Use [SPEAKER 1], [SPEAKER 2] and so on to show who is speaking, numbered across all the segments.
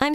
[SPEAKER 1] I'm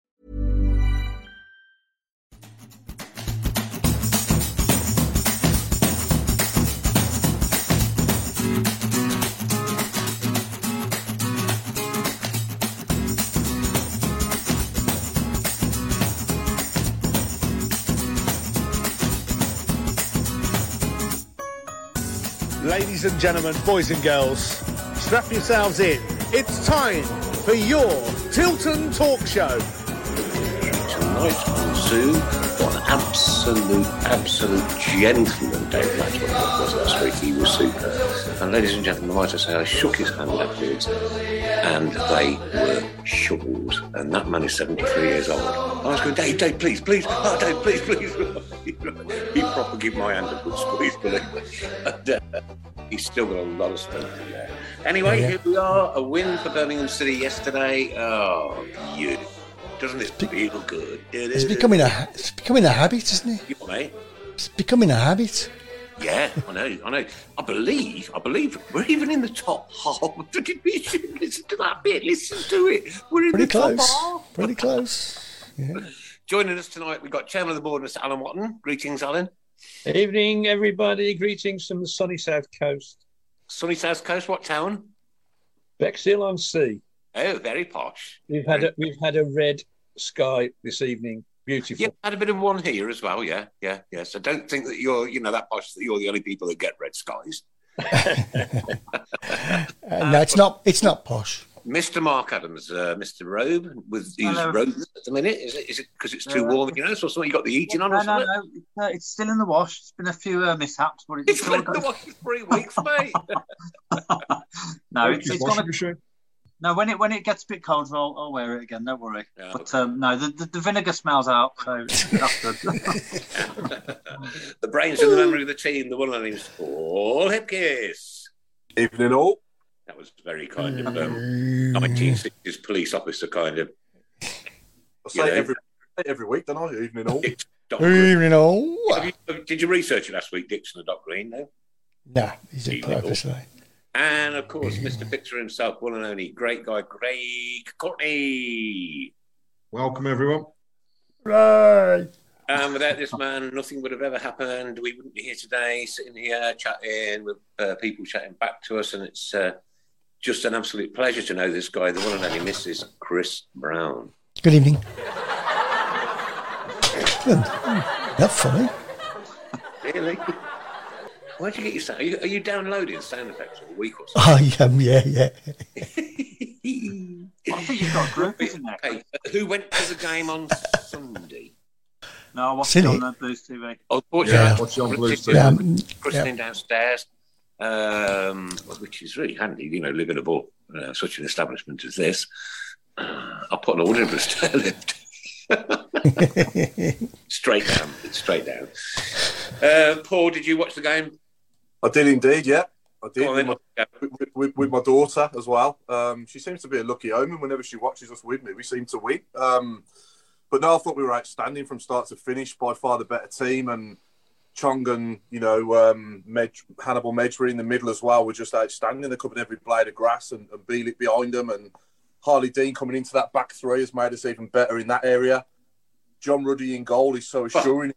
[SPEAKER 2] Ladies and gentlemen, boys and girls, strap yourselves in. It's time for your Tilton Talk Show.
[SPEAKER 3] tonight on Zoom. What an absolute, absolute gentleman David Maxwell was last week. He was super. And ladies and gentlemen, might I say, I shook his hand afterwards, and they were shovels. And that man is 73 years old. I was going, Dave, Dave, please, please, oh, Dave, please, please. he proper gave my hand a good squeeze, believe me. And, uh, he's still got a lot of strength in there. Anyway, here we are. A win for Birmingham City yesterday. Oh, beautiful. Doesn't it feel good?
[SPEAKER 4] It's becoming a ha- it's becoming a habit, isn't it?
[SPEAKER 3] You know, mate.
[SPEAKER 4] It's becoming a habit.
[SPEAKER 3] Yeah, I know, I know. I believe, I believe we're even in the top half of the division. Listen to that bit. Listen to it. We're in
[SPEAKER 4] Pretty
[SPEAKER 3] the
[SPEAKER 4] close.
[SPEAKER 3] top half.
[SPEAKER 4] Pretty close. Yeah.
[SPEAKER 3] Joining us tonight, we've got Chairman of the Board, Mr. Alan Watton. Greetings, Alan.
[SPEAKER 5] Evening, everybody. Greetings from the sunny south coast,
[SPEAKER 3] Sunny South Coast, what town?
[SPEAKER 5] Bexhill on Sea.
[SPEAKER 3] Oh, very posh.
[SPEAKER 5] We've had a, we've had a red sky this evening. Beautiful.
[SPEAKER 3] Yeah, had a bit of one here as well. Yeah, yeah, yeah. So don't think that you're, you know, that posh that you're the only people that get red skies.
[SPEAKER 4] Uh, no, it's not. It's not posh.
[SPEAKER 3] Mr. Mark Adams, uh, Mr. Robe, with his
[SPEAKER 6] Hello.
[SPEAKER 3] robes at the minute. Is it? Is it because it's too
[SPEAKER 6] Hello.
[SPEAKER 3] warm? You know, so something you got the heating on
[SPEAKER 6] no,
[SPEAKER 3] or
[SPEAKER 6] no,
[SPEAKER 3] something?
[SPEAKER 6] no. It's, uh, it's still in the wash. It's been a few uh, mishaps, but it's,
[SPEAKER 3] It's
[SPEAKER 6] it's all
[SPEAKER 3] been in
[SPEAKER 6] gone.
[SPEAKER 3] the wash for three weeks, mate.
[SPEAKER 6] no, it's, it's gone.
[SPEAKER 5] machine.
[SPEAKER 6] No, when it when it gets a bit colder, I'll, I'll wear it again. Don't worry.
[SPEAKER 3] Yeah.
[SPEAKER 6] But um, no, the, the, the vinegar smells out, so that's good.
[SPEAKER 3] the brains and the memory of the team, the one and only Paul Hipkiss.
[SPEAKER 2] Evening all.
[SPEAKER 3] That was very kind of
[SPEAKER 6] Mm.
[SPEAKER 3] um, 1960s police officer kind of.
[SPEAKER 2] I
[SPEAKER 3] say it Yeah. every-
[SPEAKER 2] every week, don't I? Evening all.
[SPEAKER 3] Doc Green.
[SPEAKER 4] Evening all.
[SPEAKER 3] Have you- Did you research it last week, Dixon and Doc Green? No.
[SPEAKER 4] Nah, he's did it purposely.
[SPEAKER 3] And of course, Mr. Picture himself, one and only great guy, Greg Courtney.
[SPEAKER 2] Welcome, everyone.
[SPEAKER 4] Right.
[SPEAKER 3] And Um, without this man, nothing would have ever happened. We wouldn't be here today, sitting here chatting with uh, people chatting back to us. And it's uh, just an absolute pleasure to know this guy, the one and only Mrs. Chris Brown.
[SPEAKER 4] Good evening. Good. That's Hmm, funny.
[SPEAKER 3] Really? Where'd you get your sound? Are you, are you downloading sound effects for a week or
[SPEAKER 4] Oh, yeah, yeah, yeah.
[SPEAKER 3] something?
[SPEAKER 6] I think you've got groupies in there.
[SPEAKER 3] hey, who went to the game on Sunday?
[SPEAKER 6] No, I watched it
[SPEAKER 4] Silly.
[SPEAKER 6] on the Blues TV.
[SPEAKER 3] Unfortunately,
[SPEAKER 4] Yeah.
[SPEAKER 3] I watched
[SPEAKER 2] on Blues
[SPEAKER 3] Christine-
[SPEAKER 2] TV.
[SPEAKER 4] Um,
[SPEAKER 3] Christine downstairs, um, which is really handy, you know, living above uh, such an establishment as this. Uh, I'll put an order in for a stair lift. straight down, it's straight down. Uh, Paul, did you watch the game?
[SPEAKER 7] I did indeed, yeah. I did
[SPEAKER 3] Go on
[SPEAKER 7] with,
[SPEAKER 3] then.
[SPEAKER 7] my, with, with, with my daughter as well. Um, she seems to be a lucky omen whenever she watches us with me. We seem to win. Um, but no, I thought we were outstanding from start to finish, by far the better team. And Chong and, you know, um, Medj, Hannibal Medjbury in the middle as well were just outstanding. They covered every blade of grass and, and Beelick behind them. And Harley Dean coming into that back three has made us even better in that area. John Ruddy in goal is so assuring.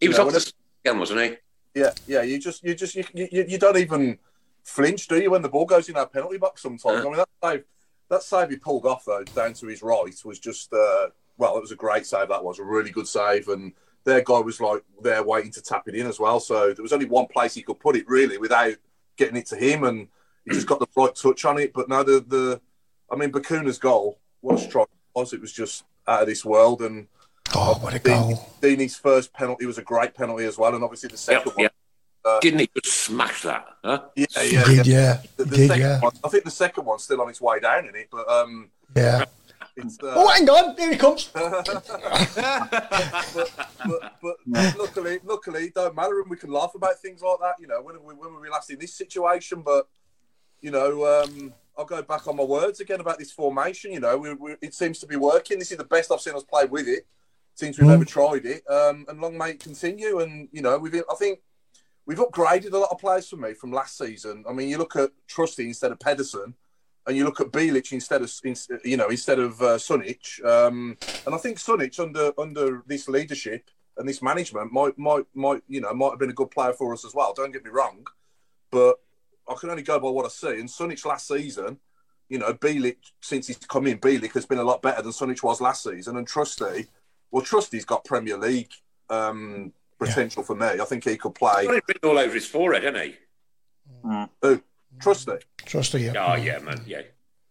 [SPEAKER 3] He was
[SPEAKER 7] No,
[SPEAKER 3] off
[SPEAKER 7] I
[SPEAKER 3] the game, wasn't he?
[SPEAKER 7] Yeah, yeah. You just, you just, you, you, you don't even flinch, do you, when the ball goes in our penalty box? Sometimes. I mean, that save, that save he pulled off though, down to his right, was just, uh, well, it was a great save. That was a really good save, and their guy was like there waiting to tap it in as well. So there was only one place he could put it really without getting it to him, and he just got the right touch on it. But no, the, the I mean, Bakuna's goal was strong. Was it was just out of this world, and
[SPEAKER 4] Oh, what a goal.
[SPEAKER 7] Deeney's first penalty was a great penalty as well, and obviously the
[SPEAKER 3] Yep,
[SPEAKER 7] second one.
[SPEAKER 3] yeah.
[SPEAKER 7] uh,
[SPEAKER 3] Didn't he just smash that? Huh?
[SPEAKER 7] Yeah,
[SPEAKER 4] He
[SPEAKER 7] yeah,
[SPEAKER 4] did,
[SPEAKER 7] yeah.
[SPEAKER 4] yeah.
[SPEAKER 7] The,
[SPEAKER 4] He
[SPEAKER 7] the
[SPEAKER 4] did,
[SPEAKER 7] second
[SPEAKER 4] yeah.
[SPEAKER 7] one, I think the second one's still on its way down in it, but um,
[SPEAKER 4] Yeah.
[SPEAKER 7] It's, uh,
[SPEAKER 4] Oh, hang on. Here he comes.
[SPEAKER 7] but, but luckily, luckily, it don't matter, and we can laugh about things like that. You know, when were we, when were we last in this situation? But you know, um, I'll go back on my words again about this formation. You know, we, we, it seems to be working. This is the best I've seen us play with it since
[SPEAKER 4] Mm.
[SPEAKER 7] we've ever tried it. Um, and long may it continue. And you know, we've I think we've upgraded a lot of players for me from last season. I mean, you look at Trusty instead of Pedersen. And you look at Bilic instead of in, you know instead of uh, Sunic, um, and I think Sunic under under this leadership and this management might might might you know might have been a good player for us as well. Don't get me wrong, but I can only go by what I see. And Sunic last season, you know, Bielik since he's come in, Bielik has been a lot better than Sunic was last season. And Trusty, well, Trusty's got Premier League um, potential for me. I think he could play.
[SPEAKER 8] He's got it written all over his forehead, hasn't he?
[SPEAKER 7] Who? Trusty.
[SPEAKER 4] Trust you.
[SPEAKER 8] Oh yeah, man, yeah,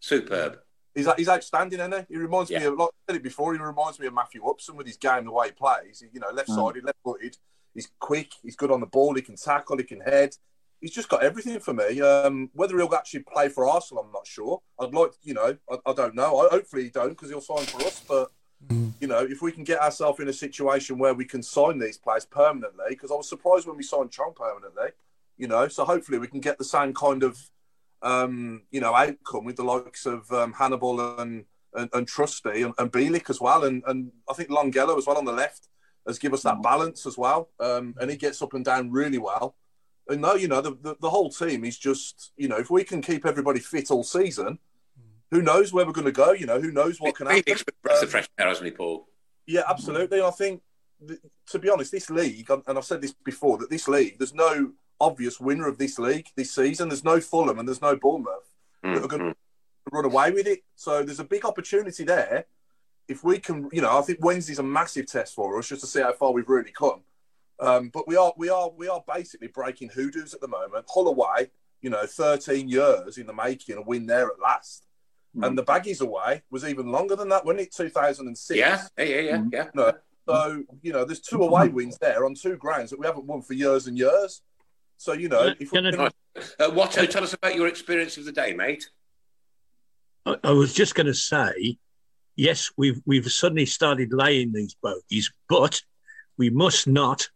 [SPEAKER 8] superb.
[SPEAKER 7] He's, he's outstanding, isn't he? He reminds me
[SPEAKER 8] Yeah.
[SPEAKER 7] of, like I said it before, he reminds me of Matthew Upson with his game, the way he plays. He, you know, left sided, left footed. He's quick. He's good on the ball. He can tackle. He can head. He's just got everything for me. Um, whether he'll actually play for Arsenal, I'm not sure. I'd like, you know, I, I don't know. I, hopefully he don't because he'll sign for us. But you know, if we can get ourselves in a situation where we can sign these players permanently, because I was surprised when we signed Chong permanently. You know, so hopefully we can get the same kind of um, you know, outcome with the likes of um, Hannibal and, and, and Trusty and, and Bielik as well. And, and I think Longello as well on the left has given us that balance as well. Um, and he gets up and down really well. And no, you know, the, the, the whole team is just, you know, if we can keep everybody fit all season, who knows where we're going to go? You know, who knows what can happen?
[SPEAKER 8] Phoenix with a breath
[SPEAKER 7] Um,
[SPEAKER 8] of fresh air, hasn't he, Paul?
[SPEAKER 7] yeah, absolutely. I think, th- to be honest, this league, and and I've said this before, that this league, there's no obvious winner of this league this season. There's no Fulham and there's no Bournemouth that are going to run away with it. So there's a big opportunity there. If we can, you know, I think Wednesday's a massive test for us just to see how far we've really come. Um, but we are, we are, we are basically breaking hoodoos at the moment. Hull away, you know, 13 years in the making, a win there at last. And the baggies away was even longer than that, wasn't it? 2006.
[SPEAKER 8] Yeah, yeah, yeah, yeah. yeah.
[SPEAKER 7] No. So, you know, there's two away wins there on two grounds that we haven't won for years and years. So, you know, if we
[SPEAKER 5] Can I-
[SPEAKER 7] can,
[SPEAKER 8] Nice. Uh, Watto, tell us about your experience of the day, mate.
[SPEAKER 5] I, I was just going to say, yes, we've we've suddenly started laying these bogeys, but we must not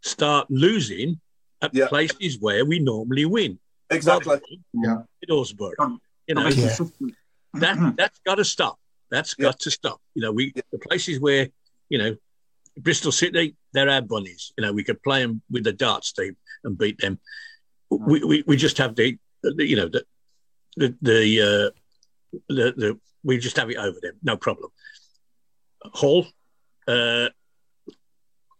[SPEAKER 5] start losing at
[SPEAKER 7] Yeah.
[SPEAKER 5] places where we normally win.
[SPEAKER 7] exactly.
[SPEAKER 4] Yeah.
[SPEAKER 5] Middlesbrough, you know,
[SPEAKER 4] Yeah.
[SPEAKER 5] that that's got to stop. That's
[SPEAKER 7] Yeah.
[SPEAKER 5] got to stop. You know, we the places where you know Bristol City, they're our bunnies. You know, we could play them with the darts team and beat them. We we, we just have the, the you know the the the, uh, the the we just have it over them, no problem. Hall, uh,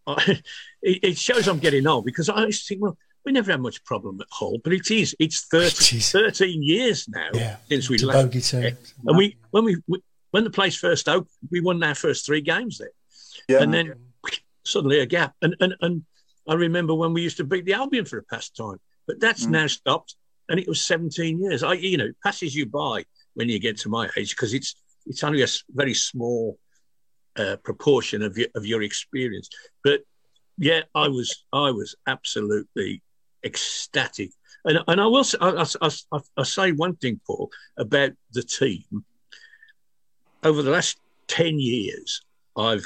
[SPEAKER 5] I, it, it shows I'm getting old because I used to think, well, we never had much problem at Hull, but it is. It's 30,
[SPEAKER 4] Jeez.
[SPEAKER 5] 13 years now
[SPEAKER 4] Yeah.
[SPEAKER 5] since we
[SPEAKER 4] It's a
[SPEAKER 5] left.
[SPEAKER 4] bogey team.
[SPEAKER 5] And we when we, we when the place first opened, we won our first three games there,
[SPEAKER 7] Yeah.
[SPEAKER 5] and then suddenly a gap. And and and I remember when we used to beat the Albion for a past time, but that's now stopped, and it was 17 years. I you know it passes you by when you get to my age because it's it's only a s- very small uh, proportion of your of your experience. But yeah, I was I was absolutely ecstatic. And, and I will s- I- I- I- I say one thing, Paul, about the team. Over the last ten years, I've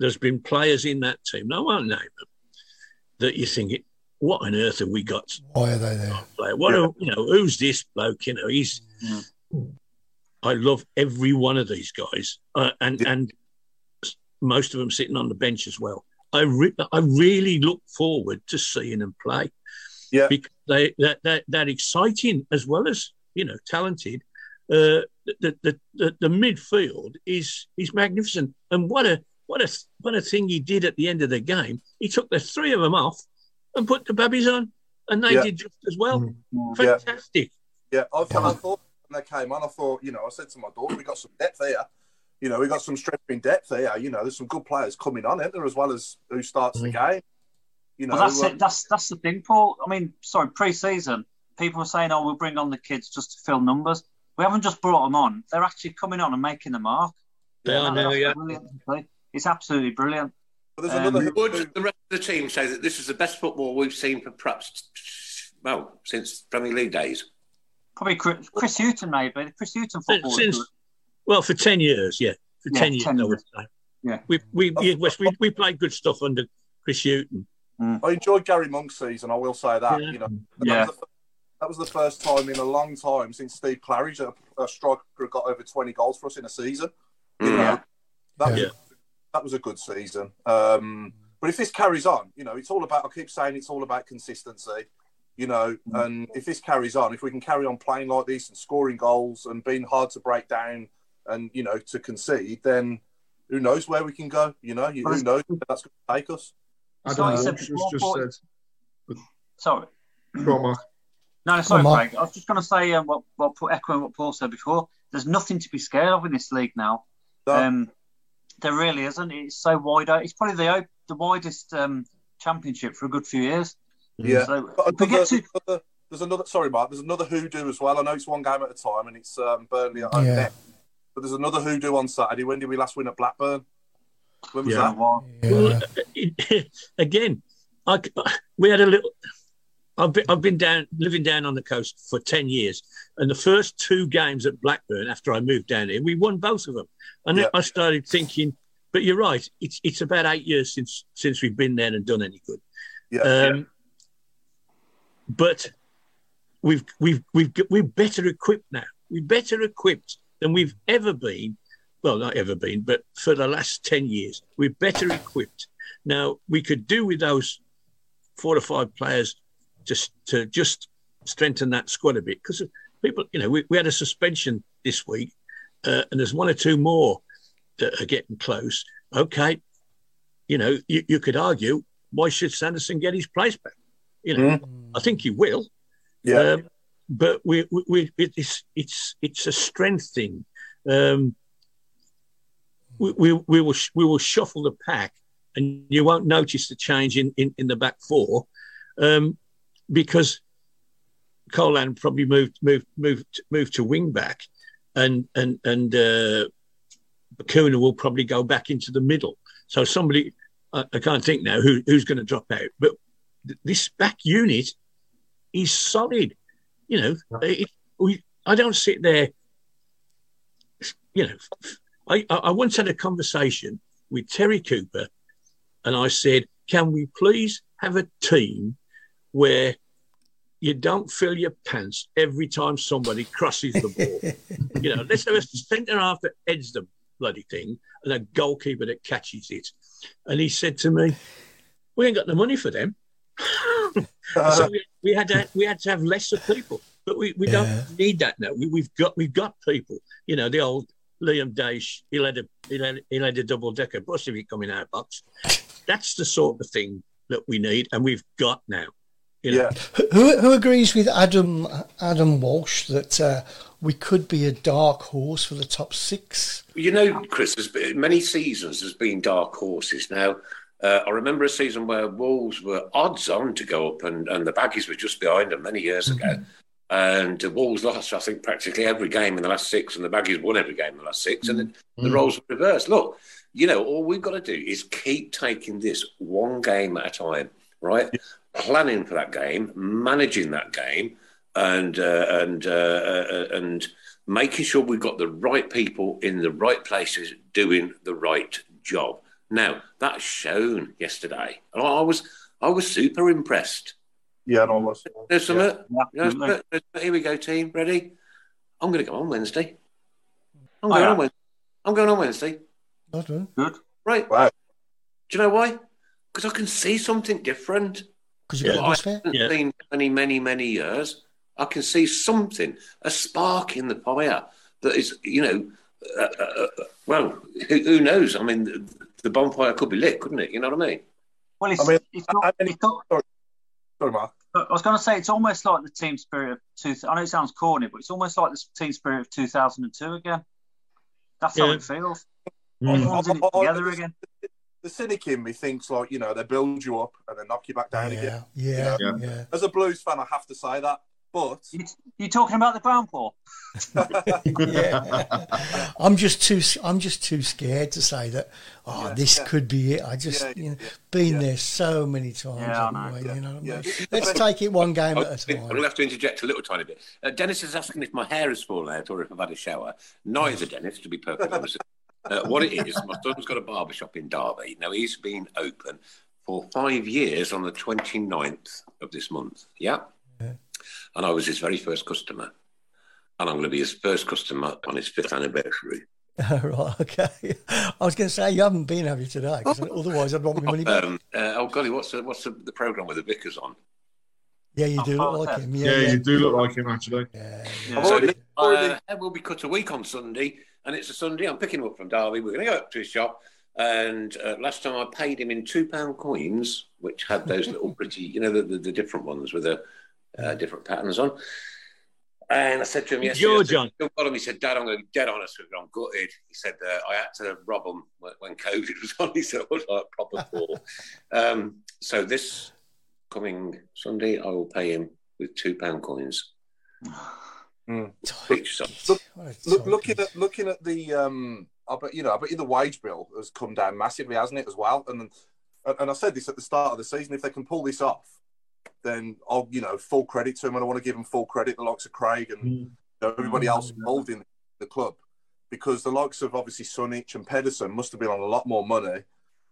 [SPEAKER 5] there's been players in that team. No one name them that you think, what on earth have we got to
[SPEAKER 4] Why are they there?
[SPEAKER 5] play? What a- you know? Who's this bloke? You know, he's.
[SPEAKER 6] Yeah.
[SPEAKER 5] I love every one of these guys, uh, and and most of them sitting on the bench as well. I re- I really look forward to seeing them play
[SPEAKER 7] Yeah.
[SPEAKER 5] because they that that that exciting as well as you know talented. Uh, the, the the the midfield is is magnificent, and what a what a what a thing he did at the end of the game. He took the three of them off and put the babbies on, and they
[SPEAKER 7] Yeah.
[SPEAKER 5] did just as well.
[SPEAKER 7] Yeah.
[SPEAKER 5] Fantastic.
[SPEAKER 7] Yeah, I thought, I thought when they came on, I thought, you know, I said to my daughter, we got some depth here. You know, we got some strength in depth here. You know, there's some good players coming on, isn't there, as well as who starts the game. You know,
[SPEAKER 6] Mm. Well, that's
[SPEAKER 7] um,
[SPEAKER 6] it. That's that's the thing, Paul. I mean, sorry, pre-season, people were saying, "Oh, we'll bring on the kids just to fill numbers." We haven't just brought them on; they're actually coming on and making the mark.
[SPEAKER 5] They are now,
[SPEAKER 6] That's
[SPEAKER 5] yeah.
[SPEAKER 6] brilliant to see. It's absolutely brilliant.
[SPEAKER 7] but there's
[SPEAKER 6] um,
[SPEAKER 7] another.
[SPEAKER 8] Would the rest of the team say that this is the best football we've seen for perhaps, well, since Premier League days?
[SPEAKER 6] Probably Chris, Chris Hutton, maybe Chris Hutton
[SPEAKER 5] Since-
[SPEAKER 6] football.
[SPEAKER 5] Since Well, for ten years, yeah, for
[SPEAKER 6] Yeah,
[SPEAKER 5] ten years,
[SPEAKER 6] 10
[SPEAKER 5] I would say.
[SPEAKER 6] Yeah.
[SPEAKER 5] we we yeah, Wes, we, we played good stuff under Chris Hutton.
[SPEAKER 7] I enjoyed Gary Monk's season. I will say that.
[SPEAKER 5] Yeah.
[SPEAKER 7] You know,
[SPEAKER 6] Yeah.
[SPEAKER 7] that, was the, fir- that was the first time in a long time since Steve Claridge, a, a striker, who got over twenty goals for us in a season. You know,
[SPEAKER 6] Yeah.
[SPEAKER 7] that was
[SPEAKER 5] Yeah.
[SPEAKER 7] that was a good season. Um, but if this carries on, you know, it's all about. I keep saying it's all about consistency. You know, and if this carries on, if we can carry on playing like this and scoring goals and being hard to break down and you know to concede, then who knows where we can go? You know, you, who knows where that's going to take us?
[SPEAKER 9] I
[SPEAKER 6] So
[SPEAKER 9] don't
[SPEAKER 6] you
[SPEAKER 9] know
[SPEAKER 6] said
[SPEAKER 9] what
[SPEAKER 6] before
[SPEAKER 9] was just
[SPEAKER 6] forty-
[SPEAKER 9] said.
[SPEAKER 6] Sorry.
[SPEAKER 9] Go on, Mark.
[SPEAKER 6] No, no, sorry,
[SPEAKER 4] Come on.
[SPEAKER 6] Craig. I was just going to say um, what, what echoing what Paul said before. There's nothing to be scared of in this league now.
[SPEAKER 7] No.
[SPEAKER 6] Um, there really isn't. It's so wide. o- It's probably the o- the widest um, championship for a good few years.
[SPEAKER 7] Yeah.
[SPEAKER 6] So
[SPEAKER 7] But
[SPEAKER 6] we get
[SPEAKER 7] another-
[SPEAKER 6] to
[SPEAKER 7] another- there's another. Sorry, Mark. There's another hoodoo as well. I know it's one game at a time, and it's um, Burnley at home
[SPEAKER 4] Yeah.
[SPEAKER 7] next. But there's another hoodoo on Saturday. When did we last win at Blackburn? When was
[SPEAKER 5] Yeah.
[SPEAKER 7] that?
[SPEAKER 4] Yeah.
[SPEAKER 5] Again, I, c- we had a little. I've been, I've been down living down on the coast for ten years, and the first two games at Blackburn after I moved down here, we won both of them, and
[SPEAKER 7] Yeah.
[SPEAKER 5] I started thinking. But you're right. It's it's about eight years since since we've been there and done any good.
[SPEAKER 7] Yeah.
[SPEAKER 5] Um, But we've we've we've got- we're better equipped now. We're better equipped than we've ever been. Well, not ever been, but for the last ten years, we're better equipped. Now we could do with those four or five players just to just strengthen that squad a bit because people, you know, we, we had a suspension this week, uh, and there's one or two more that are getting close. Okay, you know, you, you could argue why should Sanderson get his place back? You know, I think he will.
[SPEAKER 7] yeah.
[SPEAKER 5] Um, but we, we, we it's it's it's a strength thing. Um, we, we, we will sh- we will shuffle the pack, and you won't notice the change in in, in the back four, um, because Colan probably moved moved moved moved to wing back, and and and uh, Bakuna will probably go back into the middle. So somebody I, I can't think now who who's going to drop out, but th- this back unit is solid. You know, it, we, I don't sit there. You know, I, I I once had a conversation with Terry Cooper, and I said, "Can we please have a team where you don't fill your pants every time somebody crosses the ball? you know, let's have a centre half that heads the bloody thing and a goalkeeper that catches it." And he said to me, "We ain't got the money for them."
[SPEAKER 2] uh,
[SPEAKER 7] Uh,
[SPEAKER 5] so we, we had to we had to have lesser people, but we, we
[SPEAKER 4] Yeah.
[SPEAKER 5] don't need that now. We, we've got we've got people. You know the old Liam Dash. He'll had a he'll had, he'll had a double decker bus if he come in our box. That's the sort of thing that we need, and we've got now. You know,
[SPEAKER 7] yeah.
[SPEAKER 4] Who, who agrees with Adam Adam Walsh that uh, we could be a dark horse for the top six?
[SPEAKER 3] You know, Chris, there's been, many seasons there's been dark horses. Now, uh, I remember a season where Wolves were odds on to go up, and, and the Baggies were just behind them many years ago. And the Wolves lost, I think, practically every game in the last six, and the Baggies won every game in the last six, and the, the roles were reversed. Look, you know, all we've got to do is keep taking this one game at a time, right? Planning for that game, managing that game, and uh, and uh, uh, and making sure we've got the right people in the right places doing the right job. Now that's shown yesterday, and I I was I was super impressed.
[SPEAKER 7] Yeah. And almost.
[SPEAKER 3] There's some,
[SPEAKER 7] Yeah.
[SPEAKER 3] you know,
[SPEAKER 6] absolutely.
[SPEAKER 3] there's some- uh, here we go, team, ready? I'm going to go on Wednesday. I'm
[SPEAKER 6] Oh,
[SPEAKER 3] going
[SPEAKER 6] yeah.
[SPEAKER 3] on Wednesday. I'm going on Wednesday.
[SPEAKER 4] I don't know.
[SPEAKER 6] good.
[SPEAKER 3] Right?
[SPEAKER 7] Wow.
[SPEAKER 3] Do you know why? Because I can see something different.
[SPEAKER 4] Because you've
[SPEAKER 3] Well,
[SPEAKER 4] got a
[SPEAKER 3] I
[SPEAKER 4] bus fare.
[SPEAKER 3] haven't
[SPEAKER 5] Yeah.
[SPEAKER 3] seen many, many, many years. I can see something, a spark in the fire that is, you know, uh, uh, uh, well, who, who knows? I mean, the, the bonfire could be lit, couldn't it? You know what I mean?
[SPEAKER 6] Well, it's,
[SPEAKER 7] I mean,
[SPEAKER 6] it's not,
[SPEAKER 7] I- I mean-
[SPEAKER 6] it's not
[SPEAKER 7] Sorry, Mark.
[SPEAKER 6] I was going to say it's almost like the team spirit of two. I know it sounds corny, but it's almost like the team spirit of 2002 again. That's how
[SPEAKER 5] Yeah.
[SPEAKER 6] it feels.
[SPEAKER 5] Mm.
[SPEAKER 6] Everyone's in it together again.
[SPEAKER 7] The cynic in me thinks like you know they build you up and then knock you back down again.
[SPEAKER 4] Yeah, yeah,
[SPEAKER 9] Yeah.
[SPEAKER 4] yeah.
[SPEAKER 7] As a Blues fan, I have to say that. But
[SPEAKER 6] You, you talking about the ground, Paul?
[SPEAKER 4] yeah. I'm just too I'm just too scared to say that. Oh,
[SPEAKER 7] Yeah,
[SPEAKER 4] this
[SPEAKER 7] yeah.
[SPEAKER 4] could be it. I just
[SPEAKER 7] Yeah,
[SPEAKER 4] you know,
[SPEAKER 7] yeah,
[SPEAKER 4] been
[SPEAKER 7] yeah.
[SPEAKER 4] there so many times.
[SPEAKER 6] Yeah, I know,
[SPEAKER 4] anyway,
[SPEAKER 7] yeah,
[SPEAKER 4] you know what I
[SPEAKER 7] yeah.
[SPEAKER 4] mean? Let's take it one game at a
[SPEAKER 3] Oh, I'm going to
[SPEAKER 4] time.
[SPEAKER 3] have to interject a little tiny bit. Uh, Dennis is asking if my hair has fallen out or if I've had a shower. Neither, Dennis, to be perfectly honest. Uh, what it is, my son's got a barber shop in Derby. Now, he's been open for five years on the 29th of this month. Yeah. And I was his very first customer. And I'm going to be his first customer on his fifth anniversary.
[SPEAKER 4] right, okay. I was going to say you haven't been have you today? 'Cause otherwise, I'd want my money back.
[SPEAKER 3] Um, uh, oh, golly, what's the, what's the, the programme with the Vickers on?
[SPEAKER 4] Yeah, you do
[SPEAKER 6] Oh,
[SPEAKER 4] look like
[SPEAKER 6] yeah.
[SPEAKER 4] him.
[SPEAKER 2] Yeah,
[SPEAKER 4] Yeah, yeah.
[SPEAKER 2] you do look like him actually.
[SPEAKER 4] Yeah,
[SPEAKER 6] Yeah.
[SPEAKER 3] So
[SPEAKER 7] Already-
[SPEAKER 3] uh, hair will be cut a week on Sunday, and it's a Sunday. I'm picking him up from Derby. We're going to go up to his shop, and uh, last time I paid him in two pound coins, which had those little pretty, you know, the, the, the different ones with the uh, different patterns on. And I said to him yesterday, I
[SPEAKER 5] George
[SPEAKER 3] said,
[SPEAKER 5] on.
[SPEAKER 3] "You've got 'em." He said, "Dad, I'm going to be dead honest with you. I'm gutted." He said, uh, "I had to rob them when COVID was on." He said, "I was like a proper fool." um, so this coming Sunday, I will pay him with two pound coins. Pictures on.
[SPEAKER 4] What a
[SPEAKER 7] look,
[SPEAKER 4] time
[SPEAKER 7] looking
[SPEAKER 4] kid.
[SPEAKER 7] at looking at the um, I bet you know, I bet you the wage bill has come down massively, hasn't it? As well, and and, and I said this at the start of the season. If they can pull this off, then I'll you know full credit to him, and I want to give him full credit. The likes of Craig and you know, everybody else involved in the club, because the likes of obviously Sunich and Pedersen must have been on a lot more money.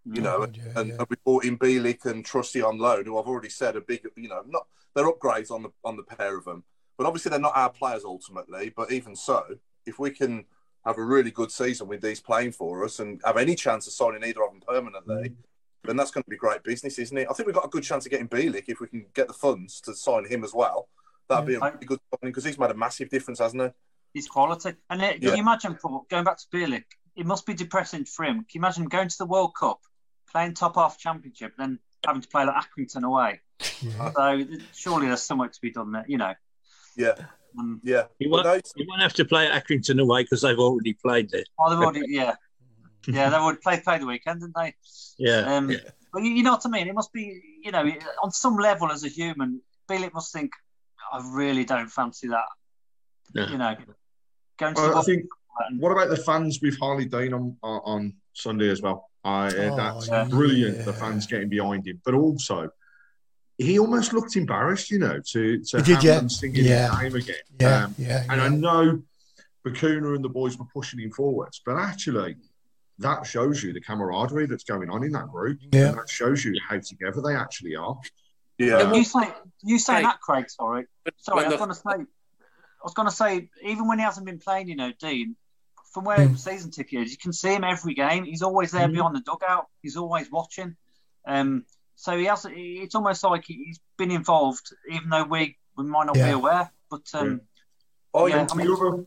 [SPEAKER 7] You know,
[SPEAKER 4] Oh,
[SPEAKER 7] and,
[SPEAKER 4] yeah,
[SPEAKER 7] and,
[SPEAKER 4] yeah.
[SPEAKER 7] and we brought in Bielik and Trusty on loan, who I've already said are big. You know, not they're upgrades on the on the pair of them. But obviously, they're not our players ultimately. But even so, if we can have a really good season with these playing for us and have any chance of signing either of them permanently, then that's going to be great business, isn't it? I think we've got a good chance of getting Bielik if we can get the funds to sign him as well. That'd be a
[SPEAKER 6] Yeah.
[SPEAKER 7] really good signing because he's made a massive difference, hasn't he?
[SPEAKER 6] His quality. And uh, can
[SPEAKER 7] Yeah.
[SPEAKER 6] you imagine, Paul, going back to Bielik, it must be depressing for him. Can you imagine going to the World Cup, playing top half championship, then having to play like Accrington away?
[SPEAKER 7] uh,
[SPEAKER 4] Yeah.
[SPEAKER 6] So th- surely there's somewhere to be done there, you know.
[SPEAKER 7] Yeah,
[SPEAKER 6] Um,
[SPEAKER 7] yeah.
[SPEAKER 5] You
[SPEAKER 7] But
[SPEAKER 5] won't,
[SPEAKER 7] no,
[SPEAKER 5] you won't have to play at Accrington away because they've already played there.
[SPEAKER 6] oh, they've already, yeah. Yeah, they would play play the weekend, didn't they?
[SPEAKER 5] Yeah.
[SPEAKER 6] Um,
[SPEAKER 5] yeah.
[SPEAKER 6] But you, you know what I mean? It must be, you know, on some level as a human, Bielik must think, I really don't fancy that,
[SPEAKER 5] No.
[SPEAKER 6] you know. Going to the
[SPEAKER 2] I, I
[SPEAKER 6] World
[SPEAKER 2] think.
[SPEAKER 6] Cup and
[SPEAKER 2] What about the fans with Harley Dean on on, on Sunday as well? I, uh,
[SPEAKER 4] Oh,
[SPEAKER 2] that's
[SPEAKER 4] yeah.
[SPEAKER 2] brilliant. The fans getting behind him, but also he almost looked embarrassed, you know, to to
[SPEAKER 4] He did,
[SPEAKER 2] have
[SPEAKER 4] yeah.
[SPEAKER 2] them singing
[SPEAKER 4] Yeah.
[SPEAKER 2] his name again.
[SPEAKER 4] Yeah,
[SPEAKER 2] Um,
[SPEAKER 4] yeah,
[SPEAKER 2] And
[SPEAKER 4] yeah.
[SPEAKER 2] I know Bakuna and the boys were pushing him forwards, but actually, that shows you the camaraderie that's going on in that group.
[SPEAKER 4] Yeah.
[SPEAKER 2] And that shows you how together they actually are.
[SPEAKER 7] yeah.
[SPEAKER 6] You say you say
[SPEAKER 3] Craig.
[SPEAKER 6] that, Craig. Sorry, sorry.
[SPEAKER 3] When
[SPEAKER 6] I was
[SPEAKER 3] the-
[SPEAKER 6] going to say, I was going to say, even when he hasn't been playing, you know, Dean, from where his season ticket is, you can see him every game. He's always there beyond the dugout. He's always watching. Um, so he has. It's almost like he- he's been involved, even though we we might not
[SPEAKER 4] Yeah.
[SPEAKER 6] be aware. But um,
[SPEAKER 7] Oh,
[SPEAKER 6] Yeah.
[SPEAKER 7] yeah.
[SPEAKER 2] And the other-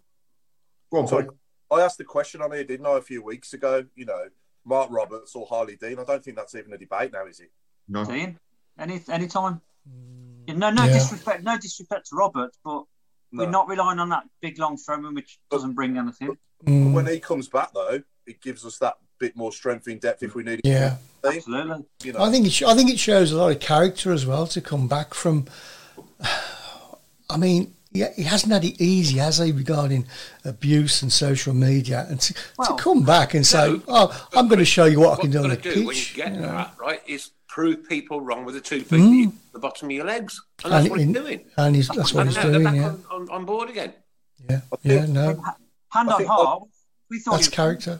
[SPEAKER 2] Go on, Paul.
[SPEAKER 7] I asked the question on here, didn't I, a few weeks ago? You know, Mark Roberts or Harley Dean. I don't think that's even a debate now, is it?
[SPEAKER 2] No.
[SPEAKER 6] Dean, any any time. No, no
[SPEAKER 4] Yeah.
[SPEAKER 6] disrespect, no disrespect to Roberts, but
[SPEAKER 7] No.
[SPEAKER 6] we're not relying on that big long throw in, which doesn't bring anything.
[SPEAKER 7] But
[SPEAKER 4] Mm,
[SPEAKER 7] when he comes back, though, it gives us that bit more strength in depth if we need it.
[SPEAKER 4] yeah.
[SPEAKER 7] Dean,
[SPEAKER 6] Absolutely.
[SPEAKER 7] You know,
[SPEAKER 4] I think it sh- I think it shows a lot of character as well to come back from. I mean, yeah, he hasn't had it easy, has he, regarding abuse and social media, and to,
[SPEAKER 6] Well-
[SPEAKER 4] to come back and say, "Oh, I'm going to show you what I
[SPEAKER 3] What
[SPEAKER 4] can
[SPEAKER 3] you've
[SPEAKER 4] do on the
[SPEAKER 3] got to do when you
[SPEAKER 4] pitch."
[SPEAKER 3] get
[SPEAKER 4] you know.
[SPEAKER 3] that, right, is prove people wrong with the toothpick that you- the bottom of your legs. And that's
[SPEAKER 4] Mm. And
[SPEAKER 3] what he's
[SPEAKER 4] in-
[SPEAKER 3] doing.
[SPEAKER 4] and he's- that's what
[SPEAKER 3] And
[SPEAKER 4] he's
[SPEAKER 3] now they're
[SPEAKER 4] doing,
[SPEAKER 3] back
[SPEAKER 4] yeah.
[SPEAKER 3] on, on, on board again.
[SPEAKER 4] Yeah, yeah, no,
[SPEAKER 6] Hand
[SPEAKER 7] I
[SPEAKER 6] on
[SPEAKER 7] think-
[SPEAKER 6] heart, we thought
[SPEAKER 4] that's
[SPEAKER 6] he was
[SPEAKER 4] character.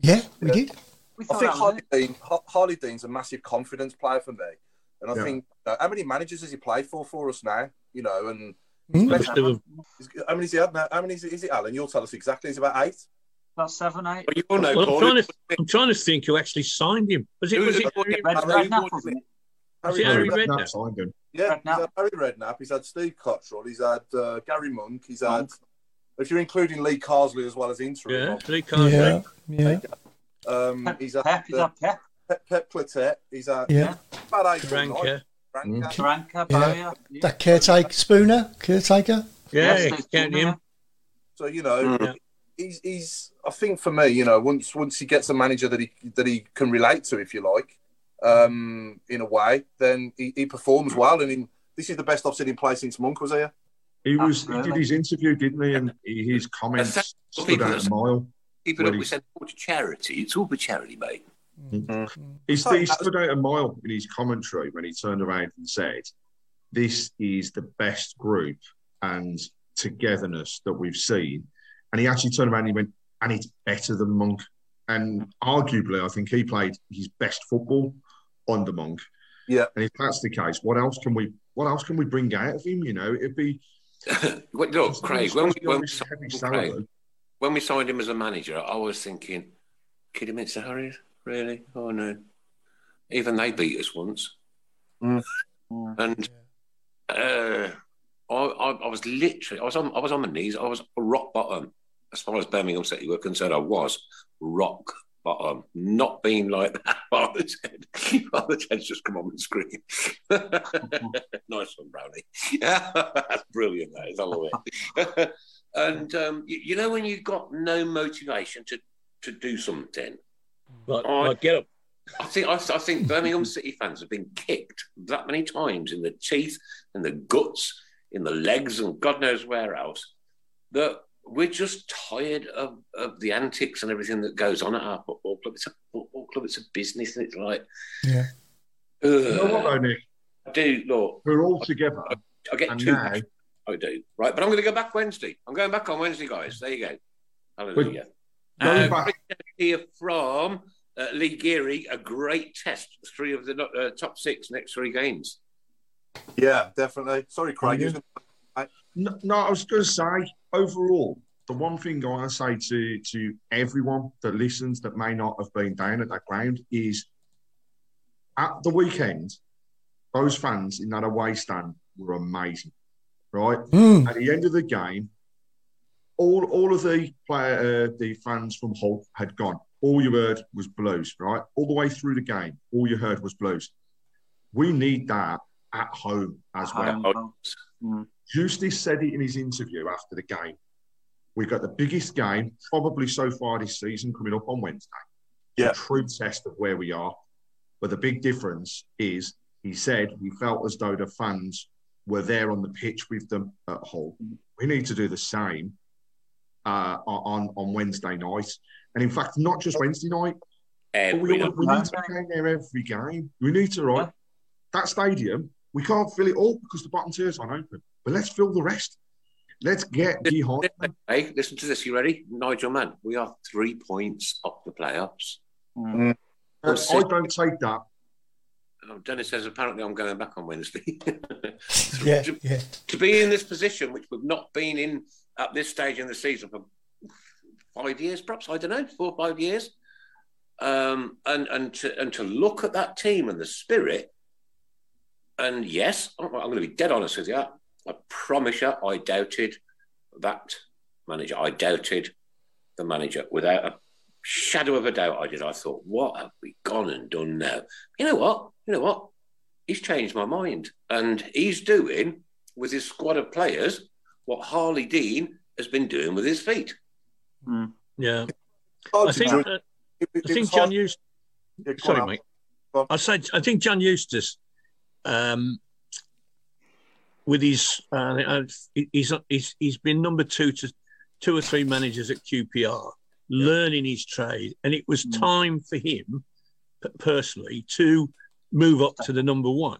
[SPEAKER 4] Yeah, we
[SPEAKER 7] Yeah.
[SPEAKER 4] did.
[SPEAKER 6] We thought
[SPEAKER 7] I think
[SPEAKER 6] that was
[SPEAKER 7] Harley
[SPEAKER 6] it.
[SPEAKER 7] Dean, Har- Harley Dean's a massive confidence player for me, and I
[SPEAKER 2] Yeah.
[SPEAKER 7] think uh, how many managers has he played for for us now? You know, and
[SPEAKER 4] Hmm?
[SPEAKER 5] Must have a-
[SPEAKER 7] he's- how many has he had now? How many is it, is it Alan? You'll tell us exactly. He's about eight.
[SPEAKER 6] About seven, eight.
[SPEAKER 3] But you all know,
[SPEAKER 5] Well,
[SPEAKER 3] Paul,
[SPEAKER 5] I'm, trying
[SPEAKER 3] it
[SPEAKER 5] to, I'm trying to think who actually signed him. Was it,
[SPEAKER 3] Who
[SPEAKER 5] was
[SPEAKER 3] was
[SPEAKER 5] it
[SPEAKER 3] it?
[SPEAKER 5] Harry-
[SPEAKER 6] Red,
[SPEAKER 7] Harry
[SPEAKER 6] Red
[SPEAKER 3] Redknapp,
[SPEAKER 6] Knapp, wasn't it?
[SPEAKER 5] Was it Harry
[SPEAKER 7] Redknapp.
[SPEAKER 5] Redknapp?
[SPEAKER 2] Redknapp's signed him.
[SPEAKER 7] Yeah, he's
[SPEAKER 6] Redknapp.
[SPEAKER 7] had Harry Redknapp. He's had Steve Cottrell. He's had uh, Gary Monk. He's had.
[SPEAKER 6] Monk.
[SPEAKER 7] If you're including Lee Carsley as well as
[SPEAKER 5] Yeah,
[SPEAKER 7] interim,
[SPEAKER 5] Lee Carter.
[SPEAKER 4] Yeah, yeah,
[SPEAKER 7] um, he's had
[SPEAKER 6] Pep, is
[SPEAKER 7] uh,
[SPEAKER 6] that Pep?
[SPEAKER 7] Pep, Pep Platet. He's had
[SPEAKER 4] yeah.
[SPEAKER 7] about eight. or nine.
[SPEAKER 5] Ranker.
[SPEAKER 7] Ranker.
[SPEAKER 6] Branca,
[SPEAKER 4] Yeah.
[SPEAKER 6] Barrier. Yeah.
[SPEAKER 4] That caretaker, Spooner, caretaker.
[SPEAKER 5] Yeah,
[SPEAKER 6] Yes, there's
[SPEAKER 5] count
[SPEAKER 6] two
[SPEAKER 5] him.
[SPEAKER 6] there.
[SPEAKER 7] So you know,
[SPEAKER 5] Mm.
[SPEAKER 7] he's he's. I think for me, you know, once once he gets a manager that he that he can relate to, if you like, um, in a way, then he, he performs well. And in, this is the best I've seen him play since Monk was here.
[SPEAKER 2] He was he did
[SPEAKER 6] Absolutely.
[SPEAKER 2] his interview, didn't he? And he, his comments
[SPEAKER 3] Well,
[SPEAKER 2] stood
[SPEAKER 3] people
[SPEAKER 2] out
[SPEAKER 3] that's-
[SPEAKER 2] a mile.
[SPEAKER 3] Keep it
[SPEAKER 2] Well,
[SPEAKER 3] up. We
[SPEAKER 2] he's-
[SPEAKER 3] send it all to charity. It's all for charity, mate.
[SPEAKER 2] He,
[SPEAKER 7] Sorry,
[SPEAKER 2] st- he
[SPEAKER 7] that was-
[SPEAKER 2] stood out a mile in his commentary when he turned around and said, "This is the best group and togetherness that we've seen." And he actually turned around and he went, "And it's better than Monk." And arguably, I think he played his best football under Monk.
[SPEAKER 7] Yeah.
[SPEAKER 2] And if that's the case, what else can we? What else can we bring out of him? You know, it'd be
[SPEAKER 3] Well, Look, Oh, Craig, when we, when,
[SPEAKER 2] Heavy
[SPEAKER 3] we signed him,
[SPEAKER 2] salary.
[SPEAKER 3] Craig, when we signed him as a manager, I was thinking, kid him in salaries? Really? Oh, no. Even they beat us once.
[SPEAKER 7] Mm.
[SPEAKER 3] And uh, I, I, I was literally, I was, on, I was on my knees. I was rock bottom. As far as Birmingham City were concerned, I was rock bottom. Not being like that, Father Ted. Father Ted's just come on and scream. nice one, Brownie. That's brilliant, that is. I love it. and um, you, you know when you've got no motivation to, to do something?
[SPEAKER 5] Like,
[SPEAKER 3] All right.
[SPEAKER 5] like, get up.
[SPEAKER 3] I think I, I think Birmingham City fans have been kicked that many times in the teeth, in the guts, in the legs, and God knows where else that we're just tired of, of the antics and everything that goes on at our football club. It's a football club. It's a business, and it's like,
[SPEAKER 4] Yeah.
[SPEAKER 3] ugh.
[SPEAKER 2] You know what, though, Nick?
[SPEAKER 3] I do look.
[SPEAKER 2] We're all together.
[SPEAKER 3] I get
[SPEAKER 2] And
[SPEAKER 3] too.
[SPEAKER 2] now-
[SPEAKER 3] passionate. I do right, but I'm going to go back Wednesday. I'm going back on Wednesday, guys. There you go. Hallelujah.
[SPEAKER 2] Going
[SPEAKER 3] Uh,
[SPEAKER 2] back,
[SPEAKER 3] here from uh, Lee Geary, a great test. Three of the no- uh, top six next three games.
[SPEAKER 7] Yeah, definitely. Sorry, Craig.
[SPEAKER 2] Yeah.
[SPEAKER 7] you was gonna-
[SPEAKER 2] no, no, I was going to say, overall, the one thing I say to, to everyone that listens that may not have been down at that ground is at the weekend, those fans in that away stand were amazing, right?
[SPEAKER 4] Mm.
[SPEAKER 2] At the end of the game, all all of the player, uh, the fans from Hull had gone. All you heard was blues, right? All the way through the game, all you heard was blues. We need that at home as well.
[SPEAKER 6] Um,
[SPEAKER 3] well.
[SPEAKER 2] Justy said it in his interview after the game. We've got the biggest game probably so far this season coming up on Wednesday.
[SPEAKER 7] Yeah.
[SPEAKER 2] A true test of where we are. But the big difference is he said he felt as though the fans were there on the pitch with them at Hull. We need to do the same uh, on, on Wednesday night. And in fact, not just Wednesday night, but
[SPEAKER 3] Every
[SPEAKER 2] we, all- we need to
[SPEAKER 6] night.
[SPEAKER 2] be down there every game. We need to, right?
[SPEAKER 6] Yeah.
[SPEAKER 2] That stadium, we can't fill it all because the bottom tiers aren't open. But let's fill the rest. Let's get behind them.
[SPEAKER 3] Hey, listen to this. You ready, Nigel Mann? We are three points off the playoffs.
[SPEAKER 6] Mm,
[SPEAKER 2] Uh, I don't take that.
[SPEAKER 3] Oh, Dennis says apparently I'm going back on Wednesday.
[SPEAKER 4] Yeah.
[SPEAKER 3] to,
[SPEAKER 4] Yeah.
[SPEAKER 3] to be in this position, which we've not been in at this stage in the season for five years, perhaps I don't know, four or five years, um, and and to and to look at that team and the spirit, and yes, I'm, I'm going to be dead honest with you. I promise you, I doubted that manager. I doubted the manager without a shadow of a doubt. I did. I thought, what have we gone and done now? You know what? You know what? He's changed my mind, and he's doing with his squad of players what Harley Dean has been doing with his feet.
[SPEAKER 6] mm.
[SPEAKER 5] Yeah.
[SPEAKER 7] Hard
[SPEAKER 5] I
[SPEAKER 7] to
[SPEAKER 5] think,
[SPEAKER 7] drink.
[SPEAKER 5] uh,
[SPEAKER 7] It- it
[SPEAKER 5] I
[SPEAKER 7] was
[SPEAKER 5] think
[SPEAKER 7] hard-
[SPEAKER 5] John Hughes
[SPEAKER 7] Yeah, go on,
[SPEAKER 5] Sorry,
[SPEAKER 7] Al.
[SPEAKER 5] mate.
[SPEAKER 7] Go on.
[SPEAKER 5] I said I think John Eustace, um, with his uh, uh, he's he's he's been number two to two or three managers at QPR, learning his trade, and it was
[SPEAKER 6] Mm.
[SPEAKER 5] time for him p- personally to move up to the number one,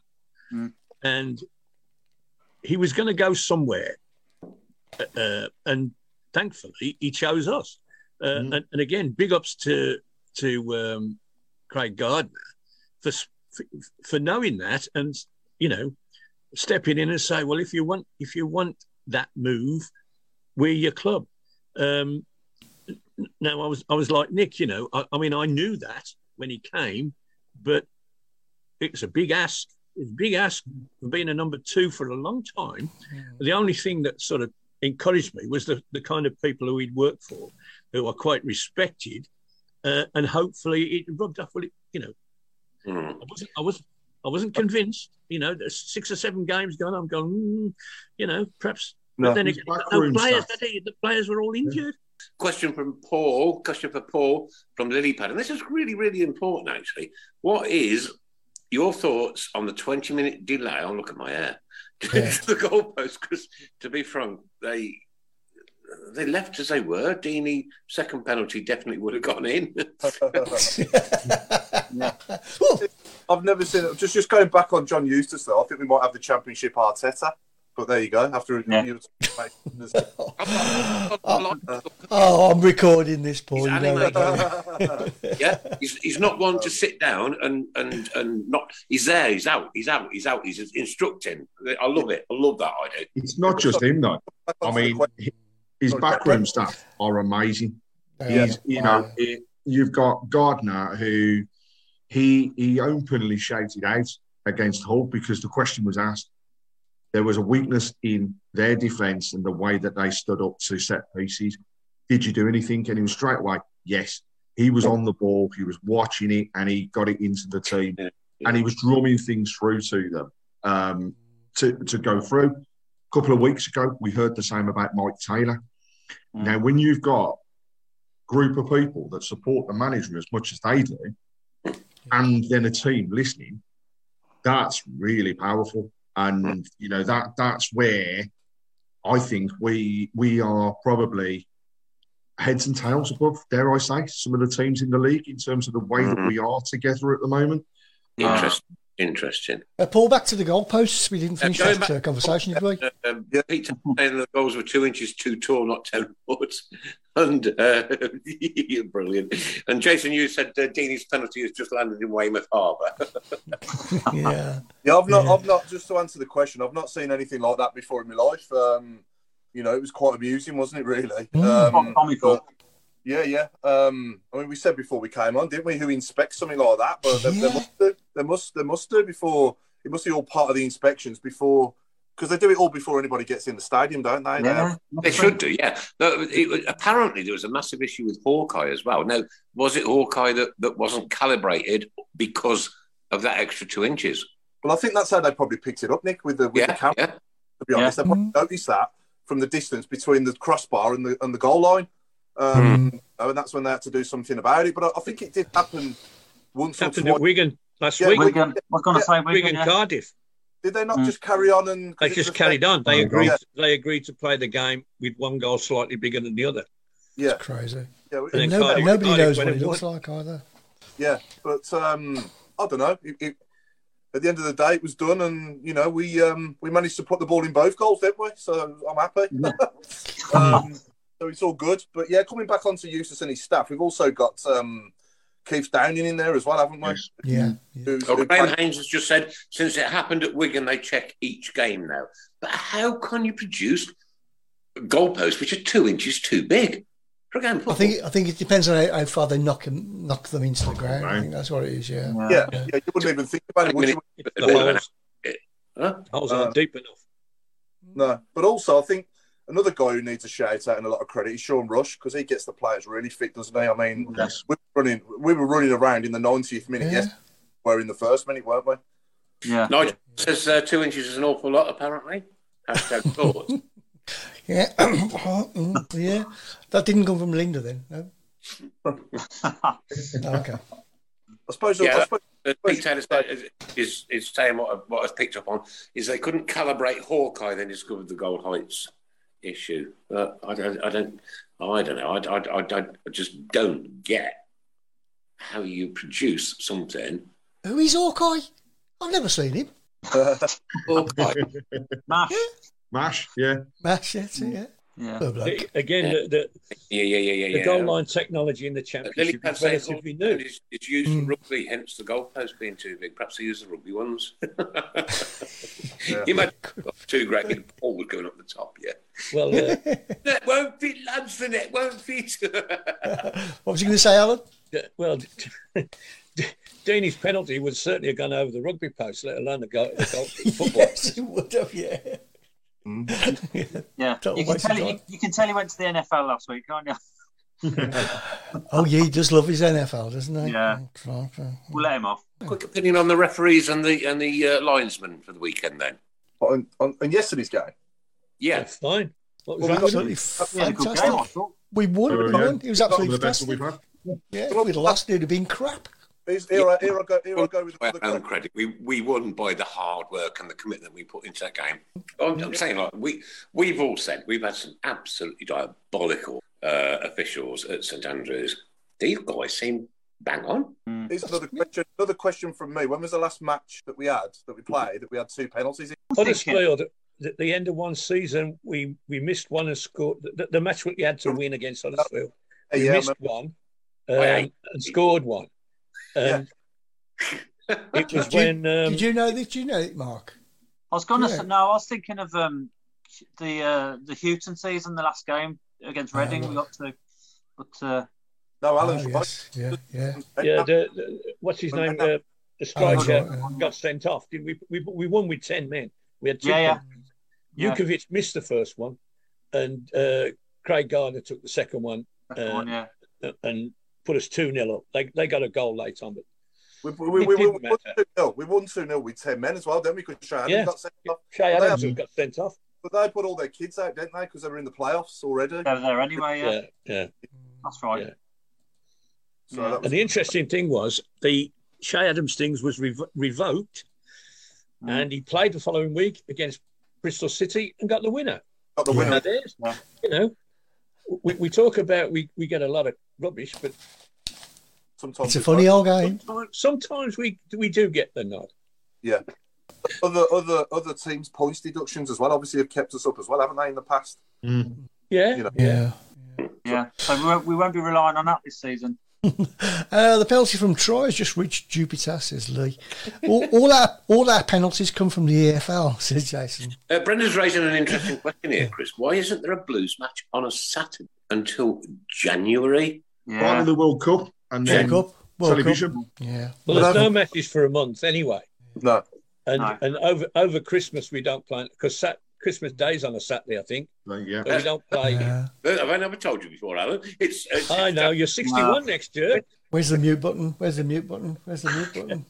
[SPEAKER 6] Mm.
[SPEAKER 5] and he was going to go somewhere, uh, and thankfully he chose us. Uh,
[SPEAKER 2] Mm.
[SPEAKER 5] and, and again, big ups to to um, Craig Gardner for, s- for for knowing that and you know stepping in and say, well, if you want if you want that move, we're your club. Um, n- now I was I was like Nick, you know, I, I mean I knew that when he came, but it's a big ask. It's a big ask for being a number two for a long time. The only thing that sort of encouraged me was the, the kind of people who he'd worked for, who are quite respected, uh, and hopefully it rubbed off. Well, it, you know,
[SPEAKER 3] Hmm.
[SPEAKER 5] I wasn't, I was, I wasn't convinced. You know, there's six or seven games gone. I'm going, mm, you know, perhaps.
[SPEAKER 7] No,
[SPEAKER 5] but then
[SPEAKER 2] he's
[SPEAKER 5] again, you've got
[SPEAKER 2] backroom
[SPEAKER 5] no players.
[SPEAKER 2] staff.
[SPEAKER 5] had he? The players were all injured.
[SPEAKER 3] Question from Paul. Question for Paul from Lilypad. And this is really, really important, actually. What is your thoughts on the 20 minute delay? I'll Oh, look at my hair.
[SPEAKER 4] Yeah.
[SPEAKER 3] to the goalpost because, to be frank, they they left as they were. Deeney second penalty definitely would have gone in.
[SPEAKER 4] Well,
[SPEAKER 7] I've never seen it. Just just going back on John Eustace though, I think we might have the championship Arteta. But there you go. After
[SPEAKER 6] Yeah.
[SPEAKER 7] you
[SPEAKER 4] oh, I'm recording this, Paul.
[SPEAKER 3] He's
[SPEAKER 4] You know that, don't you?
[SPEAKER 3] yeah, he's, he's not one to sit down and and and not. He's there. He's out. He's out. He's out. He's instructing. I love it. I love that. I do.
[SPEAKER 2] It's not just him though. I mean, he- his
[SPEAKER 7] Sorry,
[SPEAKER 2] backroom
[SPEAKER 7] Brett.
[SPEAKER 2] staff are amazing.
[SPEAKER 4] Yeah.
[SPEAKER 2] He's, you know, it, you've got Gardner who he he openly shouted out against Hull because the question was asked. There was a weakness in their defence and the way that they stood up to set pieces. Did you do anything? And he was straight away, yes. He was on the ball, he was watching it, and he got it into the team. And he was drumming things through to them um, to, to go through. A couple of weeks ago, we heard the same about Mike Taylor.
[SPEAKER 6] Mm.
[SPEAKER 2] Now, when you've got group of people that support the manager as much as they do, and then a team listening, that's really powerful. And you know that that's where I think we we are probably heads and tails above, dare I say, some of the teams in the league in terms of the way that we are together at the moment.
[SPEAKER 3] Mm-hmm. Interesting. Interesting.
[SPEAKER 4] Uh, Paul, back to the goalposts. We didn't finish
[SPEAKER 3] Uh, going
[SPEAKER 4] that uh, conversation, did we?
[SPEAKER 3] Um, Peter saying the goals were two inches too tall, not ten foot, and uh, you're brilliant. And Jason, you said uh, Deeney's penalty has just landed in Weymouth Harbour.
[SPEAKER 4] yeah.
[SPEAKER 7] Yeah, I've not,
[SPEAKER 4] Yeah.
[SPEAKER 7] I've not. Just to answer the question, I've not seen anything like that before in my life. Um, you know, it was quite amusing, wasn't it? Really.
[SPEAKER 4] Mm.
[SPEAKER 7] Um,
[SPEAKER 6] Quite comical.
[SPEAKER 7] but- yeah, yeah. Um, I mean, we said before we came on, didn't we? Who inspects something like that? But they,
[SPEAKER 4] Yeah.
[SPEAKER 7] they must, do, they must, they must do before. It must be all part of the inspections before, because they do it all before anybody gets in the stadium, don't they?
[SPEAKER 6] Yeah.
[SPEAKER 3] They should do, yeah. No, it, was- apparently, there was a massive issue with Hawkeye as well. Now, was it Hawkeye that, that wasn't calibrated because of that extra two inches?
[SPEAKER 7] Well, I think that's how they probably picked it up, Nick, with the with the
[SPEAKER 3] Yeah,
[SPEAKER 7] camera.
[SPEAKER 3] yeah.
[SPEAKER 7] To be honest,
[SPEAKER 6] Yeah.
[SPEAKER 7] they probably noticed that from the distance between the crossbar and the and the goal line,
[SPEAKER 4] Hmm.
[SPEAKER 2] Hmm.
[SPEAKER 7] um, and that's when they had to do something about it. But I, I think it did happen once or
[SPEAKER 5] Happened
[SPEAKER 7] twice.
[SPEAKER 5] at Wigan last
[SPEAKER 7] Yeah,
[SPEAKER 5] week. Wigan,
[SPEAKER 7] Wigan-
[SPEAKER 6] Wigan, I was going to say Wigan. yeah.
[SPEAKER 5] Cardiff.
[SPEAKER 7] Did they not
[SPEAKER 6] Mm.
[SPEAKER 7] just carry on and?
[SPEAKER 5] They just carried on. They
[SPEAKER 2] Oh,
[SPEAKER 5] agreed.
[SPEAKER 7] God.
[SPEAKER 5] They agreed to play the game with one goal slightly bigger than the other.
[SPEAKER 7] Yeah,
[SPEAKER 4] Crazy.
[SPEAKER 7] yeah,
[SPEAKER 5] And then
[SPEAKER 7] yeah.
[SPEAKER 4] No-
[SPEAKER 5] Cardiff-
[SPEAKER 4] nobody
[SPEAKER 5] Cardiff
[SPEAKER 4] knows what
[SPEAKER 5] went
[SPEAKER 4] it
[SPEAKER 5] and
[SPEAKER 4] looks like either.
[SPEAKER 7] yeah. But um, I don't know. It, it, at the end of the day, it was done, and you know we um, we managed to put the ball in both goals, didn't we? So I'm happy. um, so it's all good. But yeah, coming back onto Eustace and his staff, we've also got um, Keith Downing in there as well, haven't we?
[SPEAKER 2] Yes.
[SPEAKER 4] Yeah.
[SPEAKER 2] Hmm.
[SPEAKER 4] yeah.
[SPEAKER 7] Who's-
[SPEAKER 3] Oh,
[SPEAKER 7] who
[SPEAKER 3] Graham
[SPEAKER 7] played-
[SPEAKER 3] Haynes has just said since it happened at Wigan, they check each game now. But how can you produce goalposts which are two inches too big for a game? of
[SPEAKER 4] I
[SPEAKER 3] football?
[SPEAKER 4] think I think it depends on how, how far they knock 'em- knock them into the ground. I
[SPEAKER 2] Right.
[SPEAKER 4] think that's what it is. Yeah.
[SPEAKER 7] yeah, yeah, you wouldn't even think about it, would you?
[SPEAKER 5] The
[SPEAKER 3] Bit of an
[SPEAKER 5] holes,
[SPEAKER 3] Huh?
[SPEAKER 5] holes
[SPEAKER 7] Uh,
[SPEAKER 5] aren't deep enough.
[SPEAKER 7] No, but also I think another guy who needs a shout out and a lot of credit is Sean Rush because he gets the players really fit, doesn't he? I mean,
[SPEAKER 2] Yes.
[SPEAKER 7] we were running, we were running around in the 90th minute.
[SPEAKER 4] Yeah.
[SPEAKER 7] Yes, we were in the first minute, weren't we?
[SPEAKER 6] Yeah.
[SPEAKER 3] Nigel says uh, two inches is an awful lot, apparently. Hashtag thoughts.
[SPEAKER 4] Yeah. Mm, yeah. That didn't come from Linda then. No. okay.
[SPEAKER 7] I suppose. I
[SPEAKER 3] Yeah.
[SPEAKER 7] suppose
[SPEAKER 3] Uh, Pete Taylor said- is, is, is saying what, I- what I've picked up on is they couldn't calibrate Hawkeye, then discovered the goal heights issue. But I don't, I don't, I don't know. I, I, I, don't- I just don't get how you produce something.
[SPEAKER 4] Who is Hawkeye? I've never seen him.
[SPEAKER 7] uh,
[SPEAKER 3] Hawkeye.
[SPEAKER 6] Mash.
[SPEAKER 2] Mash, yeah.
[SPEAKER 4] Mash, that's it, yeah.
[SPEAKER 5] Mm.
[SPEAKER 6] Yeah.
[SPEAKER 4] Poor bloke.
[SPEAKER 5] Again, the, the,
[SPEAKER 3] yeah, yeah, yeah, yeah.
[SPEAKER 5] the
[SPEAKER 3] yeah.
[SPEAKER 5] goal line technology in the
[SPEAKER 3] But Lily
[SPEAKER 5] championship
[SPEAKER 3] Pad
[SPEAKER 5] is
[SPEAKER 3] says
[SPEAKER 5] relatively new. Hmm.
[SPEAKER 3] Hawkeye is, is used
[SPEAKER 4] Mm.
[SPEAKER 3] for rugby, hence the goalpost being too big. Perhaps they use the rugby ones. Imagine two great big balls going up the top, yeah.
[SPEAKER 5] Well, uh,
[SPEAKER 3] Net won't fit, lads. The net won't fit.
[SPEAKER 4] What was you going to say, Alan?
[SPEAKER 5] d- well, Deeney's penalty would certainly have gone over the rugby post, let alone the goal. The goal football.
[SPEAKER 4] Yes, it would have, yeah.
[SPEAKER 6] Yeah.
[SPEAKER 4] Total
[SPEAKER 6] You can,
[SPEAKER 4] waste of
[SPEAKER 6] tell he,
[SPEAKER 4] time.
[SPEAKER 6] you can tell he went to the NFL last week, can't you?
[SPEAKER 4] Oh, yeah, he does love his NFL, doesn't he? Oh,
[SPEAKER 6] Yeah.
[SPEAKER 4] Proper.
[SPEAKER 6] We'll let him off.
[SPEAKER 3] Quick opinion on the referees and the and the uh, linesmen for the weekend, then.
[SPEAKER 7] on, on, on yesterday's game,
[SPEAKER 3] Yeah,
[SPEAKER 5] That's fine. What was
[SPEAKER 7] Well,
[SPEAKER 5] that?
[SPEAKER 7] we got-
[SPEAKER 4] Absolutely
[SPEAKER 6] We had a good
[SPEAKER 4] fantastic.
[SPEAKER 6] game, I thought.
[SPEAKER 4] We won, we
[SPEAKER 2] Yeah.
[SPEAKER 4] won. It was
[SPEAKER 2] Some of
[SPEAKER 4] absolutely
[SPEAKER 2] the best that
[SPEAKER 4] fantastic.
[SPEAKER 2] we've had.
[SPEAKER 4] Yeah, if we'd lost, it would have been crap.
[SPEAKER 7] Here's- Here, I, here I go. Here I go with
[SPEAKER 3] Well,
[SPEAKER 7] another
[SPEAKER 3] and
[SPEAKER 7] quote.
[SPEAKER 3] credit, we, we won by the hard work and the commitment we put into that game. I'm, I'm saying, like we we've all said, we've had some absolutely diabolical uh, officials at St Andrews. These guys seem bang on.
[SPEAKER 7] Here's another question. Another question from me. When was the last match that we had that we played that we had two penalties? in?
[SPEAKER 6] I'm thinking-
[SPEAKER 5] Huddersfield, at the end of one season, we, we missed one and scored the, the match we had to win against Huddersfield. We
[SPEAKER 7] Yeah, I
[SPEAKER 5] missed
[SPEAKER 7] remember.
[SPEAKER 5] one
[SPEAKER 3] By
[SPEAKER 5] um,
[SPEAKER 3] eight.
[SPEAKER 5] and scored one. Um,
[SPEAKER 3] Uh,
[SPEAKER 5] It was
[SPEAKER 4] Did you-
[SPEAKER 5] when um,
[SPEAKER 4] Did you know this? Did you know it, Mark?
[SPEAKER 6] I was gonna
[SPEAKER 4] Yeah.
[SPEAKER 6] say, no, I was thinking of um, the uh, the Houghton season, the last game against
[SPEAKER 4] Ah,
[SPEAKER 6] Reading, we
[SPEAKER 4] right.
[SPEAKER 6] got to, but uh,
[SPEAKER 7] No,
[SPEAKER 4] Oh,
[SPEAKER 7] Alan's right.
[SPEAKER 4] yes. Yeah, yeah.
[SPEAKER 5] yeah, the, the, what's his name? Uh, the
[SPEAKER 4] Oh,
[SPEAKER 5] striker
[SPEAKER 4] right, yeah.
[SPEAKER 5] got sent off. Did we, we? We won with ten men. We had two.
[SPEAKER 6] yeah, yeah,
[SPEAKER 5] penalties.
[SPEAKER 6] yeah.
[SPEAKER 5] Jukovic missed the first one, and uh, Craig Gardner took the second one
[SPEAKER 6] That's the one, yeah.
[SPEAKER 5] uh, and put us two 0 up. They they got a goal late on, but
[SPEAKER 7] We, we,
[SPEAKER 5] It
[SPEAKER 7] we, we,
[SPEAKER 5] didn't
[SPEAKER 7] won
[SPEAKER 5] matter.
[SPEAKER 7] 2 0. We won 2 0 with 10 men as well, then we could try.
[SPEAKER 5] Yeah.
[SPEAKER 7] Got sent off.
[SPEAKER 5] Shay
[SPEAKER 7] Well,
[SPEAKER 5] Adams
[SPEAKER 7] they-
[SPEAKER 5] got sent off.
[SPEAKER 7] But they put all their kids out, didn't they? Because they were in the playoffs already.
[SPEAKER 6] They were there anyway, yeah.
[SPEAKER 5] Yeah, yeah.
[SPEAKER 6] That's right.
[SPEAKER 5] Yeah.
[SPEAKER 7] So that
[SPEAKER 5] And
[SPEAKER 7] was,
[SPEAKER 5] the interesting thing was the Shay Adams things was revo- revoked,
[SPEAKER 6] Mm.
[SPEAKER 5] and he played the following week against Bristol City and got the winner.
[SPEAKER 7] got the winner.
[SPEAKER 5] Now there's-
[SPEAKER 6] Yeah.
[SPEAKER 5] You know, we, we talk about we, we get a lot of rubbish, but
[SPEAKER 7] Sometimes
[SPEAKER 4] It's a funny old game.
[SPEAKER 5] sometimes, sometimes we we do get the nod.
[SPEAKER 7] Yeah. Other other other teams' points deductions as well. Obviously, have kept us up as well, haven't they? In the past,
[SPEAKER 5] Yeah,
[SPEAKER 7] you know.
[SPEAKER 4] Yeah.
[SPEAKER 6] Yeah. So we won't, we won't be relying on that this season.
[SPEAKER 4] Uh, the penalty from Troy has just reached Jupiter, says Lee. All, all our all our penalties come from the EFL, says Jason.
[SPEAKER 3] Uh, Brendan's raising an interesting question here, Chris. Why isn't there a Blues match on a Saturday until January?
[SPEAKER 2] Part
[SPEAKER 6] Yeah.
[SPEAKER 2] of the World Cup and then
[SPEAKER 4] World Cup, World
[SPEAKER 2] television.
[SPEAKER 4] Cup. Yeah.
[SPEAKER 5] well,
[SPEAKER 7] But
[SPEAKER 5] there's
[SPEAKER 7] I've-
[SPEAKER 5] no matches for a month anyway,
[SPEAKER 7] No,
[SPEAKER 5] and
[SPEAKER 6] No.
[SPEAKER 5] and over over Christmas we don't play because Sat- Christmas Day's on a Saturday, I think,
[SPEAKER 2] Like, yeah.
[SPEAKER 5] so we don't play.
[SPEAKER 4] Yeah.
[SPEAKER 3] Look, Uh, Have I never told you before, Alan? It's, uh, it's
[SPEAKER 5] I know you're 61
[SPEAKER 6] Wow.
[SPEAKER 5] next year.
[SPEAKER 4] Where's the mute button? Where's the mute button? Where's the mute button?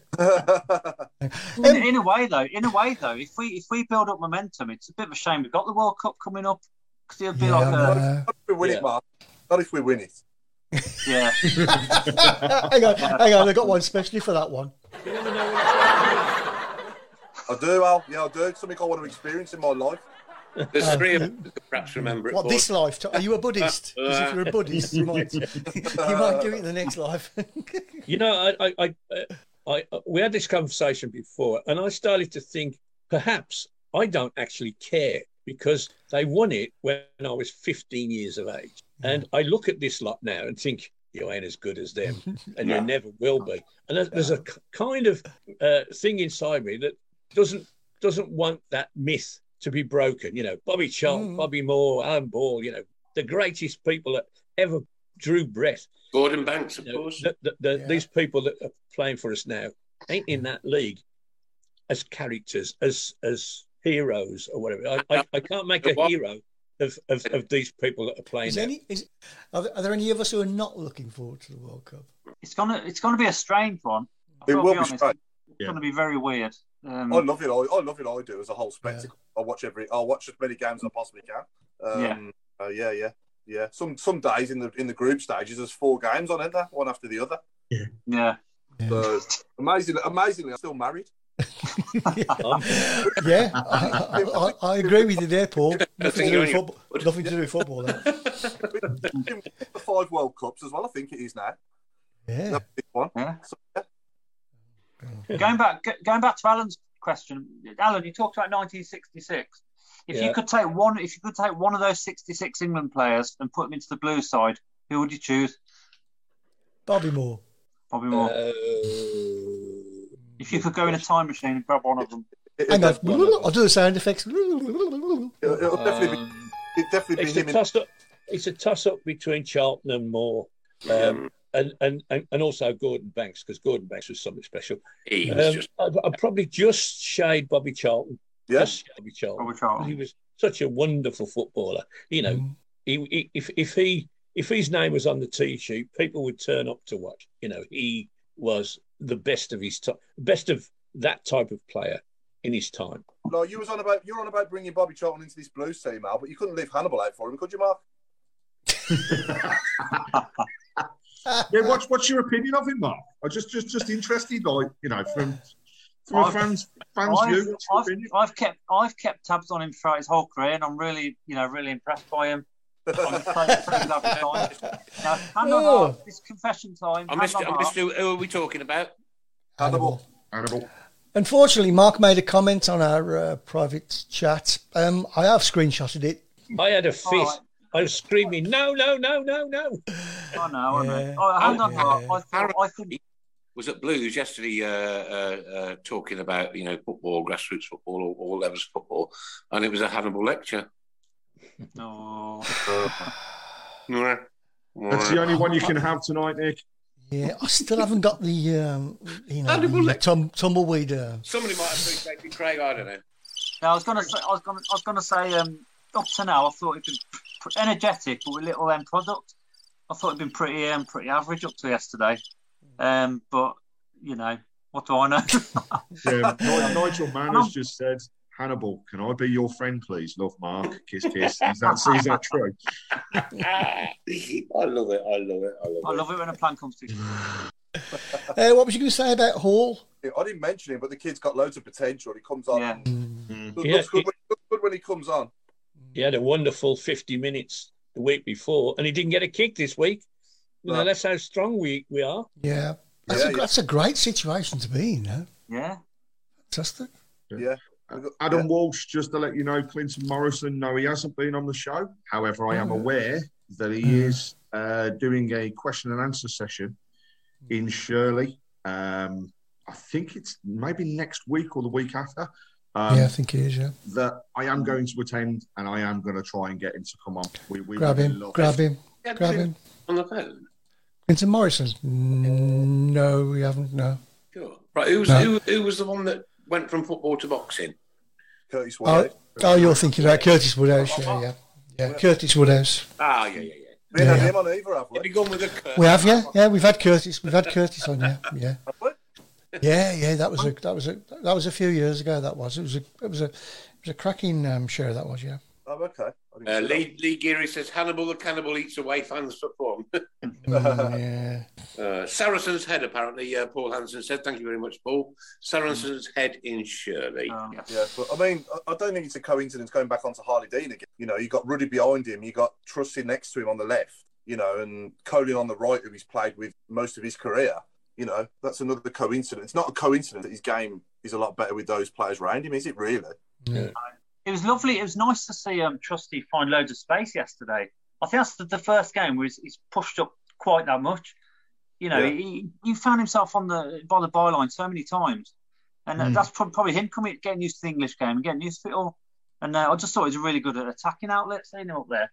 [SPEAKER 6] In, in a way, though, in a way, though, if we if we build up momentum, it's a bit of a shame we've got the World Cup coming up because it'll be
[SPEAKER 4] Yeah,
[SPEAKER 6] like a
[SPEAKER 4] I
[SPEAKER 7] not if we win
[SPEAKER 5] Yeah.
[SPEAKER 7] it, Mark. Not if we win it.
[SPEAKER 6] yeah.
[SPEAKER 4] know. Ah, hang on, hang on. I got one specially for that one.
[SPEAKER 7] I do, Al. Yeah, I do. Something I want to experience in my life.
[SPEAKER 3] There's three of us who could perhaps remember it.
[SPEAKER 4] What
[SPEAKER 3] more.
[SPEAKER 4] this life? Are you a Buddhist? 'Cause if you're a Buddhist, you might, you might do it in the next life.
[SPEAKER 5] You know, I, I, I, I, we had this conversation before, and I started to think perhaps I don't actually care because they won it when I was 15 years of age, and I look at this lot now and think you ain't as good as them, and you never will be. And there's, there's a k- kind of uh, thing inside me that doesn't doesn't want that myth to be broken. You know, Bobby Charlton, Bobby Moore, Alan Ball. You know, the greatest people that ever drew breath
[SPEAKER 3] Gordon Banks, of
[SPEAKER 5] you know,
[SPEAKER 3] course.
[SPEAKER 5] the, the, the,
[SPEAKER 4] Yeah.
[SPEAKER 5] these people that are playing for us now ain't in that league as characters, as as heroes or whatever. I, I, I can't make a hero of, of, of these people that are playing.
[SPEAKER 4] Is
[SPEAKER 5] now.
[SPEAKER 4] any, is, are, there, are there any of us who are not looking forward to the World Cup?
[SPEAKER 6] It's gonna it's gonna be a strange one. I've
[SPEAKER 7] It
[SPEAKER 6] gotta
[SPEAKER 7] will
[SPEAKER 6] be
[SPEAKER 7] be
[SPEAKER 6] honest.
[SPEAKER 7] strange.
[SPEAKER 6] It's gonna be very weird. Um,
[SPEAKER 7] I
[SPEAKER 4] Mm.
[SPEAKER 7] love it. I, I love it. I do as a whole spectacle. I watch every. I watch as many games as I possibly can. Um, yeah. yeah. Yeah. Yeah. Some some days in the in the group stages, there's four games on, isn't there? One after the other.
[SPEAKER 6] yeah.
[SPEAKER 7] So amazingly, amazingly, I'm still married.
[SPEAKER 4] yeah, I, I, I agree with you there, Paul. Nothing to do with
[SPEAKER 3] you're on
[SPEAKER 4] football. Nothing to do with football. There.
[SPEAKER 7] the five World Cups as well. I think it is now.
[SPEAKER 4] Yeah.
[SPEAKER 7] That's the one.
[SPEAKER 6] Yeah.
[SPEAKER 7] So, yeah.
[SPEAKER 6] Going back go- going back to Alan's question, Alan, you talked about 1966. If
[SPEAKER 5] Yeah.
[SPEAKER 6] you could take one, if you could take one of those 66 England players and put them into the blue side, who would you choose?
[SPEAKER 4] Bobby Moore.
[SPEAKER 6] Bobby Moore.
[SPEAKER 5] Uh,
[SPEAKER 6] if you could go in a time machine and grab one of them,
[SPEAKER 7] It,
[SPEAKER 4] Hang on,
[SPEAKER 7] will
[SPEAKER 4] I'll do the sound effects.
[SPEAKER 7] definitely be.
[SPEAKER 5] Um,
[SPEAKER 7] It'd definitely be
[SPEAKER 5] it's a
[SPEAKER 7] him. In,
[SPEAKER 5] toss up. It's a toss up between Charlton and Moore, um, and, and and and also Gordon Banks because Gordon Banks was something special.
[SPEAKER 3] He was
[SPEAKER 5] Um,
[SPEAKER 3] just
[SPEAKER 5] I'd, I'd probably just shade Bobby Charlton.
[SPEAKER 7] yeah.
[SPEAKER 5] Just Bobby Charlton.
[SPEAKER 6] Bobby Charlton.
[SPEAKER 5] He was such a wonderful footballer. You
[SPEAKER 4] Mm.
[SPEAKER 5] know, he, he, if if he if his name was on the T sheet, people would turn up to watch. You know, he was the best of his time, best of that type of player in his time.
[SPEAKER 7] No, you was on about you were on about bringing Bobby Charlton into this Blues team, Al, but you couldn't leave Hannibal out for him, could you, Mark?
[SPEAKER 2] Yeah, what's what's your opinion of him, Mark? I just just just interested, like you know, from from a
[SPEAKER 6] I've-
[SPEAKER 2] fans fans
[SPEAKER 6] I've,
[SPEAKER 2] view. what's your
[SPEAKER 6] I've,
[SPEAKER 2] opinion?
[SPEAKER 6] I've kept I've kept tabs on him throughout his whole career, and I'm really you know really impressed by him. I'm so pleased I've got him. Now, hand on
[SPEAKER 4] Oh.
[SPEAKER 6] heart, it's confession time.
[SPEAKER 3] I
[SPEAKER 6] hand
[SPEAKER 3] missed.
[SPEAKER 6] on
[SPEAKER 3] it. I
[SPEAKER 6] heart.
[SPEAKER 3] missed. Who, who are we talking about?
[SPEAKER 4] Hannibal.
[SPEAKER 2] Hannibal.
[SPEAKER 4] Unfortunately, Mark made a comment on our uh, private chat. Um, I have screenshotted it.
[SPEAKER 5] I had a fit.
[SPEAKER 6] right.
[SPEAKER 5] I was screaming, no, no, no, no, no.
[SPEAKER 6] I know, I know.
[SPEAKER 4] Yeah.
[SPEAKER 6] Oh, hand on
[SPEAKER 4] Yeah.
[SPEAKER 6] heart. I, thought, I think
[SPEAKER 3] Was at Blues yesterday, uh, uh, uh, talking about you know football, grassroots football, all, all levels of football, and it was a Hannibal lecture.
[SPEAKER 6] no.
[SPEAKER 3] Yeah.
[SPEAKER 2] That's the only one you can have tonight, Nick.
[SPEAKER 4] Yeah, I still haven't got the um, you know
[SPEAKER 3] Hannibal
[SPEAKER 4] the
[SPEAKER 3] Lecter.
[SPEAKER 4] tum- tumbleweed. Uh,
[SPEAKER 3] Somebody might appreciate it, Craig. I don't know.
[SPEAKER 6] No, I was gonna say, I was gonna, I was gonna say, um, up to now, I thought it'd been pr- pr- energetic, but with little end product. I thought it'd been pretty, um, pretty average up to yesterday. Um, but you know, what do I know?
[SPEAKER 2] Yeah, Ni- Nigel Mann
[SPEAKER 6] Um,
[SPEAKER 2] has just said, Hannibal, can I be your friend, please? Love, Mark. Kiss, kiss. Is that, is that true?
[SPEAKER 3] I love it. I love it. I love it.
[SPEAKER 6] I love it when a plan comes to.
[SPEAKER 4] uh, what was you going to say about Hall?
[SPEAKER 7] I didn't mention him, but the kid's got loads of potential. He comes on.
[SPEAKER 6] Yeah.
[SPEAKER 7] Looks,
[SPEAKER 5] Yeah,
[SPEAKER 7] good when, looks good when he comes on.
[SPEAKER 5] He had a wonderful 50 minutes the week before, and he didn't get a kick this week. You know,
[SPEAKER 7] No.
[SPEAKER 5] that's how strong we, we are.
[SPEAKER 4] Yeah, that's,
[SPEAKER 7] Yeah,
[SPEAKER 4] a,
[SPEAKER 7] yeah.
[SPEAKER 4] that's a great situation to be in. Huh?
[SPEAKER 6] Yeah.
[SPEAKER 4] Fantastic.
[SPEAKER 7] Yeah.
[SPEAKER 2] Adam
[SPEAKER 7] Yeah.
[SPEAKER 2] Walsh, just to let you know, Clinton Morrison, no, he hasn't been on the show. However, I am
[SPEAKER 4] Oh. Mm.
[SPEAKER 2] aware that he is uh, doing a question and answer session in Shirley. Um, I think it's maybe next week or the week after. Um,
[SPEAKER 4] yeah, I think it is. Yeah,
[SPEAKER 2] That I am going to attend and I am going to try and get him to come on. We, we
[SPEAKER 4] grab
[SPEAKER 2] would
[SPEAKER 4] him,
[SPEAKER 2] love-
[SPEAKER 4] grab him,
[SPEAKER 3] Yeah,
[SPEAKER 4] grab him.
[SPEAKER 3] On the phone.
[SPEAKER 4] Into Morrison? Mm, No, we haven't. No.
[SPEAKER 3] Sure. Right. Who was
[SPEAKER 4] No.
[SPEAKER 3] who, who was the one that went from football to boxing?
[SPEAKER 7] Curtis
[SPEAKER 4] Oh,
[SPEAKER 7] Wade.
[SPEAKER 4] oh, you're thinking about Curtis Woodhouse? Yeah, yeah, yeah. Curtis Woodhouse.
[SPEAKER 3] Ah, yeah, yeah, yeah.
[SPEAKER 7] we ain't had
[SPEAKER 4] yeah.
[SPEAKER 7] him on either, have we?
[SPEAKER 3] Have you gone with a curve?
[SPEAKER 4] We have, yeah, yeah. We've had Curtis. We've had Curtis on, yeah, yeah,
[SPEAKER 7] Have we?
[SPEAKER 4] yeah, yeah. That was a that was a that was a few years ago. That was it was a it was a it was a cracking um, show. That was, yeah.
[SPEAKER 7] Oh, okay. I didn't
[SPEAKER 3] Uh,
[SPEAKER 7] see that.
[SPEAKER 3] Lee, Lee Geary says Hannibal the Cannibal eats away fans for fun.
[SPEAKER 4] Mm, yeah.
[SPEAKER 3] Uh, Saracen's Head, apparently, uh, Paul Hansen said. Thank you very much, Paul. Saracen's Head in Shirley.
[SPEAKER 6] Um,
[SPEAKER 7] Yeah, but I mean, I- I don't think it's a coincidence going back onto Harley Dean again. You know, you got Ruddy behind him, you got Trusty next to him on the left, you know, and Colin on the right, who he's played with most of his career. You know, that's another coincidence. It's not a coincidence that his game is a lot better with those players around him, is it really?
[SPEAKER 6] it was lovely. It was nice to see um, Trusty find loads of space yesterday. I think that's the, the first game where he's, he's pushed up quite that much. You know,
[SPEAKER 7] Yeah.
[SPEAKER 6] he, he found himself on the by the byline so many times, and
[SPEAKER 7] Hmm.
[SPEAKER 4] Mm.
[SPEAKER 6] that's prob- probably him coming getting used to the English game and getting used to it all. And uh, I just thought he was really good at attacking outlets. Seeing him up there,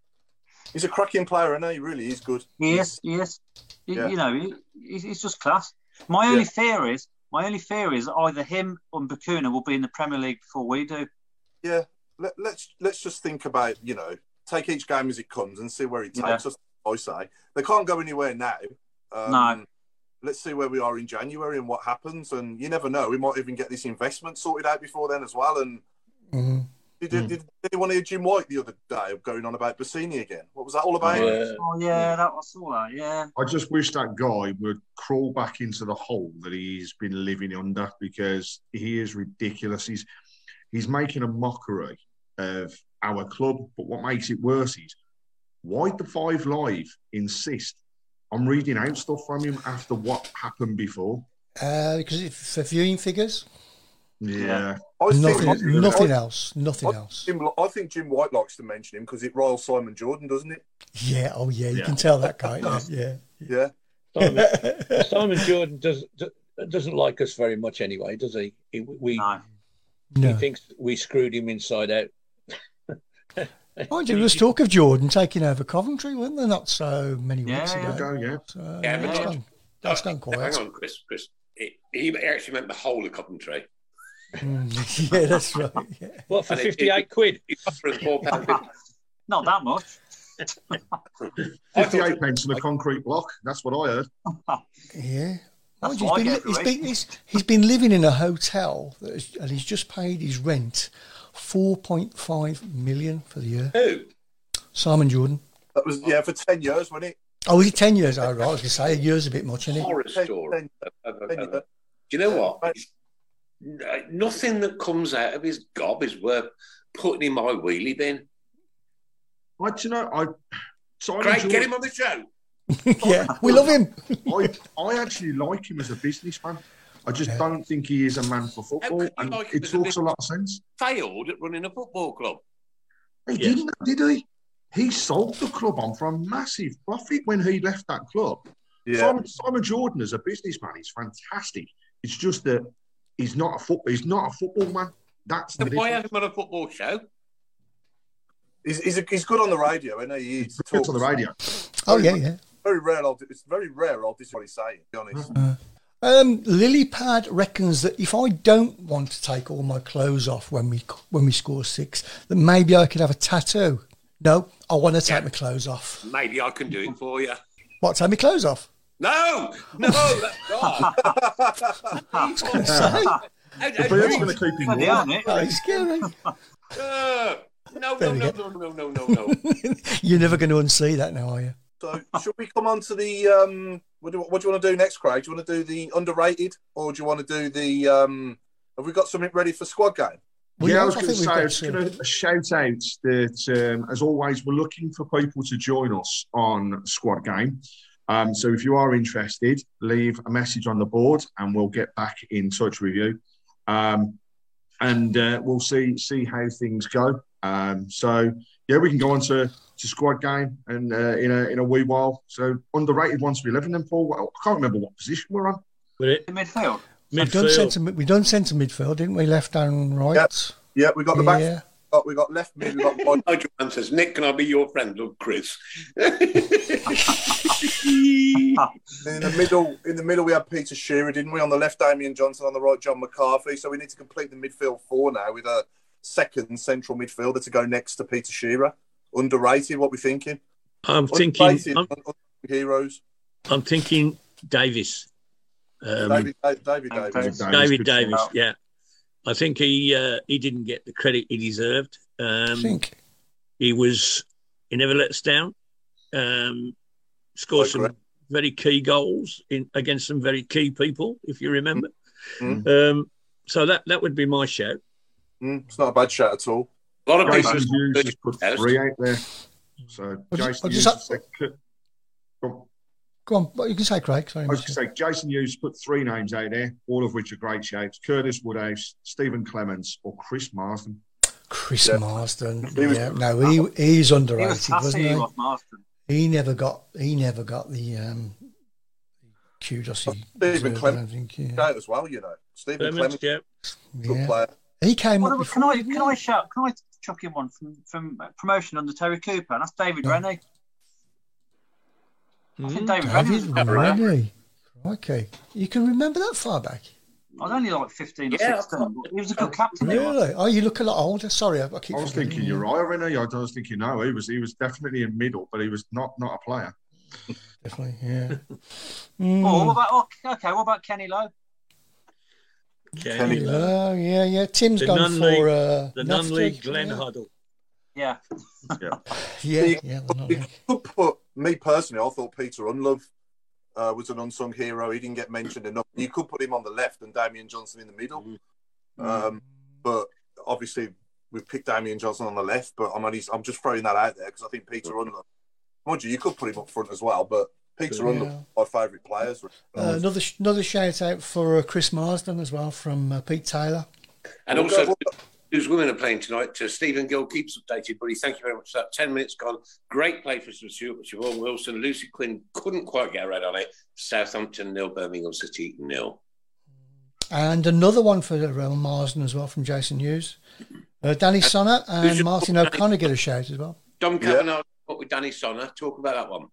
[SPEAKER 7] He's a cracking player, and he really is good.
[SPEAKER 6] he is, he is. He-
[SPEAKER 7] Yeah.
[SPEAKER 6] You know, he, he's, he's just class. My only fear is, my only fear is either him or Bakuna will be in the Premier League before we do.
[SPEAKER 7] Yeah, let, let's let's just think about you know take each game as it comes and see where it takes
[SPEAKER 6] Yeah.
[SPEAKER 7] us. I say they can't go anywhere now. Um,
[SPEAKER 6] No.
[SPEAKER 7] Let's see where we are in January and what happens. And you never know, we might even get this investment sorted out before then as well. And
[SPEAKER 4] Mm.
[SPEAKER 7] did,
[SPEAKER 2] Hmm.
[SPEAKER 7] did, did anyone hear Jim White the other day going on about Bassini again? What was that all about?
[SPEAKER 5] Uh,
[SPEAKER 6] Oh yeah,
[SPEAKER 7] Hmm.
[SPEAKER 6] that I saw that. Yeah,
[SPEAKER 2] I just wish that guy would crawl back into the hole that he's been living under because he is ridiculous. He's he's making a mockery of our club, but what makes it worse is why the five live insist on reading out stuff from him after what happened before.
[SPEAKER 4] Uh, because if for viewing figures,
[SPEAKER 2] Yeah,
[SPEAKER 7] I was thinking- I
[SPEAKER 4] nothing,
[SPEAKER 7] think-
[SPEAKER 4] nothing
[SPEAKER 7] I-
[SPEAKER 4] else, nothing else.
[SPEAKER 7] Jim, I think Jim White likes to mention him because it riles Simon Jordan, doesn't it?
[SPEAKER 4] Yeah, oh yeah, you
[SPEAKER 2] Yeah.
[SPEAKER 4] can tell that guy. Yeah,
[SPEAKER 7] Yeah.
[SPEAKER 5] Simon,
[SPEAKER 4] yeah.
[SPEAKER 5] Simon Jordan does, do- doesn't like us very much anyway, does he? he we,
[SPEAKER 7] Hmm.
[SPEAKER 6] no.
[SPEAKER 5] he
[SPEAKER 4] no.
[SPEAKER 5] thinks we screwed him inside out.
[SPEAKER 4] Mind you, there was talk of Jordan taking over Coventry, weren't there? Not so many
[SPEAKER 6] Yeah,
[SPEAKER 4] weeks
[SPEAKER 6] yeah.
[SPEAKER 4] ago.
[SPEAKER 2] go yeah.
[SPEAKER 4] So,
[SPEAKER 3] Yeah, but
[SPEAKER 4] that's,
[SPEAKER 3] not-
[SPEAKER 4] gone, that's gone quiet.
[SPEAKER 3] Hang on, Chris. Chris. He, he actually meant the whole of Coventry.
[SPEAKER 4] Mm, yeah, that's right. Yeah.
[SPEAKER 5] What, for
[SPEAKER 3] And it- it-
[SPEAKER 5] 58 quid?
[SPEAKER 3] He got for us four pound fifty.
[SPEAKER 6] Not that much.
[SPEAKER 3] I thought-
[SPEAKER 2] Fifty-eight pence on a concrete block. That's what I heard.
[SPEAKER 4] yeah. Mind
[SPEAKER 6] That's
[SPEAKER 4] you, he's
[SPEAKER 6] what I
[SPEAKER 4] been,
[SPEAKER 6] get
[SPEAKER 4] he's,
[SPEAKER 6] for
[SPEAKER 4] been,
[SPEAKER 6] it.
[SPEAKER 4] he's, he's been living in a hotel that is, and he's just paid his rent 4.5 million for the year.
[SPEAKER 3] Who?
[SPEAKER 4] Simon Jordan.
[SPEAKER 7] That was, yeah, for 10 years, wasn't it?
[SPEAKER 4] Oh, was he 10 years? Oh, right. I was going to say, a year's a bit much, isn't it?
[SPEAKER 3] horror story. Uh,
[SPEAKER 7] Then-
[SPEAKER 3] of- of-
[SPEAKER 7] then
[SPEAKER 3] of- Do
[SPEAKER 7] you-
[SPEAKER 3] you know what?
[SPEAKER 7] Right.
[SPEAKER 3] N- Nothing that comes out of his gob is worth putting in my wheelie bin.
[SPEAKER 2] I, do you know, I. Simon
[SPEAKER 3] Craig,
[SPEAKER 2] George-
[SPEAKER 3] get him on the show.
[SPEAKER 4] yeah, we love him.
[SPEAKER 2] I, I actually like him as a businessman. I just don't think he is a man for football.
[SPEAKER 3] could you
[SPEAKER 2] And
[SPEAKER 3] like him
[SPEAKER 2] it
[SPEAKER 3] as a
[SPEAKER 2] talks a lot of sense.
[SPEAKER 3] Failed at running a football club.
[SPEAKER 2] He
[SPEAKER 5] Yes.
[SPEAKER 2] didn't, did he? He sold the club on for a massive profit when he left that club.
[SPEAKER 7] Yeah.
[SPEAKER 2] Simon, Simon Jordan as a businessman is fantastic. It's just that he's not a foot, he's not a football man. That's the
[SPEAKER 3] Then why
[SPEAKER 2] difference.
[SPEAKER 3] have him on a football show?
[SPEAKER 7] He's, he's, a, he's good on the radio, isn't he? He
[SPEAKER 2] It's on the
[SPEAKER 7] talks-
[SPEAKER 2] radio.
[SPEAKER 4] Oh, yeah, yeah.
[SPEAKER 7] Very rare. I'll, it's very rare. I'll dis- what he's saying. To be honest.
[SPEAKER 4] Um, Lilypad reckons that if I don't want to take all my clothes off when we when we score six, that maybe I could have a tattoo. No, I want to take my clothes off.
[SPEAKER 3] Maybe I can do it for you.
[SPEAKER 4] What? Take my clothes off?
[SPEAKER 3] No, no, that's not.
[SPEAKER 4] Say,
[SPEAKER 3] How-
[SPEAKER 2] The
[SPEAKER 3] how
[SPEAKER 2] bird's
[SPEAKER 3] do
[SPEAKER 2] going
[SPEAKER 3] you-
[SPEAKER 2] to keep him
[SPEAKER 6] Bloody
[SPEAKER 2] warm.
[SPEAKER 6] hell, isn't it?
[SPEAKER 4] that is scary.
[SPEAKER 3] Uh, No, no, no, no, no, no, no, no.
[SPEAKER 4] You're never going to unsee that now, are you?
[SPEAKER 7] So should we come on to the um? What do, what do you want to do next, Craig? Do you want to do the underrated, or do you want to do the um? Have we got something ready for squad game?
[SPEAKER 4] Well,
[SPEAKER 2] yeah,
[SPEAKER 4] yeah,
[SPEAKER 2] I was
[SPEAKER 4] I
[SPEAKER 2] going to
[SPEAKER 4] think
[SPEAKER 2] say,
[SPEAKER 4] we've
[SPEAKER 2] I was
[SPEAKER 4] got
[SPEAKER 2] going to shout out that, um, as always, we're looking for people to join us on Squad Game. Um, so if you are interested, leave a message on the board and we'll get back in touch with you. Um, and uh, we'll see see how things go. Um, so, yeah, we can go on to, to Squad Game and uh, in, a, in a wee while. So, underrated ones for 11 and Paul. I can't remember what position we're on.
[SPEAKER 5] With it,
[SPEAKER 6] In midfield.
[SPEAKER 4] We've done
[SPEAKER 5] midfield.
[SPEAKER 4] centre, we've done centre midfield, didn't we? Left and right.
[SPEAKER 7] Yeah, we got the back.
[SPEAKER 4] Yeah.
[SPEAKER 7] We got, we got left mid. We got right.
[SPEAKER 3] Nigel Mann says, Nick, can I be your friend? Look, Chris.
[SPEAKER 6] Ah,
[SPEAKER 7] in the middle. In the middle, we had Peter Shearer, didn't we? On the left, Damien Johnson. On the right, John McCarthy. So we need to complete the midfield four now with a second central midfielder to go next to Peter Shearer. Underrated. What we thinking?
[SPEAKER 5] I'm thinking.
[SPEAKER 7] Underrated,
[SPEAKER 5] I'm,
[SPEAKER 7] un- un- heroes.
[SPEAKER 5] I'm thinking Davis. Um,
[SPEAKER 7] David, David, David,
[SPEAKER 6] David
[SPEAKER 7] Davis.
[SPEAKER 6] Davis.
[SPEAKER 5] David
[SPEAKER 2] good
[SPEAKER 5] Davis,
[SPEAKER 2] shout.
[SPEAKER 5] yeah. I think he uh, he didn't get the credit he deserved.
[SPEAKER 4] I
[SPEAKER 5] Um,
[SPEAKER 4] think.
[SPEAKER 5] he was he never let us down. Um, scored
[SPEAKER 7] I
[SPEAKER 5] some
[SPEAKER 7] agree.
[SPEAKER 5] very key goals in against some very key people, if you remember.
[SPEAKER 7] Mm.
[SPEAKER 5] Um, so that that would be my shout.
[SPEAKER 7] Mm, it's not a bad shot at all.
[SPEAKER 3] A lot of people.
[SPEAKER 2] Jason Hughes has put
[SPEAKER 3] Yes.
[SPEAKER 2] three out there. So
[SPEAKER 4] I just- I
[SPEAKER 2] Jason
[SPEAKER 4] just
[SPEAKER 2] Hughes
[SPEAKER 4] had-
[SPEAKER 2] has said- Go
[SPEAKER 4] Go on, what you can say, Craig. Sorry,
[SPEAKER 2] on. I was
[SPEAKER 4] Matthew.
[SPEAKER 2] going to say Jason Hughes put three names out there, all of which are great shapes: Curtis Woodhouse, Stephen Clements, or Chris Marsden.
[SPEAKER 4] Chris
[SPEAKER 7] Yeah.
[SPEAKER 4] Marsden.
[SPEAKER 7] He was-
[SPEAKER 4] yeah, no, he he's
[SPEAKER 6] He
[SPEAKER 4] underrated,
[SPEAKER 6] was
[SPEAKER 4] was
[SPEAKER 6] classy, he
[SPEAKER 4] not
[SPEAKER 6] was Marston.
[SPEAKER 4] he? He never got he never got the um, kudos. He
[SPEAKER 7] Stephen
[SPEAKER 4] deserved, I
[SPEAKER 7] Clem-
[SPEAKER 4] don't think, yeah.
[SPEAKER 7] Shout as well, you know. Stephen
[SPEAKER 5] Clemens,
[SPEAKER 7] Clemens,
[SPEAKER 5] yeah.
[SPEAKER 7] good
[SPEAKER 4] Yeah.
[SPEAKER 7] player.
[SPEAKER 4] He came up
[SPEAKER 6] What about-
[SPEAKER 4] before,
[SPEAKER 6] Can I
[SPEAKER 4] didn't
[SPEAKER 6] can
[SPEAKER 4] he?
[SPEAKER 6] I shout? Can I chuck in one from from uh, promotion under Terry Cooper? And that's David
[SPEAKER 4] Yeah.
[SPEAKER 6] Rennie. I think David, Rennie was
[SPEAKER 4] David
[SPEAKER 6] a good player.
[SPEAKER 4] Rennie. Okay, you can remember that far back.
[SPEAKER 6] I was only like fifteen or
[SPEAKER 3] Yeah, I
[SPEAKER 6] sixteen. But he was a good captain. he was.
[SPEAKER 4] Really? Oh, you look a lot older. Sorry, I, I keep.
[SPEAKER 2] I was
[SPEAKER 4] forgetting.
[SPEAKER 2] thinking Uriah Rennie. I was thinking no, he was he was definitely in middle, but he was not not a player.
[SPEAKER 4] Definitely, yeah.
[SPEAKER 6] Oh,
[SPEAKER 4] Mm.
[SPEAKER 6] what about oh, okay? What about Kenny Lowe?
[SPEAKER 5] Okay.
[SPEAKER 7] Kenny-
[SPEAKER 4] Oh, yeah, yeah. Tim's
[SPEAKER 5] The
[SPEAKER 4] gone
[SPEAKER 5] non-league-
[SPEAKER 4] for uh,
[SPEAKER 5] The
[SPEAKER 4] Nafta,
[SPEAKER 5] non-league Glenn
[SPEAKER 4] yeah.
[SPEAKER 5] Huddle.
[SPEAKER 6] Yeah,
[SPEAKER 4] Yeah, yeah. the non-league.
[SPEAKER 7] You could put me personally. I thought Peter Unlove uh, was an unsung hero. He didn't get mentioned enough. You could put him on the left and Damian Johnson in the middle.
[SPEAKER 5] Mm-hmm.
[SPEAKER 7] Um, but obviously, we've picked Damian Johnson on the left. But I'm only, I'm just throwing that out there because I think Peter Unlove. Mind you, you could put him up front as well. But Peter
[SPEAKER 4] Yeah.
[SPEAKER 7] Unlove, my favourite players.
[SPEAKER 4] Uh, another sh- another shout out for uh, Chris Marsden as well from uh, Pete Taylor.
[SPEAKER 3] And
[SPEAKER 7] We'll
[SPEAKER 3] also,
[SPEAKER 7] go-
[SPEAKER 3] whose women are playing tonight. To Stephen Gill, keeps updated, buddy. Thank you very much for that. 10 minutes gone. Great play for Stuart Siobhan Wilson. Lucy Quinn couldn't quite get a red on it. Southampton nil, Birmingham City nil.
[SPEAKER 4] And another one for uh, Marsden as well from Jason Hughes. Uh, Danny Sonner and
[SPEAKER 3] your-
[SPEAKER 4] Martin O'Connor get a shout as well.
[SPEAKER 3] Dom Kavanagh what with Danny Sonner. Talk about that one.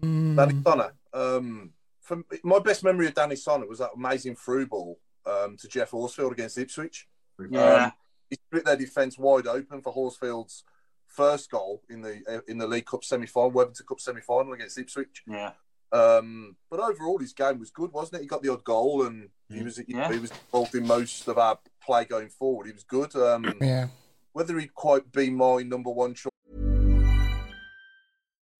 [SPEAKER 4] Hmm.
[SPEAKER 7] Danny Sonner. Um, from my best memory of Danny Sonner was that amazing through ball um, to Jeff Horsfield against Ipswich.
[SPEAKER 6] yeah.
[SPEAKER 7] Um, he split their defence wide open for Horsfield's first goal in the uh, in the League Cup semi final, Webster Cup semi final against Ipswich.
[SPEAKER 6] Yeah,
[SPEAKER 7] Um, but overall, his game was good, wasn't it? He got the odd goal, and he was
[SPEAKER 6] Yeah.
[SPEAKER 7] he was involved in most of our play going forward. He was good. Um,
[SPEAKER 4] Yeah.
[SPEAKER 7] whether he'd quite be my number one choice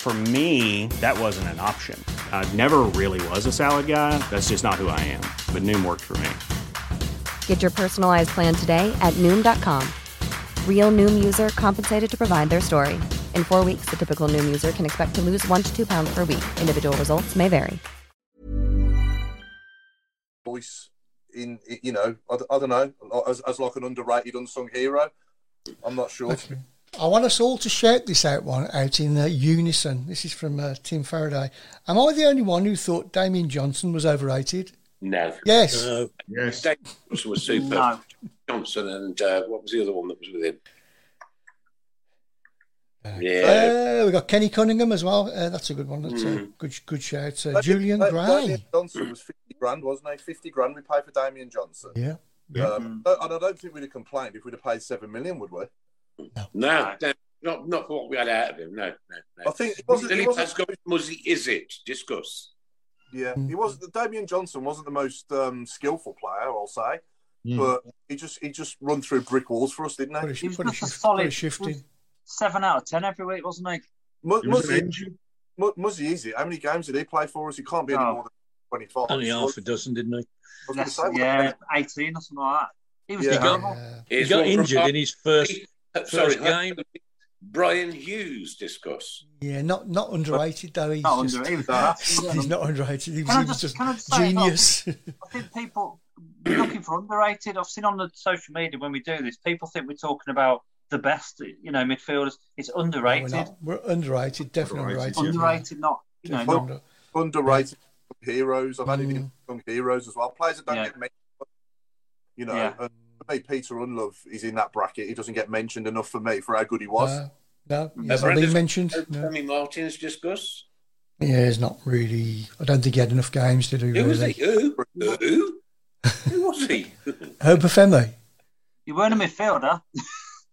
[SPEAKER 10] For me, that wasn't an option. I never really was a salad guy. That's just not who I am. But Noom worked for me.
[SPEAKER 1] Get your personalized plan today at Noom.com. Real Noom user compensated to provide their story. In four weeks, the typical Noom user can expect to lose one to two pounds per week. Individual results may vary.
[SPEAKER 7] voice in, i- you know, I, d- I don't know, as, as like an underrated, unsung hero. I'm not sure.
[SPEAKER 4] I want us all to shout this out one out in uh, unison. This is from uh, Tim Faraday. Am I the only one who thought Damien Johnson was overrated?
[SPEAKER 3] No.
[SPEAKER 4] Yes.
[SPEAKER 2] Yes.
[SPEAKER 3] Dave Johnson was super.
[SPEAKER 6] No.
[SPEAKER 3] Johnson and uh, what was the other one that was with him? Yeah.
[SPEAKER 4] Uh, we got Kenny Cunningham as well. Uh, that's a good one. That's a good good shout. Uh, Julian
[SPEAKER 7] Da-
[SPEAKER 4] Gray.
[SPEAKER 7] Damien Johnson was 50 grand, wasn't he? 50 grand we paid for Damien Johnson.
[SPEAKER 4] Yeah.
[SPEAKER 5] Mm.
[SPEAKER 7] Um, uh, and I don't think we'd have complained if we'd have paid 7 million, would we?
[SPEAKER 3] no, no, not not for what we had out of him. No, no, no.
[SPEAKER 7] I think it wasn't.
[SPEAKER 3] Lily
[SPEAKER 7] It wasn't
[SPEAKER 3] Pascoe Muzzy is it? Discuss.
[SPEAKER 7] yeah,
[SPEAKER 4] Mm.
[SPEAKER 7] he was. Damien Johnson wasn't the most um, skillful player, I'll say, but he just he just run through brick walls for us, didn't
[SPEAKER 4] Put Mm. a,
[SPEAKER 7] he?
[SPEAKER 4] shi-
[SPEAKER 6] He was
[SPEAKER 4] put a,
[SPEAKER 6] just a
[SPEAKER 4] shift, put
[SPEAKER 6] solid-
[SPEAKER 4] a shift in.
[SPEAKER 6] Seven out of ten every week, wasn't he?
[SPEAKER 7] Mu-
[SPEAKER 2] He was an
[SPEAKER 7] Muzzy-
[SPEAKER 2] engine.
[SPEAKER 7] Mu- Muzzy is it? How many games did he play for us? He can't be any
[SPEAKER 6] Oh.
[SPEAKER 7] more than 25.
[SPEAKER 5] Only
[SPEAKER 7] So-
[SPEAKER 5] half a dozen, didn't he?
[SPEAKER 7] I was gonna
[SPEAKER 6] Less,
[SPEAKER 7] say, what-
[SPEAKER 6] yeah, eighteen or something like that. He was
[SPEAKER 7] Yeah.
[SPEAKER 4] uh,
[SPEAKER 6] terrible.
[SPEAKER 5] He
[SPEAKER 3] Here's
[SPEAKER 5] got
[SPEAKER 3] one from
[SPEAKER 5] injured in his first.
[SPEAKER 3] Brian-
[SPEAKER 5] first
[SPEAKER 3] sorry, uh,
[SPEAKER 5] game.
[SPEAKER 3] Brian Hughes. Discuss.
[SPEAKER 4] Yeah, not not underrated though. He's
[SPEAKER 6] Not
[SPEAKER 4] just
[SPEAKER 6] under- he was class.
[SPEAKER 4] he's not underrated. He was,
[SPEAKER 6] Can I
[SPEAKER 4] he was just,
[SPEAKER 6] just- can I just say about-
[SPEAKER 4] genius.
[SPEAKER 6] I think people we're looking for underrated. I've seen on the social media when we do this, people think we're talking about the best, you know, midfielders. It's
[SPEAKER 4] No, we're,
[SPEAKER 6] underrated.
[SPEAKER 4] not. we're underrated, definitely
[SPEAKER 2] Underrated,
[SPEAKER 4] underrated.
[SPEAKER 2] yeah.
[SPEAKER 6] underrated, not you know,
[SPEAKER 4] Definitely
[SPEAKER 6] not
[SPEAKER 4] under-
[SPEAKER 7] underrated heroes. I've added
[SPEAKER 4] Mm.
[SPEAKER 7] in young heroes as well. Players that don't
[SPEAKER 6] Yeah.
[SPEAKER 7] get mentioned. You know,
[SPEAKER 6] Yeah.
[SPEAKER 7] and for me, Peter Unlove is in that bracket. He doesn't get mentioned enough for me for how good he was.
[SPEAKER 4] No, no,
[SPEAKER 3] Uh,
[SPEAKER 4] he's not being
[SPEAKER 3] Brendan-
[SPEAKER 4] mentioned. No.
[SPEAKER 3] Sammy Martins. Discuss.
[SPEAKER 4] Yeah, he's not really. I don't think he had enough games to do.
[SPEAKER 3] Who was
[SPEAKER 4] really.
[SPEAKER 3] he? Who? Who? Who was he?
[SPEAKER 4] Obafemi.
[SPEAKER 6] you weren't a midfielder.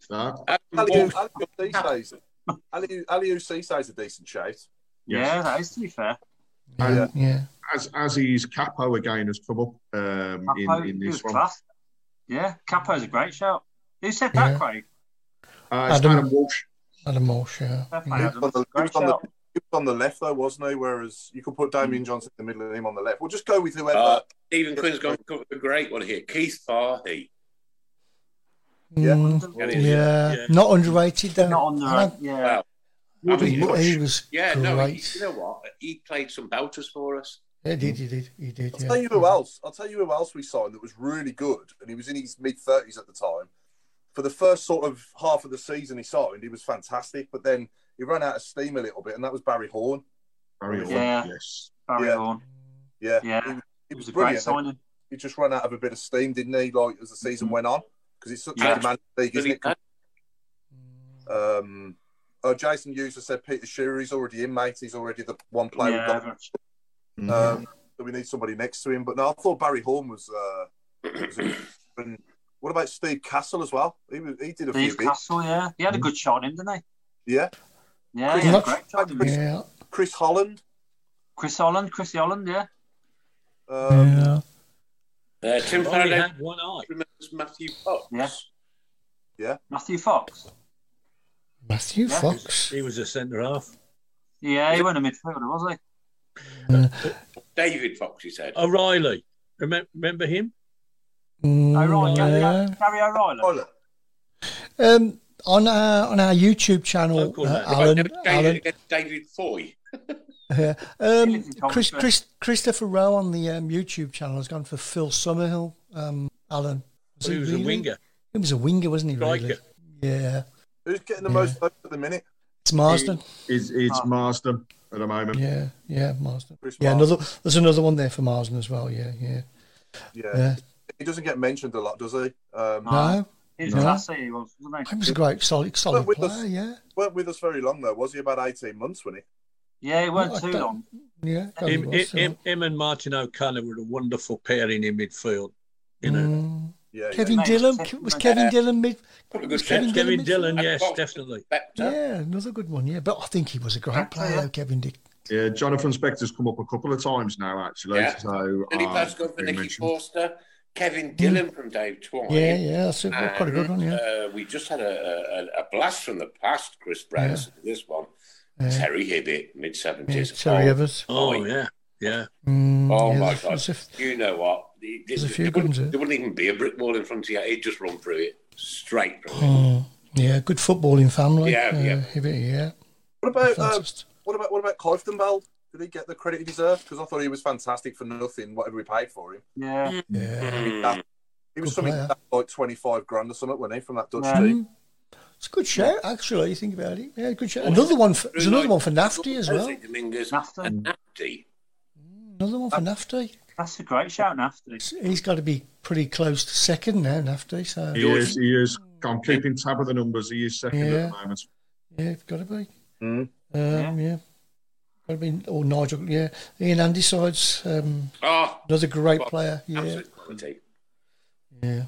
[SPEAKER 2] No.
[SPEAKER 3] Adam
[SPEAKER 7] Aliou
[SPEAKER 3] Ball.
[SPEAKER 7] Aliou Cissé's- Aliou Aliou Cissé's a decent shout.
[SPEAKER 2] Yes.
[SPEAKER 6] Yeah, that is to be fair.
[SPEAKER 4] Yeah,
[SPEAKER 7] Oh, Yeah.
[SPEAKER 4] Um, yeah.
[SPEAKER 2] As as he's Capo again has come up um,
[SPEAKER 6] Capo,
[SPEAKER 2] in, in
[SPEAKER 6] he was
[SPEAKER 2] this one.
[SPEAKER 6] class. Yeah, Capo's a great shout. Who said that,
[SPEAKER 4] Yeah.
[SPEAKER 6] Craig?
[SPEAKER 2] Uh, it's
[SPEAKER 4] Adam-
[SPEAKER 2] Adam Walsh.
[SPEAKER 4] Adam Walsh. Yeah.
[SPEAKER 6] Fair play,
[SPEAKER 4] Yeah.
[SPEAKER 7] He was
[SPEAKER 6] Adam.
[SPEAKER 7] on the, he
[SPEAKER 6] Great
[SPEAKER 7] was on the-
[SPEAKER 6] shout. Mm.
[SPEAKER 7] he was on the left though, wasn't he? Whereas you could put Damien Johnson in the middle and him on the left. We'll just go with whoever.
[SPEAKER 3] Uh, Stephen Quinn's gone got a great one here. Keith Farhey.
[SPEAKER 7] Yeah.
[SPEAKER 4] Mm,
[SPEAKER 3] Yeah,
[SPEAKER 4] yeah.
[SPEAKER 3] he is,
[SPEAKER 5] yeah.
[SPEAKER 4] Not underrated though.
[SPEAKER 6] Not on
[SPEAKER 4] I
[SPEAKER 6] the
[SPEAKER 4] don't-
[SPEAKER 6] yeah.
[SPEAKER 3] Wow.
[SPEAKER 4] he,
[SPEAKER 3] I mean,
[SPEAKER 4] was- he
[SPEAKER 3] Bush.
[SPEAKER 4] was
[SPEAKER 3] Yeah,
[SPEAKER 4] great.
[SPEAKER 3] no, he, you know what? He played some belters for us.
[SPEAKER 4] Yeah, he did, he did, he did.
[SPEAKER 7] I'll
[SPEAKER 4] Yeah.
[SPEAKER 7] tell you who else. I'll tell you who else we signed that was really good, and he was in his mid thirties at the time. For the first sort of half of the season he signed, he was fantastic, but then he ran out of steam a little bit, and that was Barry Horn.
[SPEAKER 2] Barry Orr,
[SPEAKER 6] Yeah.
[SPEAKER 2] Yes.
[SPEAKER 6] Barry
[SPEAKER 7] Yeah.
[SPEAKER 6] Horn.
[SPEAKER 7] Yeah,
[SPEAKER 6] Yeah.
[SPEAKER 7] he, he
[SPEAKER 6] It
[SPEAKER 7] was,
[SPEAKER 6] was a great
[SPEAKER 7] brilliant.
[SPEAKER 6] signing. Mm-hmm.
[SPEAKER 7] He just ran out of a bit of steam, didn't he? Like as the season went on, because it's such
[SPEAKER 3] Yeah.
[SPEAKER 7] a demanding league, isn't
[SPEAKER 3] Billy
[SPEAKER 7] it? Um, oh, Jason User said Peter Shearer. He's already in, mate. He's already the one player
[SPEAKER 6] Yeah,
[SPEAKER 7] we've got. Um, so we need somebody next to him. But no, I thought Barry Horn was. Uh, was a- and what about Steve Castle as well? He was, he did a
[SPEAKER 6] Steve
[SPEAKER 7] few bits.
[SPEAKER 6] Castle, yeah. He had a good shot in, him, didn't
[SPEAKER 7] Yeah,
[SPEAKER 6] he? Yeah,
[SPEAKER 4] Chris
[SPEAKER 6] yeah,
[SPEAKER 4] Hodge.
[SPEAKER 6] great shot. didn't he?
[SPEAKER 4] Yeah.
[SPEAKER 7] Chris Holland.
[SPEAKER 6] Chris Holland, Chris Holland, yeah.
[SPEAKER 7] Um,
[SPEAKER 4] yeah.
[SPEAKER 3] Uh, Tim
[SPEAKER 5] Only
[SPEAKER 3] Faraday
[SPEAKER 5] had one eye.
[SPEAKER 3] remembers Matthew Fox.
[SPEAKER 6] Yeah.
[SPEAKER 7] yeah.
[SPEAKER 6] Matthew Fox.
[SPEAKER 4] Matthew
[SPEAKER 6] Yeah.
[SPEAKER 4] Fox.
[SPEAKER 5] He was a centre half.
[SPEAKER 6] Yeah, he went a midfielder, was he?
[SPEAKER 3] David Fox, he said.
[SPEAKER 5] Oh, O'Reilly. Remem- Remember him?
[SPEAKER 4] Mm,
[SPEAKER 6] O'Reilly, Gary,
[SPEAKER 4] yeah.
[SPEAKER 6] Gary O'Reilly.
[SPEAKER 7] Toilet.
[SPEAKER 4] Um, on our on our YouTube channel,
[SPEAKER 5] Local,
[SPEAKER 4] uh,
[SPEAKER 5] uh,
[SPEAKER 3] Right,
[SPEAKER 4] Alan,
[SPEAKER 3] never change it
[SPEAKER 4] Alan,
[SPEAKER 3] against David Foy.
[SPEAKER 4] yeah.
[SPEAKER 6] He
[SPEAKER 4] um,
[SPEAKER 6] lives in
[SPEAKER 4] Chris,
[SPEAKER 6] Coventry.
[SPEAKER 4] Chris, Christopher Rowe on the um, YouTube channel has gone for Phil Summerhill. Um, Alan,
[SPEAKER 5] He was a
[SPEAKER 4] really?
[SPEAKER 5] winger.
[SPEAKER 4] He was a winger, wasn't he? Really?
[SPEAKER 5] Striker.
[SPEAKER 4] Yeah,
[SPEAKER 7] Who's getting the
[SPEAKER 4] Yeah.
[SPEAKER 7] most votes at the minute?
[SPEAKER 4] it's Marsden.
[SPEAKER 2] It's, it's
[SPEAKER 6] Ah.
[SPEAKER 2] Marsden at the moment.
[SPEAKER 4] Yeah, yeah, Marsden.
[SPEAKER 7] Chris
[SPEAKER 4] Yeah,
[SPEAKER 7] Marsden.
[SPEAKER 4] another. There's another one there for Marsden as well. Yeah, yeah,
[SPEAKER 7] Yeah.
[SPEAKER 4] yeah.
[SPEAKER 7] he doesn't get mentioned a lot, does he?
[SPEAKER 6] No.
[SPEAKER 7] Um,
[SPEAKER 4] No,
[SPEAKER 6] He was
[SPEAKER 4] No.
[SPEAKER 6] classy, he was, wasn't
[SPEAKER 4] he was a great, solid, solid
[SPEAKER 7] with
[SPEAKER 4] player.
[SPEAKER 7] us-
[SPEAKER 4] Yeah,
[SPEAKER 7] weren't with us very long though, was he? About eighteen months, wasn't
[SPEAKER 6] he? Yeah, he
[SPEAKER 4] No, I
[SPEAKER 6] weren't too
[SPEAKER 4] don't-
[SPEAKER 6] long.
[SPEAKER 4] Yeah,
[SPEAKER 5] Him,
[SPEAKER 4] he was,
[SPEAKER 5] him, him and Martin O'Connor were a wonderful pairing in midfield. You know,
[SPEAKER 4] Mm.
[SPEAKER 5] Yeah,
[SPEAKER 4] Kevin
[SPEAKER 5] yeah.
[SPEAKER 4] Dillon
[SPEAKER 5] Mate,
[SPEAKER 4] was
[SPEAKER 5] Kevin
[SPEAKER 4] Kevin
[SPEAKER 5] Dillon-
[SPEAKER 4] Dillon mid.
[SPEAKER 5] Put a
[SPEAKER 4] was
[SPEAKER 5] good Kevin, Kevin Dillon,
[SPEAKER 4] midfield?
[SPEAKER 5] yes, definitely.
[SPEAKER 4] Yeah, another good one. Yeah, but I think he was a great player, Kevin Dick.
[SPEAKER 2] Yeah, Jonathan Spector's come up a couple of times now, actually.
[SPEAKER 4] Yeah.
[SPEAKER 2] So,
[SPEAKER 3] Billy
[SPEAKER 7] Ah,
[SPEAKER 2] uh,
[SPEAKER 3] Pascoe for
[SPEAKER 2] we
[SPEAKER 3] Nicky
[SPEAKER 2] mentioned-
[SPEAKER 3] Forster, Kevin Dillon from Dave Twine.
[SPEAKER 4] Hmm. Yeah, yeah, that's a- that's quite a good
[SPEAKER 3] And,
[SPEAKER 4] one, yeah.
[SPEAKER 3] Uh, we just had a, a, a blast from the past, Chris Branson, this one.
[SPEAKER 4] Yeah.
[SPEAKER 3] Terry Hibbett, mid 70s.
[SPEAKER 4] Yeah, Terry Hibbett.
[SPEAKER 3] Oh, yeah. Yeah.
[SPEAKER 4] Mm,
[SPEAKER 3] oh,
[SPEAKER 4] yeah,
[SPEAKER 3] my
[SPEAKER 4] there's-
[SPEAKER 3] God.
[SPEAKER 4] there's
[SPEAKER 3] you know what? The- the-
[SPEAKER 4] there's a
[SPEAKER 3] the-
[SPEAKER 4] few
[SPEAKER 3] there
[SPEAKER 4] good ones,
[SPEAKER 3] wouldn't-
[SPEAKER 4] yeah.
[SPEAKER 3] There wouldn't even be a brick wall in front of you. It'd just run through it, straight through it.
[SPEAKER 4] Mm, yeah, good footballing family.
[SPEAKER 3] Yeah,
[SPEAKER 4] uh,
[SPEAKER 3] yeah.
[SPEAKER 4] Hibbert, yeah.
[SPEAKER 7] What about um,
[SPEAKER 4] Fantastic.
[SPEAKER 7] what about what about Cliftonbell? Did he get the credit he deserved? Because I thought he was fantastic for nothing, whatever we paid for him.
[SPEAKER 4] Mm.
[SPEAKER 6] Yeah,
[SPEAKER 7] yeah. He was
[SPEAKER 4] Good
[SPEAKER 7] something
[SPEAKER 4] player.
[SPEAKER 7] like twenty-five grand or something, wasn't he, from that Dutch
[SPEAKER 4] Yeah.
[SPEAKER 7] team?
[SPEAKER 4] Mm. It's a good shout, actually. You think about it. Yeah, good shout. Another one. For, there's another one for Nafty as well.
[SPEAKER 3] Jose Dominguez and Nafty.
[SPEAKER 4] Another one for Nafty.
[SPEAKER 6] That's a great shout, Nafty.
[SPEAKER 4] He's got to be pretty close to second now, Nafty. So
[SPEAKER 2] He is, he is. I'm keeping tab of the numbers. He is second
[SPEAKER 4] Yeah.
[SPEAKER 2] at the moment.
[SPEAKER 4] Yeah, it's got to be.
[SPEAKER 2] Mm.
[SPEAKER 4] Um, yeah. Got to be. Or Nigel. Yeah, Ian Andy sides. Um,
[SPEAKER 3] Oh,
[SPEAKER 4] another great
[SPEAKER 3] well,
[SPEAKER 4] player. Yeah,
[SPEAKER 3] Absolute quality.
[SPEAKER 4] yeah.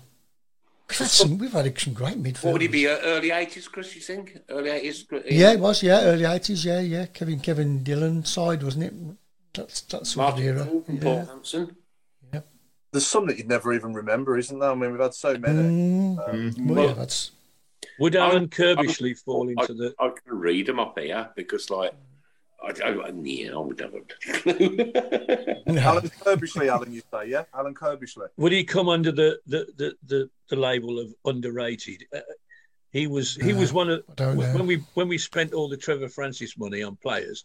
[SPEAKER 4] We've had some. We've had some great
[SPEAKER 3] What would he
[SPEAKER 4] midfielders.
[SPEAKER 3] be? uh, Early 80s, Chris, you think? Early uh, 80s? Chris?
[SPEAKER 4] Yeah, it was. Yeah, early eighties. Yeah, yeah. Kevin Kevin Dillon side, wasn't it? That's that's sort of
[SPEAKER 3] Martin
[SPEAKER 4] era.
[SPEAKER 3] Gould from
[SPEAKER 4] Yeah.
[SPEAKER 3] Southampton.
[SPEAKER 7] There's some that you'd never even remember, isn't there? I mean, we've had so many.
[SPEAKER 4] Mm.
[SPEAKER 2] Mm.
[SPEAKER 7] Um,
[SPEAKER 4] Well, yeah, that's
[SPEAKER 5] Would Alan
[SPEAKER 3] Kirbishley
[SPEAKER 5] fall
[SPEAKER 3] into the? I can read them up here because, like, I, I, I, yeah, I would never.
[SPEAKER 7] Alan Kirbishley, Alan, you say, yeah? Alan Kirbishley.
[SPEAKER 5] Would he come under the the the, the, the label of underrated? Uh, he was he was one of
[SPEAKER 4] don't know.
[SPEAKER 5] when we when we spent all the Trevor Francis money on players,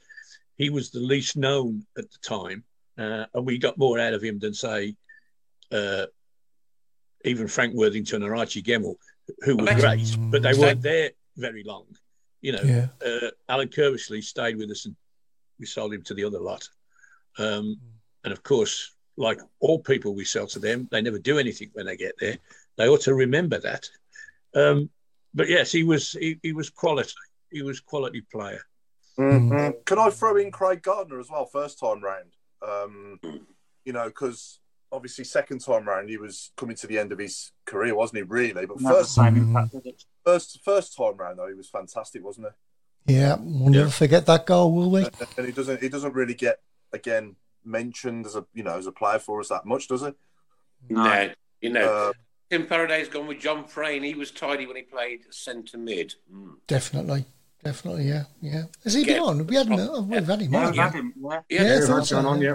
[SPEAKER 5] he was the least known at the time, uh, and we got more out of him than say uh, even Frank Worthington or Archie Gemmell, who were
[SPEAKER 3] Alexa.
[SPEAKER 5] great, but they
[SPEAKER 3] Mm.
[SPEAKER 5] weren't there very long. You know,
[SPEAKER 4] Yeah.
[SPEAKER 5] uh, Alan Kirbishley stayed with us, and we sold him to the other lot. Um, and of course, like all people we sell to them, they never do anything when they get there. They ought to remember that. Um, but yes, he was he, he was quality. He was quality player.
[SPEAKER 7] Can I throw in Craig Gardner as well, first time round? Um, you know, because obviously, second time round, he was coming to the end of his career, wasn't he, really? But
[SPEAKER 6] Not the
[SPEAKER 7] first,
[SPEAKER 6] same impact,
[SPEAKER 7] first, first time round, though, he was fantastic, wasn't he?
[SPEAKER 4] yeah. We'll never forget that goal, will we?
[SPEAKER 7] And he doesn't, he doesn't really get, again, mentioned as a, you know, as a player for us that much, does he? Uh,
[SPEAKER 3] No, you know, Tim Paraday's gone with John Frayne. He was tidy when he played centre mid. Mm.
[SPEAKER 4] Definitely, definitely. Yeah, yeah. Has he
[SPEAKER 3] Yeah.
[SPEAKER 4] been on? We hadn't. oh, We've had him on.
[SPEAKER 3] Yeah.
[SPEAKER 4] yeah.
[SPEAKER 3] Yeah,
[SPEAKER 4] Yeah,
[SPEAKER 3] we've
[SPEAKER 4] thought
[SPEAKER 3] had
[SPEAKER 4] so,
[SPEAKER 3] John on,
[SPEAKER 4] yeah.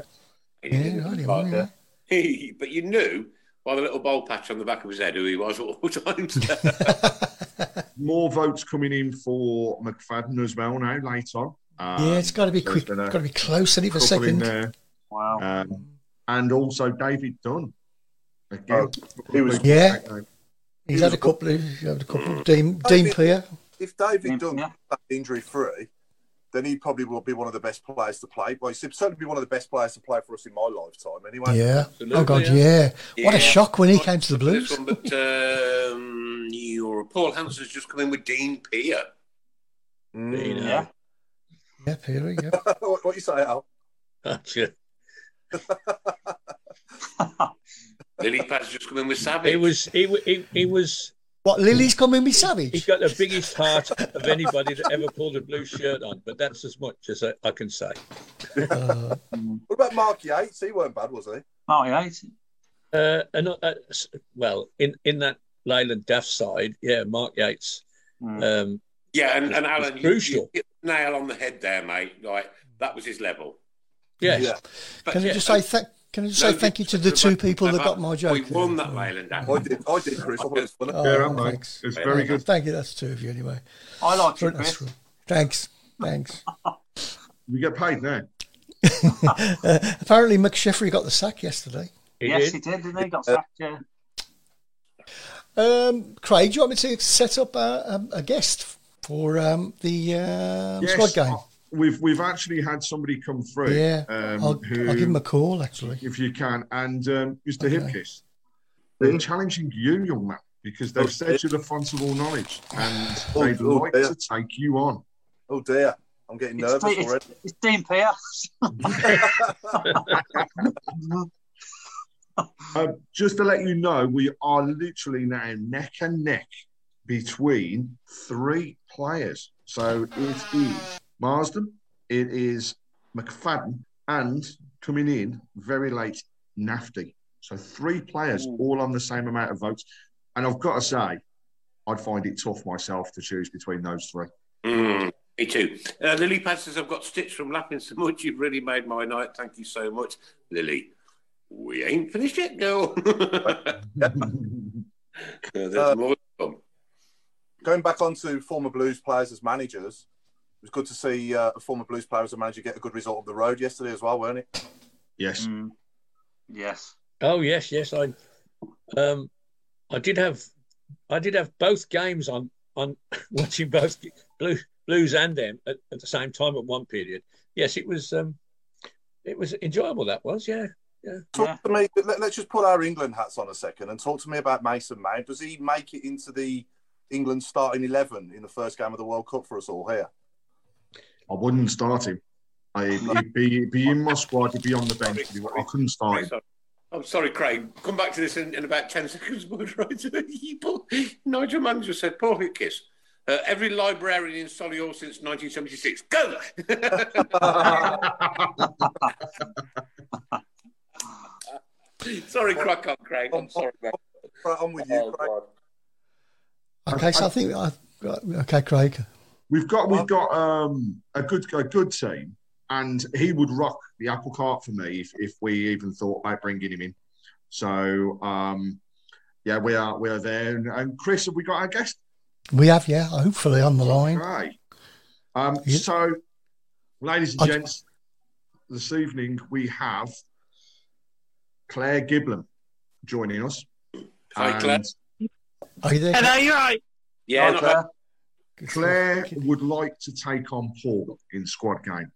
[SPEAKER 3] He
[SPEAKER 4] Yeah,
[SPEAKER 3] didn't
[SPEAKER 4] right, he
[SPEAKER 3] fight.
[SPEAKER 4] was, yeah.
[SPEAKER 3] but you knew by the little bowl patch on the back of his head who he was at all times.
[SPEAKER 4] uh,
[SPEAKER 2] More votes coming in for McFadden as well now, later. Um,
[SPEAKER 4] Yeah, it's got to be
[SPEAKER 2] there's
[SPEAKER 4] quick.
[SPEAKER 2] been
[SPEAKER 4] Got
[SPEAKER 2] a
[SPEAKER 4] to be close in it for
[SPEAKER 2] couple in
[SPEAKER 4] second.
[SPEAKER 2] there.
[SPEAKER 6] Wow.
[SPEAKER 2] Um, and also David Dunn. Again,
[SPEAKER 7] Oh, he was-
[SPEAKER 4] Yeah. He's
[SPEAKER 7] He
[SPEAKER 4] had
[SPEAKER 7] was
[SPEAKER 4] a couple. Of, he's had a couple. Dean Dean Clear.
[SPEAKER 7] If David Dunn was injury free, then he probably will be one of the best players to play. Well, he'd certainly be one of the best players to play for us in my lifetime, anyway.
[SPEAKER 4] Yeah. Oh God. Yeah. What
[SPEAKER 3] Yeah.
[SPEAKER 4] a shock when he came to the
[SPEAKER 3] This
[SPEAKER 4] Blues.
[SPEAKER 3] one, but um, your Paul Hansen's just come in with Dean Peer.
[SPEAKER 7] Mm. Hmm,
[SPEAKER 5] You know,
[SPEAKER 4] Yeah, Peary. Yeah.
[SPEAKER 7] what, what you say, Al?
[SPEAKER 5] that's it.
[SPEAKER 3] Lily Paz just come in with Savage.
[SPEAKER 5] He was he wa- he, he was
[SPEAKER 4] What Lily's coming with
[SPEAKER 5] he
[SPEAKER 4] Savage?
[SPEAKER 5] got the biggest heart of anybody that ever pulled a blue shirt on. But that's as much as I, I can say.
[SPEAKER 4] Uh,
[SPEAKER 7] What about Mark Yates? He weren't bad, was he?
[SPEAKER 6] Mark Yates.
[SPEAKER 5] Uh, and, uh, s- well, in in that Leyland Duff side, yeah, Mark Yates. Um,
[SPEAKER 3] yeah, and,
[SPEAKER 5] was-
[SPEAKER 3] and
[SPEAKER 5] was
[SPEAKER 3] Alan, you,
[SPEAKER 5] crucial.
[SPEAKER 3] you hit the nail on the head there, mate. Like that was his level.
[SPEAKER 5] Yes.
[SPEAKER 3] But
[SPEAKER 4] Can I
[SPEAKER 3] yeah,
[SPEAKER 4] just
[SPEAKER 3] uh,
[SPEAKER 4] say thank? Can I just say
[SPEAKER 3] no,
[SPEAKER 4] thank you to the two people that got my
[SPEAKER 3] We
[SPEAKER 4] joke?
[SPEAKER 3] won that Leyland Duff.
[SPEAKER 7] I did, I did, Chris. I thought it was funny.
[SPEAKER 4] Oh,
[SPEAKER 2] Yeah, I'm right.
[SPEAKER 4] thanks.
[SPEAKER 2] It's very good.
[SPEAKER 4] Thank you. That's two of you anyway.
[SPEAKER 6] I like you,
[SPEAKER 4] Very nice
[SPEAKER 6] Chris.
[SPEAKER 4] one. Thanks. Thanks.
[SPEAKER 2] We get paid now.
[SPEAKER 4] Uh, apparently, McSheffrey got the sack yesterday.
[SPEAKER 6] yes, he did, didn't he? Got sacked. Yeah.
[SPEAKER 4] Um, Craig, do you want me to set up a, um, a guest for um, the um, squad game?
[SPEAKER 2] We've we've actually had somebody come through.
[SPEAKER 4] yeah,
[SPEAKER 2] um,
[SPEAKER 4] I'll,
[SPEAKER 2] who,
[SPEAKER 4] I'll give him a call actually.
[SPEAKER 2] if you can, and um, Mr.
[SPEAKER 4] Okay.
[SPEAKER 2] Hipkiss, they're challenging you, young man, because they've said you're the font of all knowledge, and
[SPEAKER 7] Oh,
[SPEAKER 2] they'd
[SPEAKER 7] oh,
[SPEAKER 2] like
[SPEAKER 7] yeah.
[SPEAKER 2] to take you on.
[SPEAKER 7] Oh, dear. I'm getting
[SPEAKER 6] It's
[SPEAKER 7] nervous
[SPEAKER 6] Dean-
[SPEAKER 7] already.
[SPEAKER 6] It's Dean Pierce.
[SPEAKER 2] Um, just to let you know, we are literally now neck and neck between three players. So it is Marsden, it is McFadden, and coming in very late, Nafty. So three players, all on the same amount of votes. And I've got to say, I'd find it tough myself to choose between those three.
[SPEAKER 3] Mm, me too. Uh, Lily Pad says, I've got stitched from lapping so much. You've really made my night. Thank you so much, Lily. We ain't finished yet, girl. Uh, There's more to come.
[SPEAKER 7] Going back onto former Blues players as managers, it was good to see uh, a former Blues player as a manager get a good result on the road yesterday as well, weren't it?
[SPEAKER 2] Yes.
[SPEAKER 6] Hmm. Mm. Yes.
[SPEAKER 5] Oh yes, yes. I, um, I did have, I did have both games on on watching both Blues, Blues and them at, at the same time at one period. Yes, it was, um, it was enjoyable. That was yeah, yeah.
[SPEAKER 7] Talk to me. Let, us just put our England hats on a second and talk to me about Mason Mount. Does he make it into the England starting eleven in the first game of the World Cup for us all here?
[SPEAKER 2] I wouldn't start him. I, would be, he'd be in my squad, he'd be on the bench. he'd be- I couldn't start him.
[SPEAKER 3] I'm sorry, Craig. Come back to this in, in about 10 seconds. but right, you poor- Nigel Mansell said, Paul Hickis, uh, every librarian in Solihull since 1976. Go! sorry, crack on, Craig. I'm sorry, man.
[SPEAKER 7] Right, I'm with you, Craig.
[SPEAKER 4] Okay, so I think I, right, okay, Craig.
[SPEAKER 2] We've got we've got um, a good a good team, and he would rock the apple cart for me if, if we even thought about bringing him in. So um, yeah, we are we are there. And, and Chris, have we got our guest?
[SPEAKER 4] We have, yeah, hopefully on the line.
[SPEAKER 2] Right. Um, So, ladies and gents, this evening we have Claire Giblin joining us.
[SPEAKER 3] Hi, Claire.
[SPEAKER 4] Are you there?
[SPEAKER 2] you're right.
[SPEAKER 3] Yeah, not bad.
[SPEAKER 2] Claire would like to take on Paul in squad game.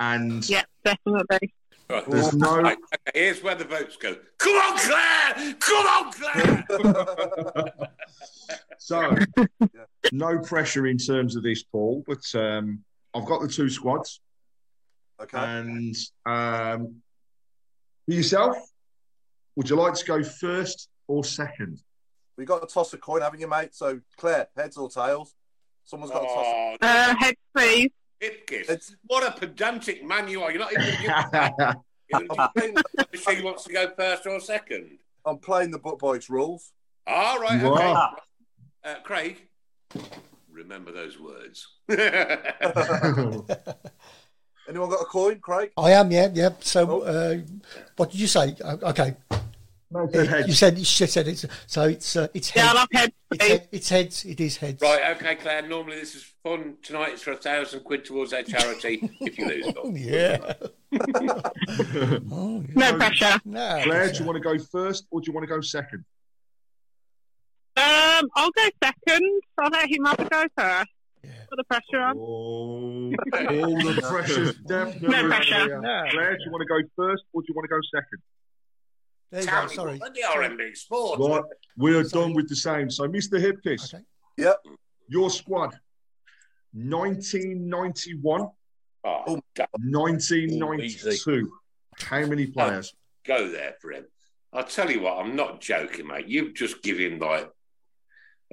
[SPEAKER 2] And
[SPEAKER 11] Yeah, definitely.
[SPEAKER 3] Right.
[SPEAKER 2] There's no-
[SPEAKER 3] Right, okay, here's where the votes go. Come on, Claire! Come on, Claire!
[SPEAKER 2] so, no pressure in terms of this, Paul, but um, I've got the two squads.
[SPEAKER 7] Okay.
[SPEAKER 2] And um, for yourself, would you like to go first or second?
[SPEAKER 7] We got to toss a coin, haven't you, mate? So Claire, heads or tails? Someone's got
[SPEAKER 3] Oh,
[SPEAKER 7] to toss.
[SPEAKER 11] Uh, heads, please.
[SPEAKER 3] Hipkiss. What a pedantic man you are. You're not even going to see who wants to go first or second.
[SPEAKER 7] I'm playing the book by its rules.
[SPEAKER 3] All right,
[SPEAKER 7] You
[SPEAKER 3] okay.
[SPEAKER 7] are.
[SPEAKER 3] Uh, Craig, remember those words.
[SPEAKER 7] Anyone got a coin, Craig?
[SPEAKER 4] I am, yeah, yeah.
[SPEAKER 2] Oh.
[SPEAKER 4] So, uh, what did you say? Uh, Okay,
[SPEAKER 2] said
[SPEAKER 4] Uh,
[SPEAKER 2] heads.
[SPEAKER 4] you said you said it's so it's uh, it's heads. It's, head- it's heads. It is heads.
[SPEAKER 3] Right, okay, Claire. Normally this is fun. Tonight it's for a thousand quid towards our charity if you lose. Bob.
[SPEAKER 4] Oh, Yeah. Oh,
[SPEAKER 11] No pressure.
[SPEAKER 4] No.
[SPEAKER 2] Claire, do you want to go first or do you want to go second?
[SPEAKER 11] Um, I'll go second. I'll let him have a go first. Put the pressure on.
[SPEAKER 2] Oh, all the pressure's definitely
[SPEAKER 11] No pressure.
[SPEAKER 2] there. uh, Claire, do you want to go first or do you want to go second?
[SPEAKER 4] There
[SPEAKER 3] you go, sorry. The R&B sport.
[SPEAKER 2] Right, we are done with the same. So, Mr. Hipkiss,
[SPEAKER 7] yep.
[SPEAKER 2] your squad 1991,
[SPEAKER 3] Oh,
[SPEAKER 2] 1992. How many players?
[SPEAKER 3] Go there for him. I'll tell you what, I'm not joking, mate. You've just give him like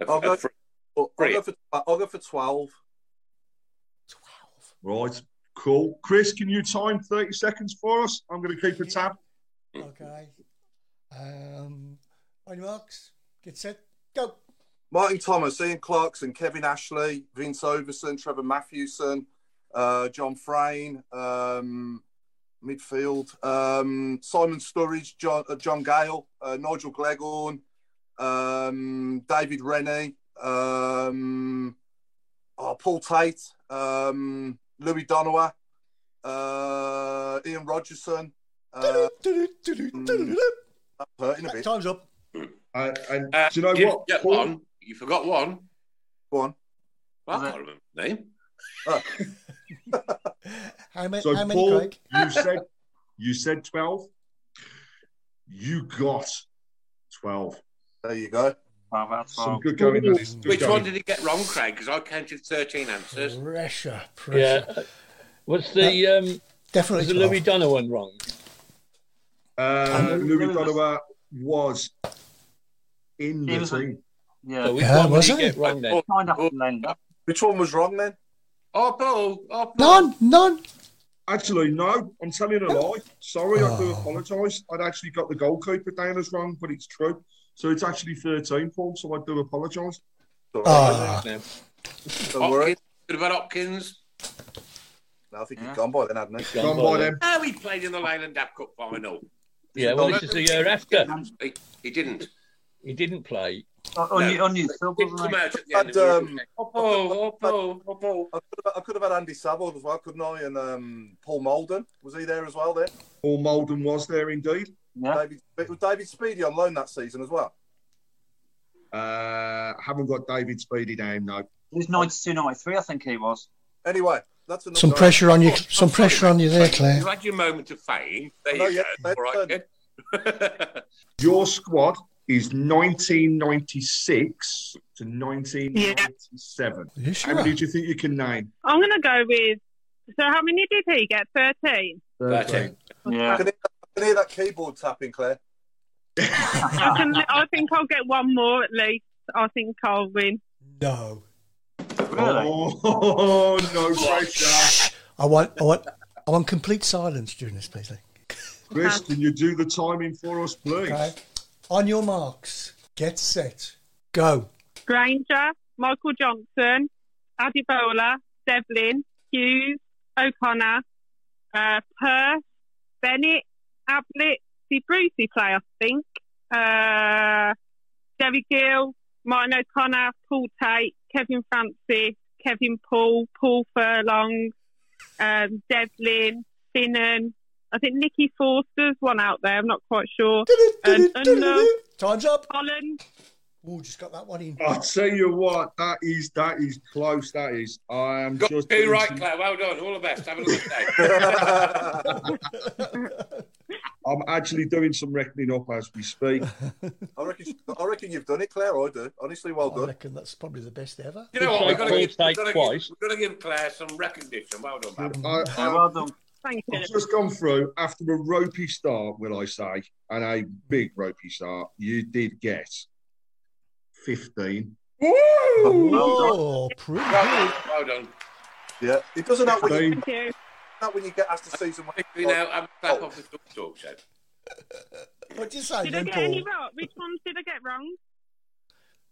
[SPEAKER 3] a,
[SPEAKER 7] I'll
[SPEAKER 3] a
[SPEAKER 7] go,
[SPEAKER 3] free-
[SPEAKER 7] I'll go
[SPEAKER 3] Brilliant.
[SPEAKER 7] for I'll go for twelve.
[SPEAKER 2] Right, cool. Chris, can you time 30 seconds for us? I'm going to keep a tab.
[SPEAKER 4] Okay. Um, on your marks, get set, go.
[SPEAKER 7] Martin Thomas, Ian Clarkson, Kevin Ashley, Vince Overson, Trevor Mathewson, uh, John Frayne, um, midfield, um, Simon Sturridge, John, uh, John Gale, uh, Nigel Gleghorn, um, David Rennie, um, oh, Paul Tate, um, Louis Donowa, uh, Ian Rogerson. Uh,
[SPEAKER 2] mm,
[SPEAKER 7] that's hurting a bit.
[SPEAKER 4] Time's up.
[SPEAKER 2] Uh, and
[SPEAKER 3] Uh,
[SPEAKER 2] do you know
[SPEAKER 3] did
[SPEAKER 2] what?
[SPEAKER 3] get
[SPEAKER 2] Paul?
[SPEAKER 3] one. You forgot one.
[SPEAKER 7] Go on.
[SPEAKER 3] Well, I can't remember the name.
[SPEAKER 4] How many?
[SPEAKER 2] So
[SPEAKER 4] how many,
[SPEAKER 2] Paul,
[SPEAKER 4] Craig?
[SPEAKER 2] you said you said twelve. You got twelve.
[SPEAKER 7] There you go.
[SPEAKER 6] 12 out of 12.
[SPEAKER 2] Some good going, that is. Good
[SPEAKER 3] Oh, Which
[SPEAKER 2] going.
[SPEAKER 3] one did he get wrong, Craig? Because I counted 13 answers.
[SPEAKER 4] Pressure,
[SPEAKER 12] Yeah. uh, Was the um,
[SPEAKER 4] definitely
[SPEAKER 12] was the Louis Donner one wrong?
[SPEAKER 2] Uh,
[SPEAKER 12] Um,
[SPEAKER 2] Louis Donovan was in
[SPEAKER 12] He
[SPEAKER 2] the
[SPEAKER 12] was-
[SPEAKER 2] team.
[SPEAKER 6] Yeah,
[SPEAKER 12] So which Yeah, one did was he he? get wrong then?
[SPEAKER 7] Which one was wrong then?
[SPEAKER 3] Oh, Paul. Oh,
[SPEAKER 4] None, none.
[SPEAKER 2] Actually, no. I'm telling a lie. Sorry, I
[SPEAKER 4] Oh.
[SPEAKER 2] do apologise. I'd actually got the goalkeeper down as wrong, but it's true. So it's actually 13, Paul. So I do apologise.
[SPEAKER 4] Ah.
[SPEAKER 3] Don't worry. What about Hopkins?
[SPEAKER 7] No, I think he's gone by then, hadn't he?
[SPEAKER 3] Gone by then. Oh, he played in the Leyland Dab Cup final.
[SPEAKER 12] Yeah, well, this is the year after.
[SPEAKER 3] He, he didn't.
[SPEAKER 12] He didn't play.
[SPEAKER 6] On you, on you. Phil,
[SPEAKER 3] Didn't
[SPEAKER 6] wasn't
[SPEAKER 3] come
[SPEAKER 6] it?
[SPEAKER 3] out at the end
[SPEAKER 7] And,
[SPEAKER 3] of
[SPEAKER 7] um,
[SPEAKER 3] the Oh,
[SPEAKER 7] I could have- I could have had Andy Savile as well, couldn't I? And um, Paul Molden. Was he there as well then?
[SPEAKER 2] Paul Molden was there indeed.
[SPEAKER 7] David, was David Speedy on loan that season as well?
[SPEAKER 2] Uh, haven't got David Speedy down, no.
[SPEAKER 6] He was 92, 93, I think he was.
[SPEAKER 7] Anyway, that's another
[SPEAKER 4] Some pressure on you. Some pressure on you there, Claire.
[SPEAKER 3] You had your moment of fame. There
[SPEAKER 7] No,
[SPEAKER 3] you go.
[SPEAKER 7] yeah,
[SPEAKER 3] All right, then.
[SPEAKER 2] Your squad is 1996 to 1997.
[SPEAKER 4] Yeah,
[SPEAKER 2] How many do you think you can name?
[SPEAKER 11] I'm going to go with. So, how many did he get? 13.
[SPEAKER 7] I can, hear, I can hear that keyboard tapping, Claire.
[SPEAKER 11] I, can, I think I'll get one more at least. I think I'll win.
[SPEAKER 4] No.
[SPEAKER 2] Oh, no pressure.
[SPEAKER 4] I want, I want, I want complete silence during this, please. Lee.
[SPEAKER 2] Chris, can you do the timing for us, please?
[SPEAKER 4] Okay. On your marks, get set, go.
[SPEAKER 11] Granger, Michael Johnson, Adibola, Devlin, Hughes, O'Connor, uh, Purse, Bennett, Ablett, see Brucey play, I think. Uh, Debbie Gill, Martin O'Connor, Paul Tate, Kevin Francis, Kevin Paul, Paul Furlong, um, Devlin, Finnan. I think Nikki Forster's one out there. I'm not quite sure. And Unlove,
[SPEAKER 4] Time's up.
[SPEAKER 11] Holland.
[SPEAKER 4] Oh, just got that one in.
[SPEAKER 2] I tell you what, that is that is close. That is, I am
[SPEAKER 3] Got
[SPEAKER 2] just
[SPEAKER 3] two
[SPEAKER 2] doing
[SPEAKER 3] right,
[SPEAKER 2] some-
[SPEAKER 3] Claire. Well done. All the best. Have a good day.
[SPEAKER 2] I'm actually doing some reckoning up as we speak.
[SPEAKER 7] I reckon, I reckon you've done it, Claire. I do. Honestly, well
[SPEAKER 4] I
[SPEAKER 7] done.
[SPEAKER 4] reckon that's probably the best ever.
[SPEAKER 3] you know what? We've got to
[SPEAKER 2] Paul
[SPEAKER 3] give,
[SPEAKER 2] Tate
[SPEAKER 3] we've gotta
[SPEAKER 2] twice.
[SPEAKER 3] give, we've gotta give Claire some recognition. Well done,
[SPEAKER 4] Mm.
[SPEAKER 3] man.
[SPEAKER 2] I,
[SPEAKER 5] Um,
[SPEAKER 2] I,
[SPEAKER 6] Uh, Well done.
[SPEAKER 11] Thank you.
[SPEAKER 2] I've just gone through after a ropey start, will I say, and a big ropey start. You did get fifteen.
[SPEAKER 4] Oh, pretty good.
[SPEAKER 3] Well done.
[SPEAKER 7] Yeah, it doesn't help when you,
[SPEAKER 11] Thank you.
[SPEAKER 7] not when you get asked to see someone.
[SPEAKER 3] You know, I'm back off the talk, talk show.
[SPEAKER 4] What did you say,
[SPEAKER 11] Did I
[SPEAKER 4] then,
[SPEAKER 11] get any
[SPEAKER 4] Paul?
[SPEAKER 11] right? Which ones did I get wrong?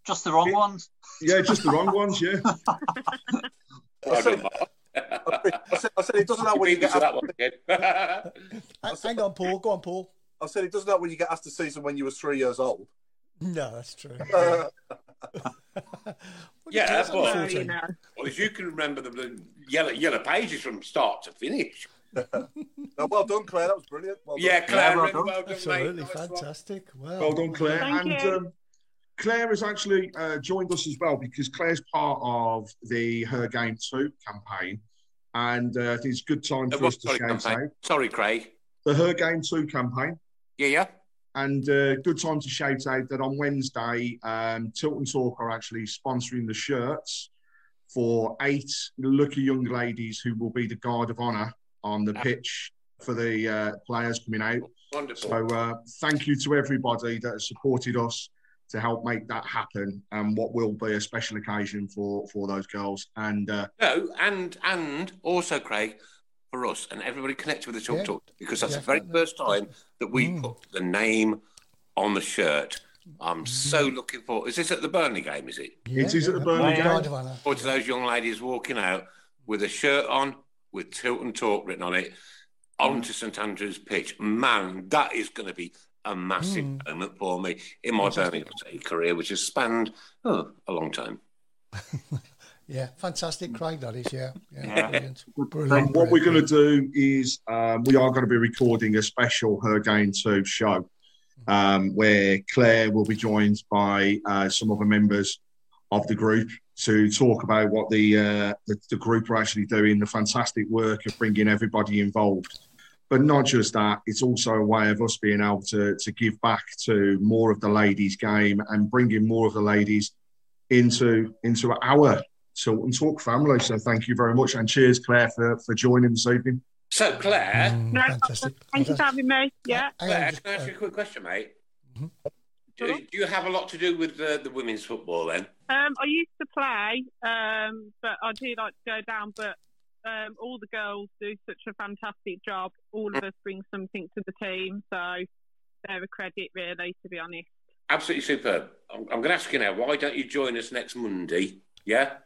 [SPEAKER 6] Just the wrong ones.
[SPEAKER 2] Yeah, just the wrong ones. Yeah,
[SPEAKER 3] Well done, Mark.
[SPEAKER 7] I said, I said it doesn't help
[SPEAKER 3] You
[SPEAKER 7] when you
[SPEAKER 3] beat me
[SPEAKER 7] get
[SPEAKER 3] to that one
[SPEAKER 7] asked.
[SPEAKER 3] again.
[SPEAKER 4] Ha- Hang on, Paul. Go on, Paul.
[SPEAKER 7] I said it doesn't help when you get asked to see someone when you were three years old.
[SPEAKER 4] No, that's true.
[SPEAKER 7] Uh,
[SPEAKER 4] What did
[SPEAKER 3] Yeah,
[SPEAKER 4] you
[SPEAKER 3] that's
[SPEAKER 4] say,
[SPEAKER 3] what-
[SPEAKER 11] Well, you
[SPEAKER 4] 14?
[SPEAKER 11] know.
[SPEAKER 3] Well, if you can remember the blue yellow yellow pages from start to finish.
[SPEAKER 7] no, well done, Claire. That was brilliant. Well done.
[SPEAKER 3] Yeah, Claire,
[SPEAKER 6] well
[SPEAKER 3] well
[SPEAKER 6] done.
[SPEAKER 3] done, mate.
[SPEAKER 4] Absolutely
[SPEAKER 3] Nice one.
[SPEAKER 4] fantastic. Wow.
[SPEAKER 2] well done, Claire.
[SPEAKER 11] Thank
[SPEAKER 2] and
[SPEAKER 11] you.
[SPEAKER 2] Um, Claire has actually uh, joined us as well because Claire's part of the Her Game Two campaign, and uh, I think it's a good time
[SPEAKER 3] Uh,
[SPEAKER 2] for
[SPEAKER 3] what-
[SPEAKER 2] us to
[SPEAKER 3] sorry,
[SPEAKER 2] shout out
[SPEAKER 3] campaign. sorry, Craig.
[SPEAKER 2] the Her Game Two campaign.
[SPEAKER 3] Yeah, yeah.
[SPEAKER 2] And uh, good time to shout out that on Wednesday, um, Tilton Talk are actually sponsoring the shirts for eight lucky young ladies who will be the guard of honour on the pitch for the uh, players coming out.
[SPEAKER 3] Wonderful.
[SPEAKER 2] So uh, thank you to everybody that has supported us to help make that happen and what will be a special occasion for, for those girls. And uh,
[SPEAKER 3] No, and and also Craig, for us and everybody connected with the Talk
[SPEAKER 4] Yeah.
[SPEAKER 3] Talk, because that's
[SPEAKER 4] Yeah,
[SPEAKER 3] the very
[SPEAKER 4] that-
[SPEAKER 3] first time that we
[SPEAKER 4] Mm.
[SPEAKER 3] put the name on the shirt.
[SPEAKER 4] Mm-hmm.
[SPEAKER 3] I'm so looking forward. Is this at the Burnley game? Is it?
[SPEAKER 4] Yeah,
[SPEAKER 2] It is at the
[SPEAKER 4] yeah,
[SPEAKER 2] Burnley
[SPEAKER 4] yeah.
[SPEAKER 2] game.
[SPEAKER 4] Guard of honour.
[SPEAKER 3] Or to those young ladies walking out with a shirt on with Tilt and Talk written on it onto
[SPEAKER 4] Mm.
[SPEAKER 3] St Andrew's pitch. Man, that is going to be a massive
[SPEAKER 4] Mm.
[SPEAKER 3] moment for me in my Birmingham City career, which has spanned oh, a long time.
[SPEAKER 4] Yeah, fantastic, Craig. That is, yeah, yeah, brilliant.
[SPEAKER 2] And
[SPEAKER 4] brilliant.
[SPEAKER 2] what we're going to do is um, we are going to be recording a special Her Game 2 show um, where Claire will be joined by uh, some other members of the group to talk about what the, uh, the, the group are actually doing, the fantastic work of bringing everybody involved But not just that, it's also a way of us being able to, to give back to more of the ladies' game and bringing more of the ladies into into our Salt and Talk family. So thank you very much. And cheers, Claire, for, for joining this evening.
[SPEAKER 3] So, Claire,
[SPEAKER 4] Mm,
[SPEAKER 11] No, Thank you for having me. Yeah.
[SPEAKER 3] Claire, can I
[SPEAKER 4] uh,
[SPEAKER 3] ask you a quick question, mate? Do, do you have a lot to do with uh, the women's football then?
[SPEAKER 11] Um, I used to play, um, but I do like to go down. But um, all the girls do such a fantastic job. All of us bring something to the team, so they're a credit, really, to be honest.
[SPEAKER 3] Absolutely superb. I'm, I'm going to ask you now. Why don't you join us next Monday? Yeah,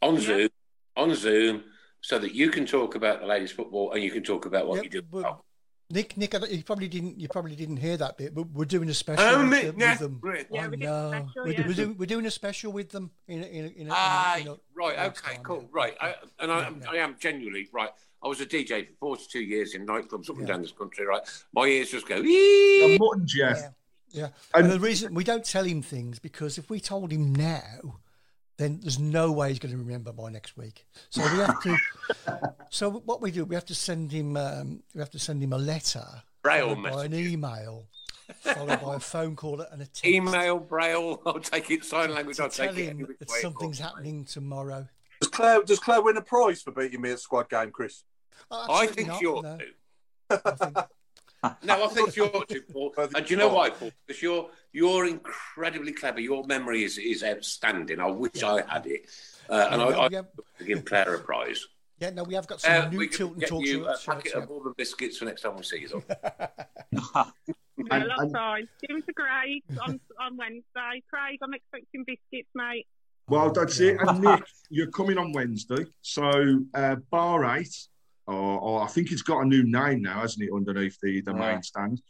[SPEAKER 3] on Zoom, on Zoom, so that you can talk about the ladies' football and you can talk about what you do. Oh.
[SPEAKER 4] Nick, Nick, I don't- you probably didn't. You probably didn't hear that bit, but we're doing a special
[SPEAKER 3] Oh,
[SPEAKER 4] with,
[SPEAKER 3] me-
[SPEAKER 4] with
[SPEAKER 3] yeah,
[SPEAKER 4] them.
[SPEAKER 3] right.
[SPEAKER 4] I
[SPEAKER 3] Yeah, we're doing a
[SPEAKER 4] know.
[SPEAKER 3] special,
[SPEAKER 4] We're,
[SPEAKER 3] yeah.
[SPEAKER 4] we're doing, we're doing a special with them in a, in a, in a,
[SPEAKER 3] Ah,
[SPEAKER 4] in a, in a
[SPEAKER 3] right. Okay, cool. Right, I, and I, I am genuinely right. I was a DJ for 42 years in nightclubs up and down this country. Right, my ears just go. The
[SPEAKER 2] mutton, Jeff.
[SPEAKER 4] Yeah. And, the reason we don't tell him things because if we told him now, then there's no way he's going to remember by next week. So we have to. so what we do, we have to send him. Um, we have to send him a letter,
[SPEAKER 3] Braille
[SPEAKER 4] followed by an email, followed by a phone call and a text.
[SPEAKER 3] Email, braille. I'll take it. Sign language. I'll
[SPEAKER 4] Tell
[SPEAKER 3] take it. any
[SPEAKER 4] him
[SPEAKER 3] which
[SPEAKER 4] that
[SPEAKER 3] way it
[SPEAKER 4] something's
[SPEAKER 3] goes.
[SPEAKER 4] happening tomorrow.
[SPEAKER 7] Does Claire does Claire win a prize for beating me at squad game, Chris?
[SPEAKER 4] Oh,
[SPEAKER 3] I
[SPEAKER 4] absolutely
[SPEAKER 3] think uh,
[SPEAKER 4] not,
[SPEAKER 3] she ought
[SPEAKER 4] no.
[SPEAKER 3] to. no, I think she ought to, Paul. And do you know why, Paul? Because you're you're incredibly clever. Your memory is, is outstanding. I wish I had it. Uh, and I,
[SPEAKER 4] Yeah,
[SPEAKER 3] I
[SPEAKER 4] yeah.
[SPEAKER 3] give Claire a prize.
[SPEAKER 4] Yeah, no, we have got some
[SPEAKER 3] Uh,
[SPEAKER 4] new
[SPEAKER 3] we can
[SPEAKER 4] Tilton
[SPEAKER 3] get
[SPEAKER 4] Talk
[SPEAKER 3] you a
[SPEAKER 4] shirts,
[SPEAKER 3] packet
[SPEAKER 4] yeah.
[SPEAKER 3] of bourbon biscuits for next time we see you. though.
[SPEAKER 11] We've had a lot of time. Give us a Craig on, on Wednesday. Craig, I'm expecting biscuits, mate.
[SPEAKER 2] Well,
[SPEAKER 4] Oh,
[SPEAKER 2] that's it. And Nick, you're coming on Wednesday. So, uh, Bar 8, or, or I think it's got a new name now, hasn't it, underneath the, the main stand.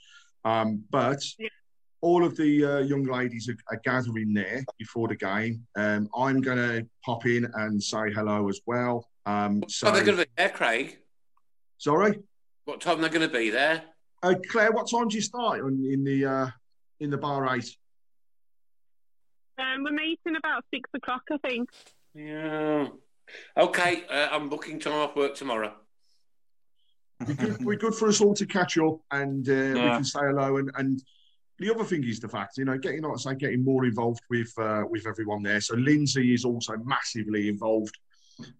[SPEAKER 2] Um, but all of the uh, young ladies are, are gathering there before the game. Um, I'm going to pop in and say hello as well. Um, so,
[SPEAKER 3] Are they going to be there, Craig?
[SPEAKER 2] Sorry?
[SPEAKER 3] What time they're going to be there?
[SPEAKER 2] Uh, Claire, what time do you start on, in the uh, in the Bar 8?
[SPEAKER 11] Um, we're meeting about six o'clock, I think.
[SPEAKER 3] Yeah. Okay, uh, I'm booking time off work tomorrow.
[SPEAKER 2] be good, be good for us all to catch up and uh, we
[SPEAKER 3] Yeah.
[SPEAKER 2] can say hello. And, and the other thing is the fact, you know, getting like I say, getting more involved with uh, with everyone there. So Lindsay is also massively involved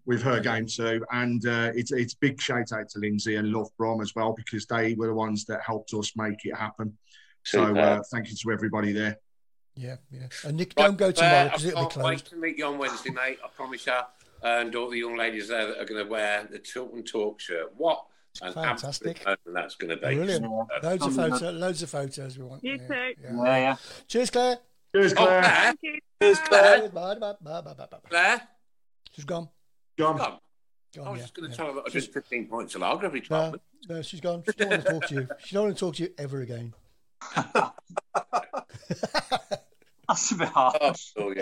[SPEAKER 2] with her game too, and uh, it's it's big shout out to Lindsay and Love Brom as well because they were the ones that helped us make it happen. So uh,
[SPEAKER 4] Superb.
[SPEAKER 2] thank you to everybody there.
[SPEAKER 4] Yeah, yeah. And Nick, don't go tomorrow because
[SPEAKER 3] uh, I
[SPEAKER 4] it'll be
[SPEAKER 3] can't wait
[SPEAKER 4] closed.
[SPEAKER 3] to meet you on Wednesday, mate. I promise you. And all the young ladies there that are going to wear the Tilton Talk shirt. What an
[SPEAKER 4] fantastic.
[SPEAKER 3] absolute moment that's going to be.
[SPEAKER 4] Brilliant.
[SPEAKER 3] Uh,
[SPEAKER 4] Loads of photos. Loads of photos we want.
[SPEAKER 11] You
[SPEAKER 4] yeah.
[SPEAKER 11] too.
[SPEAKER 4] Yeah, yeah. Cheers, Claire.
[SPEAKER 2] Cheers,
[SPEAKER 3] Oh, Claire. Claire.
[SPEAKER 11] Thank you.
[SPEAKER 3] Cheers, Claire.
[SPEAKER 4] Bye, bye, bye, bye, bye, bye.
[SPEAKER 3] Claire?
[SPEAKER 4] She's gone.
[SPEAKER 2] Gone.
[SPEAKER 3] Gone. I was
[SPEAKER 4] yeah,
[SPEAKER 3] just going to
[SPEAKER 4] yeah.
[SPEAKER 3] tell her that I did 15 points of lager every 12
[SPEAKER 4] No, no, she's gone. She don't want to talk to you. She don't want to talk to you ever again.
[SPEAKER 6] That's a bit hard.
[SPEAKER 3] Oh.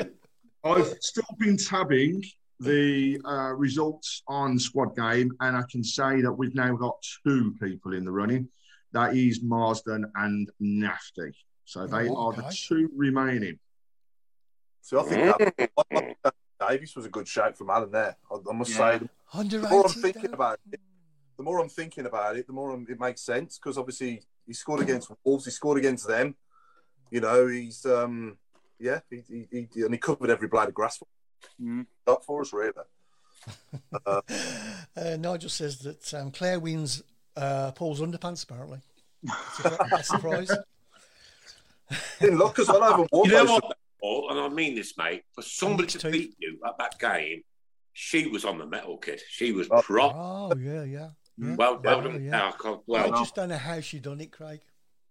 [SPEAKER 2] I've still been tabbing the uh, results on squad game, and I can say that we've now got two people in the running. That is Marsden and Nafty. So they
[SPEAKER 7] Oh,
[SPEAKER 2] are the two remaining.
[SPEAKER 7] So I think that, I think that Davies was a good shout from Alan there. I, I must
[SPEAKER 2] Yeah.
[SPEAKER 7] say, the more I'm
[SPEAKER 4] Underrated.
[SPEAKER 7] thinking about it, the more I'm thinking about it, the more I'm, it makes sense because obviously he scored against Wolves, he scored against them. You know, he's um, yeah, he, he, he and he covered every blade of grass.
[SPEAKER 3] Mm.
[SPEAKER 7] That for us, really. Uh,
[SPEAKER 4] Uh, Nigel says that um, Claire wins uh, Paul's underpants. Apparently, that's a prize.
[SPEAKER 7] Didn't look as well. I haven't worn
[SPEAKER 3] You know
[SPEAKER 7] those.
[SPEAKER 3] what, Paul, and I mean this, mate. For somebody to beat you at that game, she was on the metal, kid. She was prop.
[SPEAKER 4] Oh yeah, yeah.
[SPEAKER 3] Well, well
[SPEAKER 4] Oh,
[SPEAKER 3] done.
[SPEAKER 4] yeah.
[SPEAKER 3] Now, I can't-
[SPEAKER 4] I
[SPEAKER 3] well,
[SPEAKER 4] just don't know how she done it, Craig.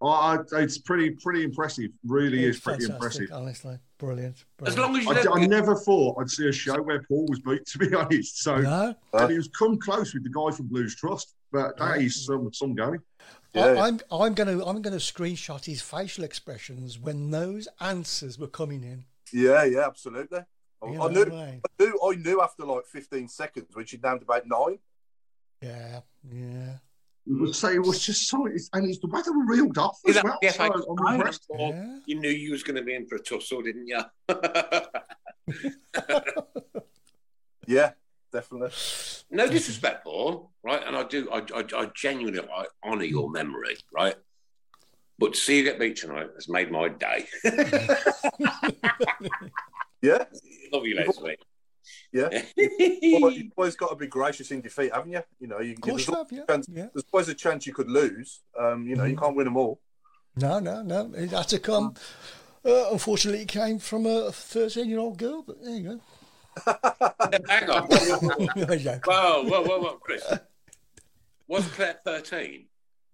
[SPEAKER 2] Oh, I, it's pretty pretty impressive. Really
[SPEAKER 4] It's
[SPEAKER 2] is pretty
[SPEAKER 4] fantastic,
[SPEAKER 2] impressive.
[SPEAKER 4] Honestly, brilliant.
[SPEAKER 3] As long as you
[SPEAKER 2] I,
[SPEAKER 3] don't
[SPEAKER 2] I
[SPEAKER 3] get-
[SPEAKER 2] never thought I'd see a show where Paul was beat, to be honest. So
[SPEAKER 4] No.
[SPEAKER 2] and he was come close with the guy from Blues Trust, but that is some some going.
[SPEAKER 4] I, I'm I'm going to I'm going to screenshot his facial expressions when those answers were coming in.
[SPEAKER 7] Yeah, yeah, absolutely. I,
[SPEAKER 4] You
[SPEAKER 7] Oh, I
[SPEAKER 4] know,
[SPEAKER 7] knew,
[SPEAKER 4] right.
[SPEAKER 7] I knew, I knew after like 15 seconds when she'd named about nine.
[SPEAKER 4] Yeah, yeah.
[SPEAKER 2] So it was just so, it's, and it's the weather were reeled off as well.
[SPEAKER 3] yeah,
[SPEAKER 2] so
[SPEAKER 3] I-
[SPEAKER 2] I'm impressed.
[SPEAKER 7] Oh.
[SPEAKER 3] Paul, You knew you was going to be in for a tussle, didn't you?
[SPEAKER 7] Yeah, definitely.
[SPEAKER 3] No disrespect, Paul, right? And I do, I, I, I genuinely I honour your memory, right? But see you get beat tonight has made my day.
[SPEAKER 7] yeah,
[SPEAKER 3] love you, Leslie.
[SPEAKER 7] Yeah, you've always- you've always got to be gracious in defeat, haven't you? You know, you,
[SPEAKER 4] Of course
[SPEAKER 7] there's,
[SPEAKER 4] you
[SPEAKER 7] always a chance, there's always a chance you could lose. Um, you know, you can't win them all.
[SPEAKER 4] No, no, no. It had to come. Uh, unfortunately, it came from a 13 year old girl, but there you go.
[SPEAKER 3] Hang on.
[SPEAKER 4] Yeah.
[SPEAKER 3] Whoa, whoa, whoa, whoa, Chris. Was Claire 13?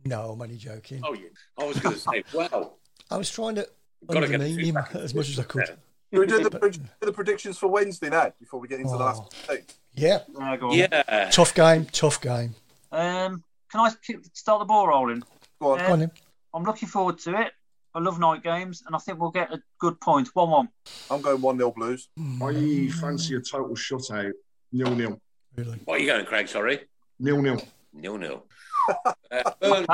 [SPEAKER 4] No, I'm only joking.
[SPEAKER 3] Oh, yeah. I was going to say, wow.
[SPEAKER 4] I was trying to
[SPEAKER 3] Gotta get
[SPEAKER 4] undermine
[SPEAKER 3] the
[SPEAKER 4] him as much as I could.
[SPEAKER 7] Can we do the, pred- do the predictions for Wednesday now before we get into the last thing?
[SPEAKER 4] Yeah.
[SPEAKER 6] Yeah, go on.
[SPEAKER 3] Yeah.
[SPEAKER 4] Tough game, tough game.
[SPEAKER 6] Um, can I kick- start the ball rolling?
[SPEAKER 7] Go
[SPEAKER 4] on. Go on then.
[SPEAKER 6] I'm looking forward to it. I love night games, and I think we'll get a good point. One-one.
[SPEAKER 7] I'm going one-nil Blues.
[SPEAKER 2] I fancy a total shutout. Nil nil.
[SPEAKER 3] What are you going, Craig? Sorry.
[SPEAKER 2] Nil nil.
[SPEAKER 3] Nil nil. Uh, Burnley,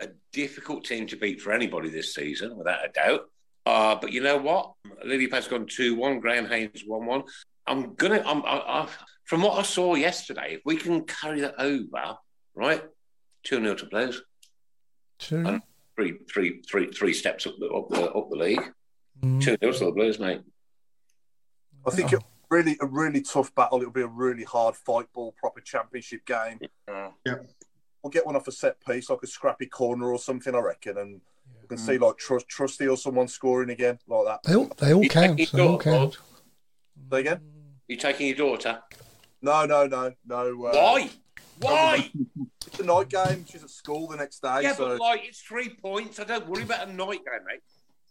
[SPEAKER 3] a difficult team to beat for anybody this season, without a doubt. Uh, but you know what? Lily Pass gone two one. Graham Haynes one one. I'm gonna. I'm. I, I, from what I saw yesterday, if we can carry that over, right? Two nil to Blues.
[SPEAKER 4] Two.
[SPEAKER 3] And three, three, three, three steps up the up the, up the league.
[SPEAKER 4] Mm.
[SPEAKER 3] Two nil to the Blues, mate.
[SPEAKER 7] I think it's really a really tough battle. It'll be a really hard fight ball, proper championship game.
[SPEAKER 2] Yeah.
[SPEAKER 7] We'll get one off a set piece, like a scrappy corner or something, I reckon, and we can see like trust, trusty or someone scoring again like that.
[SPEAKER 4] They all, they all
[SPEAKER 7] You
[SPEAKER 4] count.
[SPEAKER 7] think
[SPEAKER 4] They all
[SPEAKER 7] he's got
[SPEAKER 4] count.
[SPEAKER 7] Say again?
[SPEAKER 3] You taking your daughter?
[SPEAKER 7] No, no, no, no. Uh,
[SPEAKER 3] Why? Why?
[SPEAKER 7] It's a night game. She's at school the next day.
[SPEAKER 3] yeah,
[SPEAKER 7] so
[SPEAKER 3] but like it's three points. I don't worry about a night game, mate.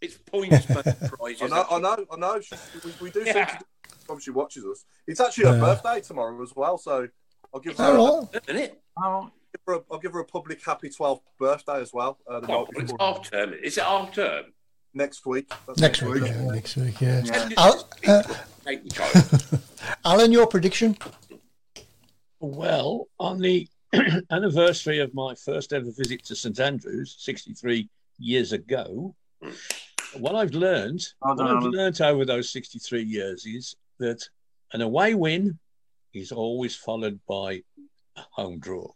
[SPEAKER 3] It's points for prizes.
[SPEAKER 7] I know, I know, I know. She, we, we do seem to do Probably she watches us. It's actually her
[SPEAKER 3] Yeah.
[SPEAKER 7] birthday tomorrow as well, so I'll give her.
[SPEAKER 3] All
[SPEAKER 7] A,
[SPEAKER 3] Isn't it?
[SPEAKER 6] I'll
[SPEAKER 7] give her a, I'll give her a public happy 12th birthday as well. Uh, the
[SPEAKER 3] Oh,
[SPEAKER 7] night
[SPEAKER 3] but it's
[SPEAKER 7] before.
[SPEAKER 3] half term. Is it half term?
[SPEAKER 7] next week. That's
[SPEAKER 4] Next week. Yeah, next week, yeah.
[SPEAKER 3] Yeah.
[SPEAKER 4] Al- uh,
[SPEAKER 3] Take your time.
[SPEAKER 4] Alan, your prediction?
[SPEAKER 5] Well, on the anniversary of my first ever visit to St Andrews, 63 years ago, what I've learned,
[SPEAKER 6] Hold
[SPEAKER 5] what
[SPEAKER 6] on,
[SPEAKER 5] I've
[SPEAKER 6] Alan.
[SPEAKER 5] learned over those 63 years is that an away win is always followed by a home draw.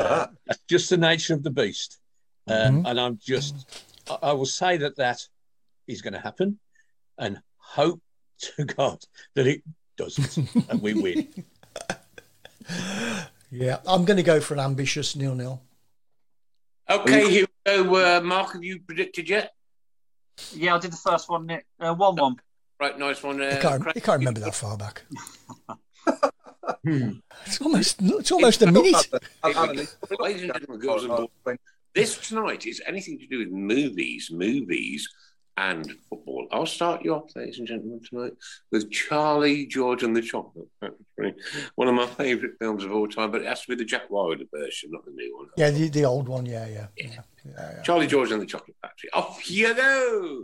[SPEAKER 7] Ah.
[SPEAKER 5] Uh, that's just the nature of the beast. Um, And I'm just, I, I will say that that is going to happen and hope to God that it doesn't and we win.
[SPEAKER 4] Yeah, I'm going to go for an ambitious nil nil.
[SPEAKER 3] Okay, here we go. Uh, Mark, have you predicted yet?
[SPEAKER 6] Yeah, I did the first one. Nick. Uh, one-one.
[SPEAKER 3] Right, nice one.
[SPEAKER 4] You
[SPEAKER 3] Uh,
[SPEAKER 4] can't,
[SPEAKER 3] Craig.
[SPEAKER 4] you can't remember that far back. it's almost, it's almost a minute.
[SPEAKER 3] Ladies and gentlemen, girls and boys, this tonight is anything to do with movies, movies, and football. I'll start you off, ladies and gentlemen, tonight with Charlie George and the Chocolate Factory, one of my favourite films of all time, but it has to be the Jack Wilder version, not the new one.
[SPEAKER 4] Yeah, the, the old one. Yeah, yeah. yeah.
[SPEAKER 3] Charlie George and the Chocolate Factory. Off you go.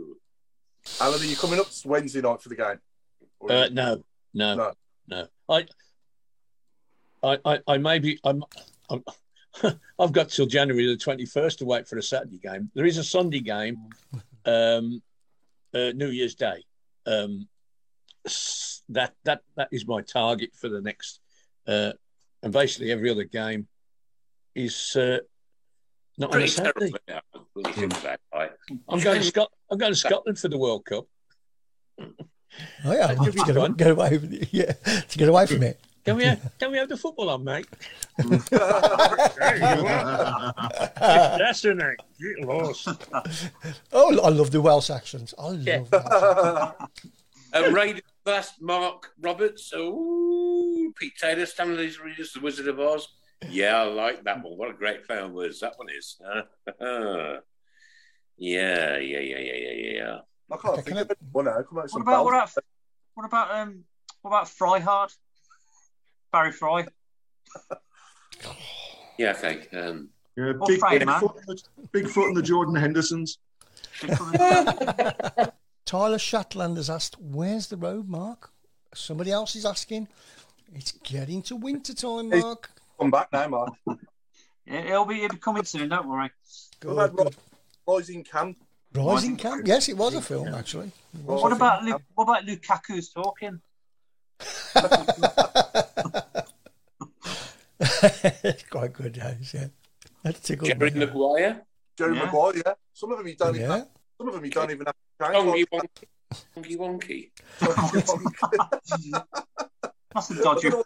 [SPEAKER 7] Alan, are you coming up Wednesday night for the game?
[SPEAKER 5] Uh, no, no, no, I, I, I, I maybe I'm, I'm I've got till January the twenty first to wait for a Saturday game. There is a Sunday game, um, uh, New Year's Day. Um, s- that that that is my target for the next, uh, and basically every other game is uh, not on a
[SPEAKER 3] Pretty
[SPEAKER 5] Saturday.
[SPEAKER 3] terrible, yeah. We'll
[SPEAKER 4] Hmm.
[SPEAKER 3] think about it.
[SPEAKER 5] I'm going to Scot- I'm going to Scotland for the World Cup.
[SPEAKER 4] Oh, yeah.
[SPEAKER 5] That'd be
[SPEAKER 4] To get,
[SPEAKER 5] fun.
[SPEAKER 4] get away with it. Yeah, to get away from it.
[SPEAKER 5] Can we have, can we have the football on, mate?
[SPEAKER 2] uh,
[SPEAKER 5] That's the night. Get lost.
[SPEAKER 4] Oh, I love the Welsh accents. I love
[SPEAKER 3] Yeah.
[SPEAKER 4] that.
[SPEAKER 3] Uh, Raiders last Mark Roberts. Ooh, Pete Taylor, Stanley's Readers, The Wizard of Oz. Yeah, I like that one. What a great film was that one is. yeah, yeah, yeah, yeah, yeah, yeah, yeah.
[SPEAKER 7] I can't think of it. Well, no, come out
[SPEAKER 6] What
[SPEAKER 7] some
[SPEAKER 6] about what
[SPEAKER 7] bells.
[SPEAKER 6] about what about um what about Fryhard? Barry Fry.
[SPEAKER 3] Yeah, okay. Um,
[SPEAKER 2] Yeah,
[SPEAKER 6] Or
[SPEAKER 2] big,
[SPEAKER 6] Friday, man.
[SPEAKER 2] Bigfoot, Bigfoot and the Jordan Hendersons.
[SPEAKER 4] Tyler Shatland has asked, "Where's the road, Mark?" Somebody else is asking. It's getting to winter time,
[SPEAKER 7] Hey,
[SPEAKER 4] Mark.
[SPEAKER 7] Come back now, Mark.
[SPEAKER 6] It- It'll be it'll be coming soon. Don't worry.
[SPEAKER 7] What about Ro- Rising Camp?
[SPEAKER 4] Rising Camp. Yes, it was a film actually. It was
[SPEAKER 6] What
[SPEAKER 4] a
[SPEAKER 6] about
[SPEAKER 4] film.
[SPEAKER 6] Lu- what about Lukaku's talking?
[SPEAKER 4] It's quite good, Hayes, yeah. That tickled me.
[SPEAKER 3] Maguire.
[SPEAKER 7] Jerry
[SPEAKER 4] Yeah.
[SPEAKER 7] Maguire, yeah. Some of them you don't even
[SPEAKER 4] Yeah.
[SPEAKER 7] have, some of them you don't even have to change.
[SPEAKER 3] Only one. Wonky wonky.
[SPEAKER 6] That's a
[SPEAKER 3] dodgy show.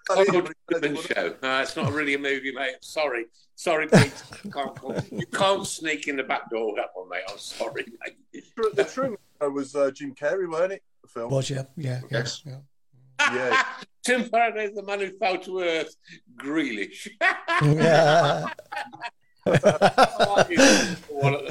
[SPEAKER 3] No, it's not really a movie, mate. I'm sorry. Sorry, Pete. Can't call- You can't sneak in the back door with that one, mate. I'm sorry, mate.
[SPEAKER 7] Tru- The Truman Show was uh, Jim Carrey, weren't it? The film.
[SPEAKER 4] Was, yeah, yeah, yeah,
[SPEAKER 7] Yes.
[SPEAKER 4] yeah.
[SPEAKER 7] Yeah.
[SPEAKER 3] Tim Faraday, the man who fell to earth. Grealish.
[SPEAKER 4] Yeah.
[SPEAKER 3] One at the minute.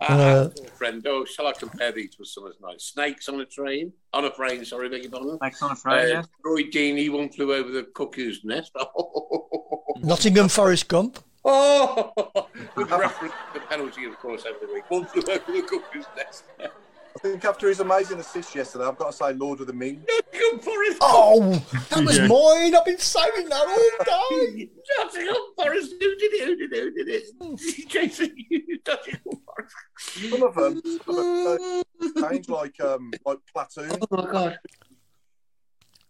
[SPEAKER 4] Uh,
[SPEAKER 3] Uh, friend, oh, shall I compare these with summer's night? Snakes on a train, on a frame. Sorry, beg your pardon.
[SPEAKER 6] Snakes on a frame, yeah.
[SPEAKER 3] Roy Deeney, one flew over the cuckoo's nest.
[SPEAKER 4] Nottingham Forest Gump.
[SPEAKER 3] Oh, with reference to the penalty, of course, every week. One flew over the cuckoo's nest.
[SPEAKER 7] I think after his amazing assist yesterday, I've got to say Lord of the Ming.
[SPEAKER 3] Nottingham Forest.
[SPEAKER 4] Oh, that was
[SPEAKER 7] Yeah.
[SPEAKER 4] mine. I've been saving that all day.
[SPEAKER 3] Nottingham Forest. "Oh, Who did it? Who did it? Who did it? Jason, you Nottingham Forest.
[SPEAKER 7] Some of them, some of them uh, change like um, like platoon.
[SPEAKER 3] Oh my god.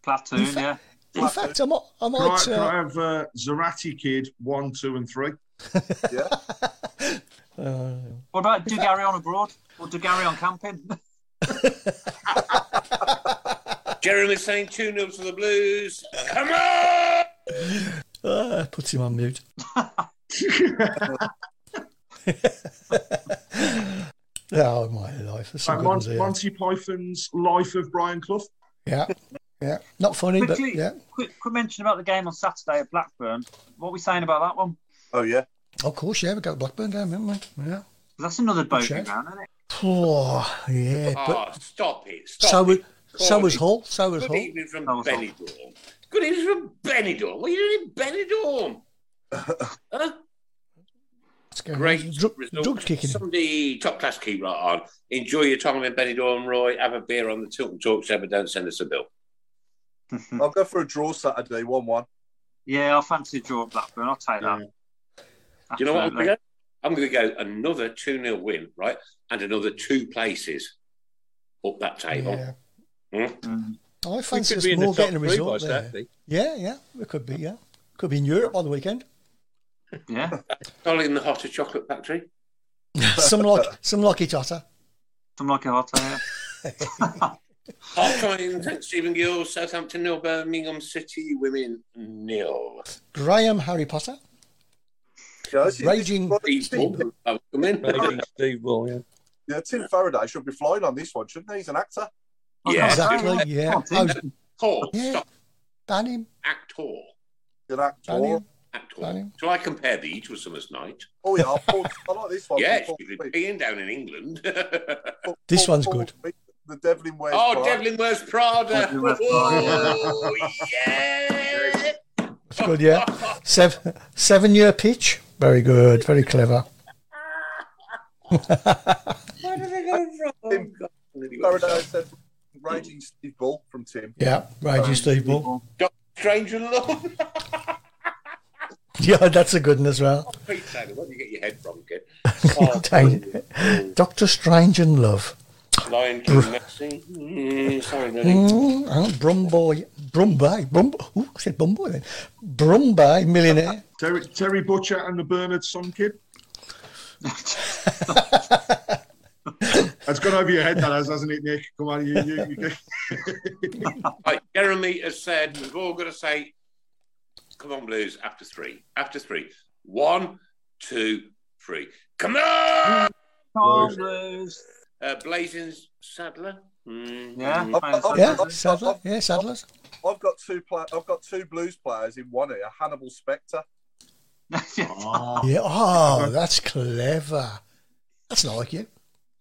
[SPEAKER 6] Platoon, yeah.
[SPEAKER 4] In fact, I might, I
[SPEAKER 2] Can I,
[SPEAKER 4] might
[SPEAKER 2] can I
[SPEAKER 4] uh,
[SPEAKER 2] have uh, Zarati Kid one, two, and three?
[SPEAKER 4] uh,
[SPEAKER 6] What about do Gary on abroad or do Gary on camping?
[SPEAKER 3] Jeremy's saying 2 0 to the Blues. Come
[SPEAKER 4] Eh,
[SPEAKER 3] on!
[SPEAKER 4] uh, put him on mute. oh my life, that's some
[SPEAKER 2] Like
[SPEAKER 4] good ones
[SPEAKER 2] Mon-
[SPEAKER 4] here.
[SPEAKER 2] Monty Python's Life of Brian Clough.
[SPEAKER 4] Yeah, yeah, not funny, but
[SPEAKER 6] quickly,
[SPEAKER 4] yeah.
[SPEAKER 6] quick, quick mention about the game on Saturday at Blackburn. What are we saying about that one?
[SPEAKER 7] Oh yeah,
[SPEAKER 4] Of course, yeah, we got the Blackburn game, haven't we? Yeah.
[SPEAKER 6] 'Cause That's another
[SPEAKER 4] Good
[SPEAKER 6] bogey
[SPEAKER 4] shout.
[SPEAKER 6] round, isn't it?
[SPEAKER 4] Oh, yeah. But
[SPEAKER 3] Ah, stop it. Stop
[SPEAKER 4] so was
[SPEAKER 3] it.
[SPEAKER 4] so was
[SPEAKER 3] Corby.
[SPEAKER 4] Hull. So was
[SPEAKER 3] Good
[SPEAKER 4] Hull.
[SPEAKER 3] evening from
[SPEAKER 6] was Hull.
[SPEAKER 3] Benidorm. Good evening from Benidorm. What are you doing in Benidorm? huh?
[SPEAKER 4] Let's go.
[SPEAKER 3] Great
[SPEAKER 4] Drug,
[SPEAKER 3] result.
[SPEAKER 4] drug kicking. him.
[SPEAKER 3] Somebody top class keep right on. Enjoy your time in Benidorm, Roy. Have a beer on the Tilton Talk Show, but don't send us a bill.
[SPEAKER 7] I'll go for a draw Saturday, one-one.
[SPEAKER 6] Yeah, I fancy a draw at Blackburn. I'll take that.
[SPEAKER 3] Do you know what I'm going
[SPEAKER 6] Absolutely.
[SPEAKER 3] to go? I'm going to go another 2 0 win, right? And another two places up that table.
[SPEAKER 4] Yeah.
[SPEAKER 3] Hmm?
[SPEAKER 4] I
[SPEAKER 12] We
[SPEAKER 4] fancy
[SPEAKER 12] could
[SPEAKER 4] us
[SPEAKER 12] be in the
[SPEAKER 4] more
[SPEAKER 12] top
[SPEAKER 4] getting
[SPEAKER 12] three
[SPEAKER 4] a
[SPEAKER 12] by
[SPEAKER 4] result there.
[SPEAKER 12] Saturday.
[SPEAKER 4] Yeah, yeah, we could be. Yeah, could be in Europe by the weekend.
[SPEAKER 6] Mm, Yeah,
[SPEAKER 3] Dolly in the Hotter Chocolate Factory.
[SPEAKER 4] some like some like it otter.
[SPEAKER 6] something like a hot air.
[SPEAKER 3] Half time, St. Stephen Gill, Southampton nil, Birmingham City women nil.
[SPEAKER 4] Graham Harry Potter.
[SPEAKER 7] Yeah, this is-
[SPEAKER 4] Raging-
[SPEAKER 7] this is-
[SPEAKER 3] People, I'll come in.
[SPEAKER 12] Maybe Steve Ball, yeah.
[SPEAKER 7] Yeah, Tim Faraday should be flying on this one, shouldn't he? He's an actor.
[SPEAKER 3] Yeah.
[SPEAKER 4] Exactly. Yeah. Oh,
[SPEAKER 3] Actor,
[SPEAKER 4] Yeah.
[SPEAKER 3] stop,
[SPEAKER 4] ban him.
[SPEAKER 3] actor,
[SPEAKER 7] He's an actor.
[SPEAKER 4] Ban him. Ban
[SPEAKER 3] actor.
[SPEAKER 4] him.
[SPEAKER 3] Shall I compare these to a summer's night?
[SPEAKER 7] Oh yeah, I'll pull- I like this one.
[SPEAKER 3] Yes,
[SPEAKER 7] Pull- pull-
[SPEAKER 3] being down in England.
[SPEAKER 7] pull-
[SPEAKER 4] This
[SPEAKER 7] pull-
[SPEAKER 4] one's
[SPEAKER 7] pull- The Devlin wears.
[SPEAKER 3] oh,
[SPEAKER 7] Prada.
[SPEAKER 3] Devlin Wears Prada.
[SPEAKER 6] Devlin Wears Prada.
[SPEAKER 3] Oh, yeah.
[SPEAKER 4] That's good. Yeah. Seven seven year pitch. Very good. Very clever.
[SPEAKER 3] Where did they go from?
[SPEAKER 7] Tim Faraday said, "Raging Steve Bull" from Tim.
[SPEAKER 4] Yeah. Raging Steve Bull.
[SPEAKER 3] Doctor Strange and Love.
[SPEAKER 4] Yeah, that's a good one as well.
[SPEAKER 3] Pete Taylor, where do you get your head from, kid?
[SPEAKER 6] Oh,
[SPEAKER 3] Oh,
[SPEAKER 4] Dang. Doctor Strange and Love.
[SPEAKER 3] Lion King Messi. Mm, sorry, Nelly.
[SPEAKER 4] Mm, oh, Brumboy. Brumbay. Brum, ooh, I said Brumboy then. Brumbay millionaire.
[SPEAKER 2] Terry, Terry Butcher and the Bernard Son Kid. That's gone over your head, that has, hasn't it, Nick? Come on, you, you, you.
[SPEAKER 3] Right, Jeremy has said, we've all got to say, come on, Blues, after three. After three. One, two, three. Come on!
[SPEAKER 6] Can't lose.
[SPEAKER 3] Uh, Blazing Saddler. Mm.
[SPEAKER 6] Yeah,
[SPEAKER 3] mm.
[SPEAKER 7] I've, I've,
[SPEAKER 4] Yeah.
[SPEAKER 7] I've,
[SPEAKER 4] Sadler. Yeah. Sadler's.
[SPEAKER 7] I've got two pla- I've got two blues players in one here. Hannibal Spectre.
[SPEAKER 4] Yeah. Oh, that's clever. That's not like you.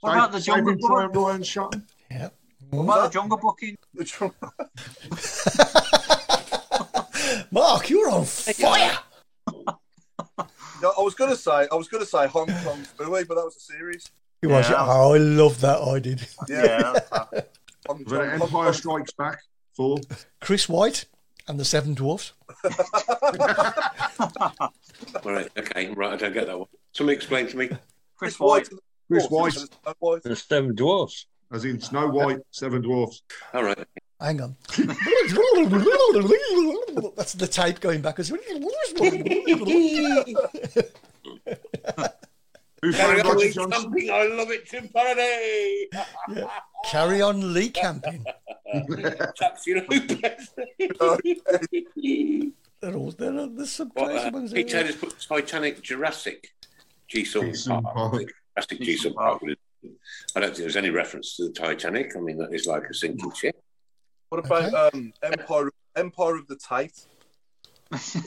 [SPEAKER 6] What about the Jungle
[SPEAKER 2] Saving Private
[SPEAKER 6] Book?
[SPEAKER 2] Ryan shot.
[SPEAKER 4] Yeah.
[SPEAKER 6] What about the Jungle Book? in-
[SPEAKER 4] Mark, you're on fire.
[SPEAKER 7] No, I was going to say I was going to say Hong Kong Fooey, but that was a series.
[SPEAKER 4] He was.
[SPEAKER 6] Yeah.
[SPEAKER 4] Oh, I love that. I did.
[SPEAKER 7] Yeah. Hong
[SPEAKER 2] We've got
[SPEAKER 7] Kong- Hong
[SPEAKER 2] Empire
[SPEAKER 7] Kong-
[SPEAKER 2] Strikes Back four.
[SPEAKER 4] Chris White and the Seven Dwarfs.
[SPEAKER 3] All right, okay, right, I don't get that one. Somebody explain to me.
[SPEAKER 6] Chris White.
[SPEAKER 2] Chris White,
[SPEAKER 7] White.
[SPEAKER 12] The Seven Dwarfs.
[SPEAKER 2] as in Snow White, Seven Dwarfs.
[SPEAKER 3] All right.
[SPEAKER 4] Hang on. That's the tape going backwards.
[SPEAKER 3] Carry on, Lee Camping, I love it to parody.
[SPEAKER 4] Carry on Lee camping.
[SPEAKER 3] Taxi Lopez.
[SPEAKER 4] They're all, they're, all- there's some
[SPEAKER 3] What,
[SPEAKER 4] crazy
[SPEAKER 3] uh,
[SPEAKER 4] ones.
[SPEAKER 3] Pete
[SPEAKER 4] there.
[SPEAKER 3] Taylor's put Titanic Jurassic Jason
[SPEAKER 2] Jigsaw
[SPEAKER 3] Park. Jurassic Jigsaw Park. I don't think there's any reference to the Titanic. I mean, that is like a sinking ship.
[SPEAKER 7] What about um, Empire Empire of the Tate?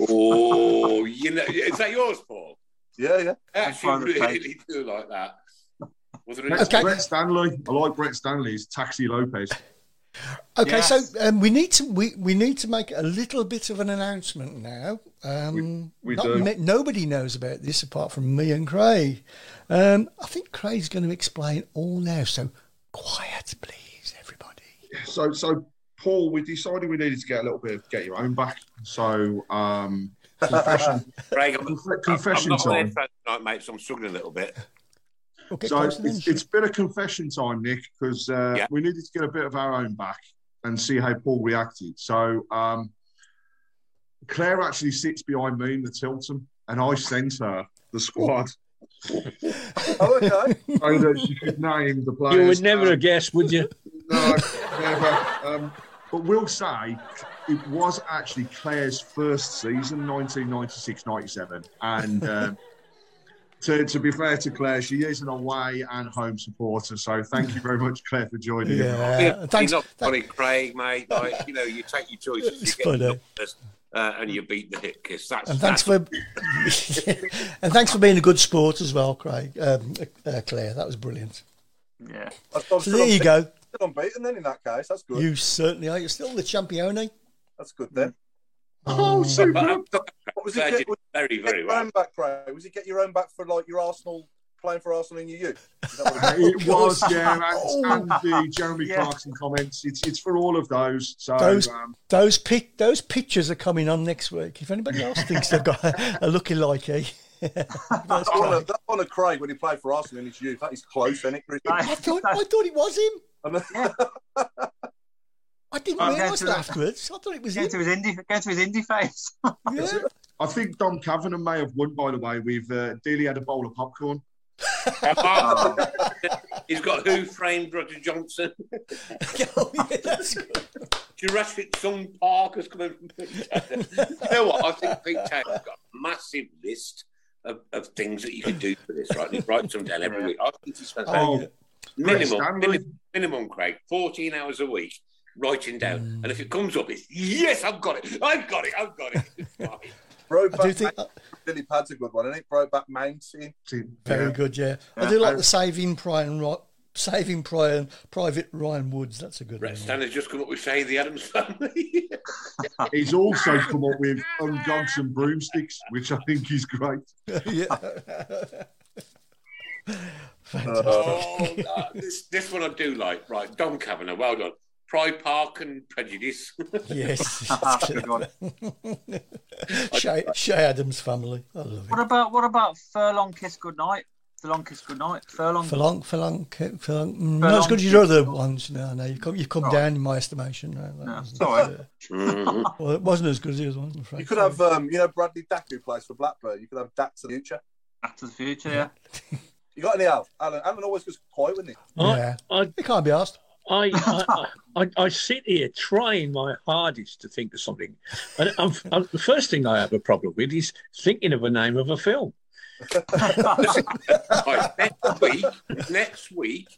[SPEAKER 3] Oh, you know, is that yours, Paul?
[SPEAKER 7] Yeah, yeah.
[SPEAKER 3] I actually
[SPEAKER 2] Empire of
[SPEAKER 3] really do like that. Was there
[SPEAKER 2] That's Brett Stanley. I like Brett Stanley's Taxi Lopez.
[SPEAKER 4] Okay,
[SPEAKER 2] Yes.
[SPEAKER 4] so um, we need to we, we need to make a little bit of an announcement now. Um,
[SPEAKER 2] We- we
[SPEAKER 4] not
[SPEAKER 2] do.
[SPEAKER 4] me- nobody knows about this apart from me and Craig. Um, I think Craig's going to explain all now. So quiet, please, everybody.
[SPEAKER 2] So, so Paul, we decided we needed to get a little bit of get your own back. So, um, confession,
[SPEAKER 3] Craig, I'm,
[SPEAKER 2] Conf-
[SPEAKER 3] I'm
[SPEAKER 2] confession
[SPEAKER 3] not on
[SPEAKER 2] time.
[SPEAKER 3] airphone tonight, mate, so I'm struggling a little bit.
[SPEAKER 2] so it's, it's been a confession time, Nick, because uh,
[SPEAKER 3] Yeah.
[SPEAKER 2] we needed to get a bit of our own back and see how Paul reacted. So um, Claire actually sits behind me in the Tilton, and I sent her the squad.
[SPEAKER 7] oh, okay.
[SPEAKER 2] So that she could name the players. Um,
[SPEAKER 12] You would never have guessed, would you?
[SPEAKER 2] No, never. Um, but we'll say it was actually Claire's first season, 1996-97. And um, to, to be fair to Claire, she is an away and home supporter. So thank you very much, Claire, for joining
[SPEAKER 4] Uh,
[SPEAKER 2] us.
[SPEAKER 3] Yeah, He's not funny, Craig, mate. Like, you know, you take your choices. You get
[SPEAKER 4] funny.
[SPEAKER 3] the numbers, uh, and you beat the hit kiss. That's,
[SPEAKER 4] And thanks for
[SPEAKER 3] that's-
[SPEAKER 4] and thanks for being a good sport as well, Craig. Um, uh, Claire, that was brilliant.
[SPEAKER 6] Yeah.
[SPEAKER 4] So there you go.
[SPEAKER 7] Still unbeaten then in that case. That's good.
[SPEAKER 4] You certainly are. You're still the champione. eh?
[SPEAKER 7] That's good then.
[SPEAKER 4] Oh, super.
[SPEAKER 7] What um, was um,
[SPEAKER 3] Glad
[SPEAKER 7] it?
[SPEAKER 3] you did very,
[SPEAKER 7] Get
[SPEAKER 3] very
[SPEAKER 7] your
[SPEAKER 3] well.
[SPEAKER 7] own back, Craig. Was it get your own back for like your Arsenal playing for Arsenal in your youth? Is that what
[SPEAKER 2] It was, yeah, and,
[SPEAKER 7] Oh.
[SPEAKER 2] and the Jeremy
[SPEAKER 7] Yeah.
[SPEAKER 2] Clarkson comments. It's, it's for all of those. So
[SPEAKER 4] Those
[SPEAKER 2] um,
[SPEAKER 4] those pic those pictures are coming on next week. If anybody else thinks they've got a, a looking like eh?
[SPEAKER 7] That one, of, that one of Craig when he played for Arsenal in his youth. That is close, isn't it? Chris?
[SPEAKER 4] I thought I thought it was him. I didn't
[SPEAKER 7] I'm going
[SPEAKER 4] realise
[SPEAKER 7] to-
[SPEAKER 4] that afterwards. I thought it was him.
[SPEAKER 6] Go to his indie, go to his indie face.
[SPEAKER 4] Yeah.
[SPEAKER 2] I think Dom Kavanagh may have won, by the way. We've uh, dearly had a bowl of popcorn.
[SPEAKER 3] He's got Who Framed Roger Johnson.
[SPEAKER 4] Oh,
[SPEAKER 3] Jurassic Song Park has come in from Pete Taylor. You know what? I think Pete Taylor's got a massive list of, of things that you can do for this, right? He writes them down every week. I think he spends
[SPEAKER 2] Oh,
[SPEAKER 3] about minimum,
[SPEAKER 2] Stanley.
[SPEAKER 3] minimum, minimum, Craig, 14 hours a week writing down. And if it comes up, it's, yes, I've got it. I've got it. I've got it. It's fine.
[SPEAKER 7] Brokeback Mountain. Billy Pad's a good one, isn't it? Brokeback Mountain.
[SPEAKER 4] Very good, yeah. I do like the saving Brian Ro- saving Brian Private Ryan Woods. That's a good one.
[SPEAKER 3] Brett Stanley's just come up with Say the Adams Family.
[SPEAKER 2] He's also come up with ungogs and broomsticks, which I think is great.
[SPEAKER 4] yeah.
[SPEAKER 7] Uh.
[SPEAKER 3] Oh, no, this, this one I do like. Right, Don Kavanagh, well done. Pride Park and Prejudice.
[SPEAKER 4] Yes.
[SPEAKER 6] Good one.
[SPEAKER 4] Shay, Shay Adams family. I love it.
[SPEAKER 6] What about what about Furlong Kiss Goodnight? Furlong Kiss Goodnight. Furlong.
[SPEAKER 4] Furlong, furlong, ca- furlong. Mm,
[SPEAKER 6] Furlong
[SPEAKER 4] not as good as your
[SPEAKER 6] is-
[SPEAKER 4] other ones. No, no, you've come, you've come down in my estimation. No, that wasn't-
[SPEAKER 7] sorry.
[SPEAKER 4] uh, well, it wasn't as good as the other ones, I'm afraid.
[SPEAKER 7] You could have, um, you know, Bradley Dack who plays for Blackburn. You could have Dack to the future.
[SPEAKER 6] Back to the Future. Yeah.
[SPEAKER 7] You got any Al? Alan, Alan always goes quiet, wouldn't he?
[SPEAKER 4] Yeah. it can't be asked.
[SPEAKER 12] I, I, I, I sit here trying my hardest to think of something. And I'm, I'm, the first thing I have a problem with is thinking of a name of a film.
[SPEAKER 3] Right, next week, next week,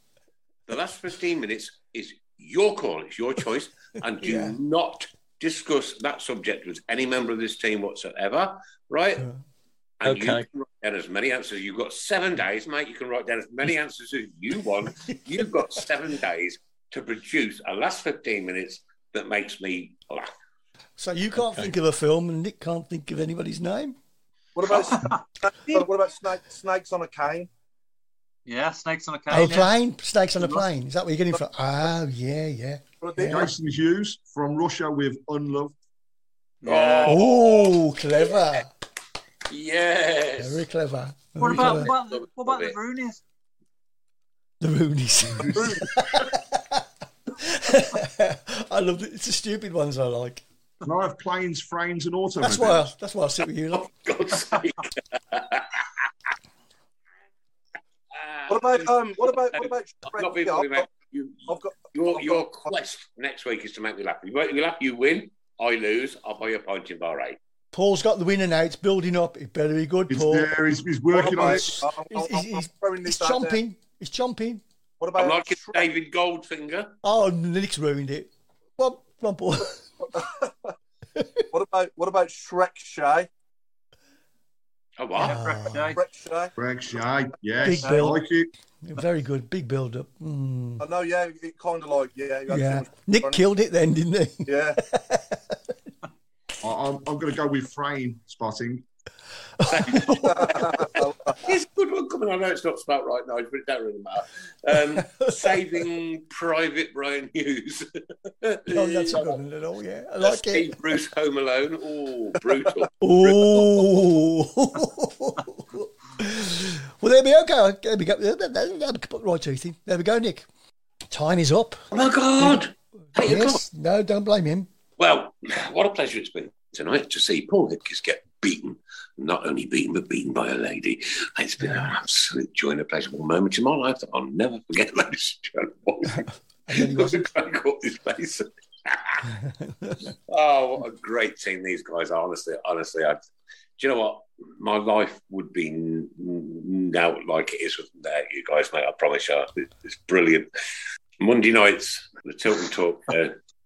[SPEAKER 3] the last 15 minutes is your call, it's your choice, and do
[SPEAKER 4] Yeah.
[SPEAKER 3] not discuss that subject with any member of this team whatsoever, right? And you
[SPEAKER 12] Okay.
[SPEAKER 3] can write down as many answers. You've got seven days, mate. You can write down as many answers as you want. You've got seven days to produce a last 15 minutes that makes me laugh.
[SPEAKER 4] So you can't think of a film, and Nick can't think of anybody's name.
[SPEAKER 7] What about snakes, what about snake, snakes on a cane?
[SPEAKER 6] Yeah. Snakes on a
[SPEAKER 4] Oh,
[SPEAKER 6] Cane. yeah.
[SPEAKER 4] plane. Snakes on a plane. Is that what you're getting from? Oh, yeah, yeah. yeah.
[SPEAKER 2] Jason Hughes from Russia with Unloved.
[SPEAKER 4] Oh, clever.
[SPEAKER 3] Yes.
[SPEAKER 4] Very clever. Very
[SPEAKER 6] What about
[SPEAKER 4] clever.
[SPEAKER 6] what about the, what about the Roonies?
[SPEAKER 4] the Roonies? I love it. It's the stupid ones I like.
[SPEAKER 2] And I have planes, frames, and automobiles.
[SPEAKER 4] That's why. I, that's why I sit with you. Lot.
[SPEAKER 7] What about um? What about what about?
[SPEAKER 3] I'm not being funny, mate. You, your your quest next week is to make me laugh. You make me laugh, you win. I lose. I'll buy you a pint in bar eight.
[SPEAKER 4] Paul's got the winner now. It's building up. It better be good,
[SPEAKER 2] It's
[SPEAKER 4] Paul.
[SPEAKER 2] there. He's- he's working on it.
[SPEAKER 4] He's,
[SPEAKER 2] I'll- I'll-
[SPEAKER 4] he's-
[SPEAKER 2] I'll
[SPEAKER 4] he's-
[SPEAKER 2] throw in
[SPEAKER 4] he's
[SPEAKER 2] this out there.
[SPEAKER 4] chomping. He's chomping.
[SPEAKER 7] What
[SPEAKER 3] I'm like David Goldfinger.
[SPEAKER 4] Oh, Nick's ruined it. Well, come on, Paul.
[SPEAKER 7] What about what about Shrek Shy?
[SPEAKER 3] Oh
[SPEAKER 6] Ah.
[SPEAKER 4] what?
[SPEAKER 7] Shrek Shy.
[SPEAKER 2] Greg Shy, yes,
[SPEAKER 4] Big
[SPEAKER 2] I
[SPEAKER 4] build.
[SPEAKER 2] like it.
[SPEAKER 4] Very good. Big build up. Mm.
[SPEAKER 7] I know. Yeah, it kind of like yeah. you had too
[SPEAKER 4] Yeah.
[SPEAKER 7] much-
[SPEAKER 4] Nick killed it then, didn't he?
[SPEAKER 7] Yeah.
[SPEAKER 2] I, I'm, I'm going to go with frame spotting.
[SPEAKER 3] It's a good one coming. I know it's not smart right now, but it don't really matter. Um, saving Private Brian Hughes.
[SPEAKER 4] No, that's a good one at all. Yeah, I
[SPEAKER 3] That's
[SPEAKER 4] like
[SPEAKER 3] Steve
[SPEAKER 4] it.
[SPEAKER 3] Bruce Home Alone. Oh, brutal.
[SPEAKER 4] Oh. well, there we go. There we go. There- there- there- there- Right, Toothy. There we go, Nick. Time is up.
[SPEAKER 3] Oh my God!
[SPEAKER 4] yes. No, don't blame him.
[SPEAKER 3] Well, what a pleasure it's been tonight to see Paul Hipkiss get beaten. Not only beaten, but beaten by a lady. It's been an absolute joy and a pleasurable moment in my life that I'll never forget, ladies and gentlemen. Look at Craig Courtney's face. oh, what a great team these guys are. Honestly, honestly, I, do you know what? My life would be n- n- now like it is with uh, you guys, mate. I promise you, It- it's brilliant. Monday nights, the Tilton Talk, uh,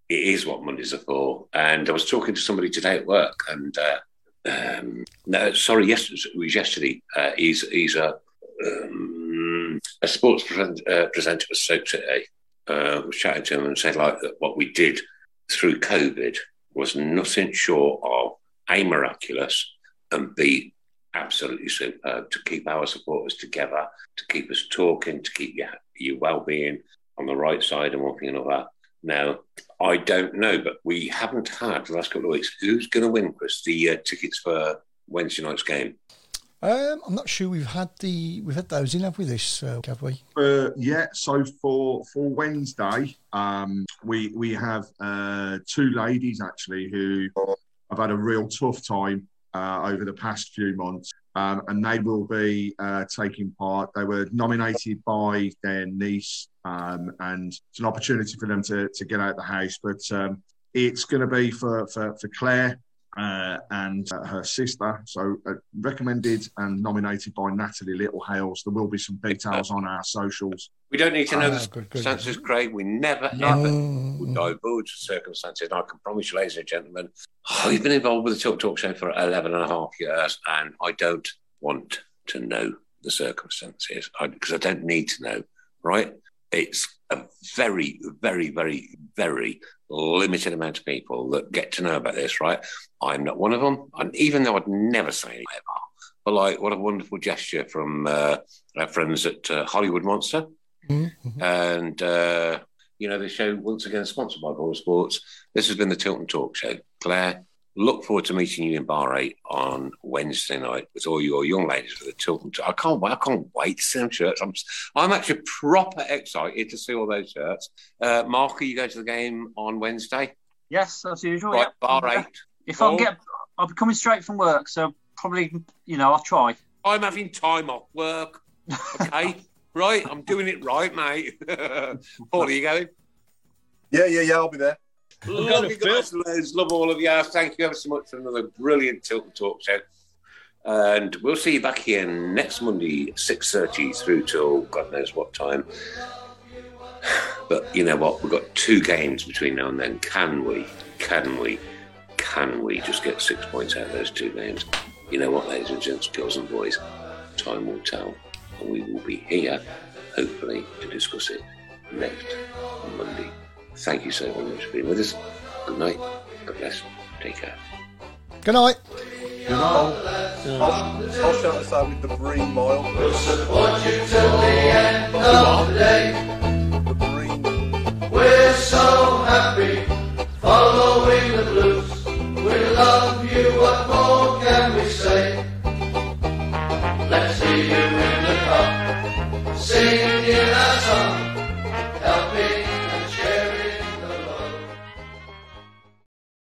[SPEAKER 3] it is what Mondays are for. And I was talking to somebody today at work, and uh, um, no, sorry, yes, it was yesterday. Uh, he's he's a um, a sports present, uh, presenter at Stoke City. Uh, was chatting to him and said like that what we did through COVID was nothing short of a miraculous and b absolutely superb to keep our supporters together, to keep us talking, to keep your your well being on the right side and one thing and another. Now I don't know, but we haven't had the last couple of weeks. Who's going to win, Chris? The uh, tickets for Wednesday night's game.
[SPEAKER 4] Um, I'm not sure we've had the we've had those in, have we? This uh, have we?
[SPEAKER 2] Uh, yeah, so for for Wednesday, um, we we have uh, two ladies actually who have had a real tough time uh, over the past few months, um, and they will be uh, taking part. They were nominated by their niece, um, and it's an opportunity for them to to get out of the house. But um, it's going to be for for, for Claire. Uh, and uh, her sister, so uh, recommended and nominated by Natalie Littlehales. There will be some details on our socials.
[SPEAKER 3] We don't need to know
[SPEAKER 2] Ah, good,
[SPEAKER 3] the
[SPEAKER 2] good.
[SPEAKER 3] circumstances, Craig. We never,
[SPEAKER 4] Mm-hmm.
[SPEAKER 3] ever will divulge the circumstances. And I can promise you, ladies and gentlemen, I've been involved with the Talk Talk Show for 11 and a half years, and I don't want to know the circumstances because I don't need to know, right? It's a very, very, very, very limited amount of people that get to know about this, right? I'm not one of them. And even though I'd never say anything ever, but like, what a wonderful gesture from uh, our friends at uh, Hollywood Monster.
[SPEAKER 4] Mm-hmm.
[SPEAKER 3] And, uh, you know, the show, once again, sponsored by Ball Sports. This has been the Tilton Talk Show. Claire, look forward to meeting you in Bar 8 on Wednesday night with all your young ladies for the Tilton Talk. I can't wait. I can't wait to see them shirts. I'm, I'm actually proper excited to see all those shirts. Uh, Mark, are you going to the game on Wednesday?
[SPEAKER 6] Yes, as usual.
[SPEAKER 3] Right,
[SPEAKER 6] Oh, yeah.
[SPEAKER 3] bar eight.
[SPEAKER 6] If
[SPEAKER 3] Paul?
[SPEAKER 6] I get, I'll be coming straight from work, so probably, you know, I'll try.
[SPEAKER 3] I'm having time off work. Okay. right. I'm doing it right, mate. Paul, are you going?
[SPEAKER 7] Yeah, yeah, yeah. I'll be there.
[SPEAKER 3] Love you guys, loads. Love all of you. Thank you ever so much for another brilliant Tilton Talk show. And we'll see you back here next Monday, 6.30 through till God knows what time. But you know what? We've got two games between now and then. Can we? Can we? Can we just get six points out of those two games? You know what, ladies and gents, girls and boys? Time will tell. And we will be here, hopefully, to discuss it next Monday. Thank you so very much for being with us. Good night. God bless. Take care.
[SPEAKER 4] Good night.
[SPEAKER 2] Good night.
[SPEAKER 7] I'll shout this out with the Green Mile.
[SPEAKER 13] Support you till the end of the day.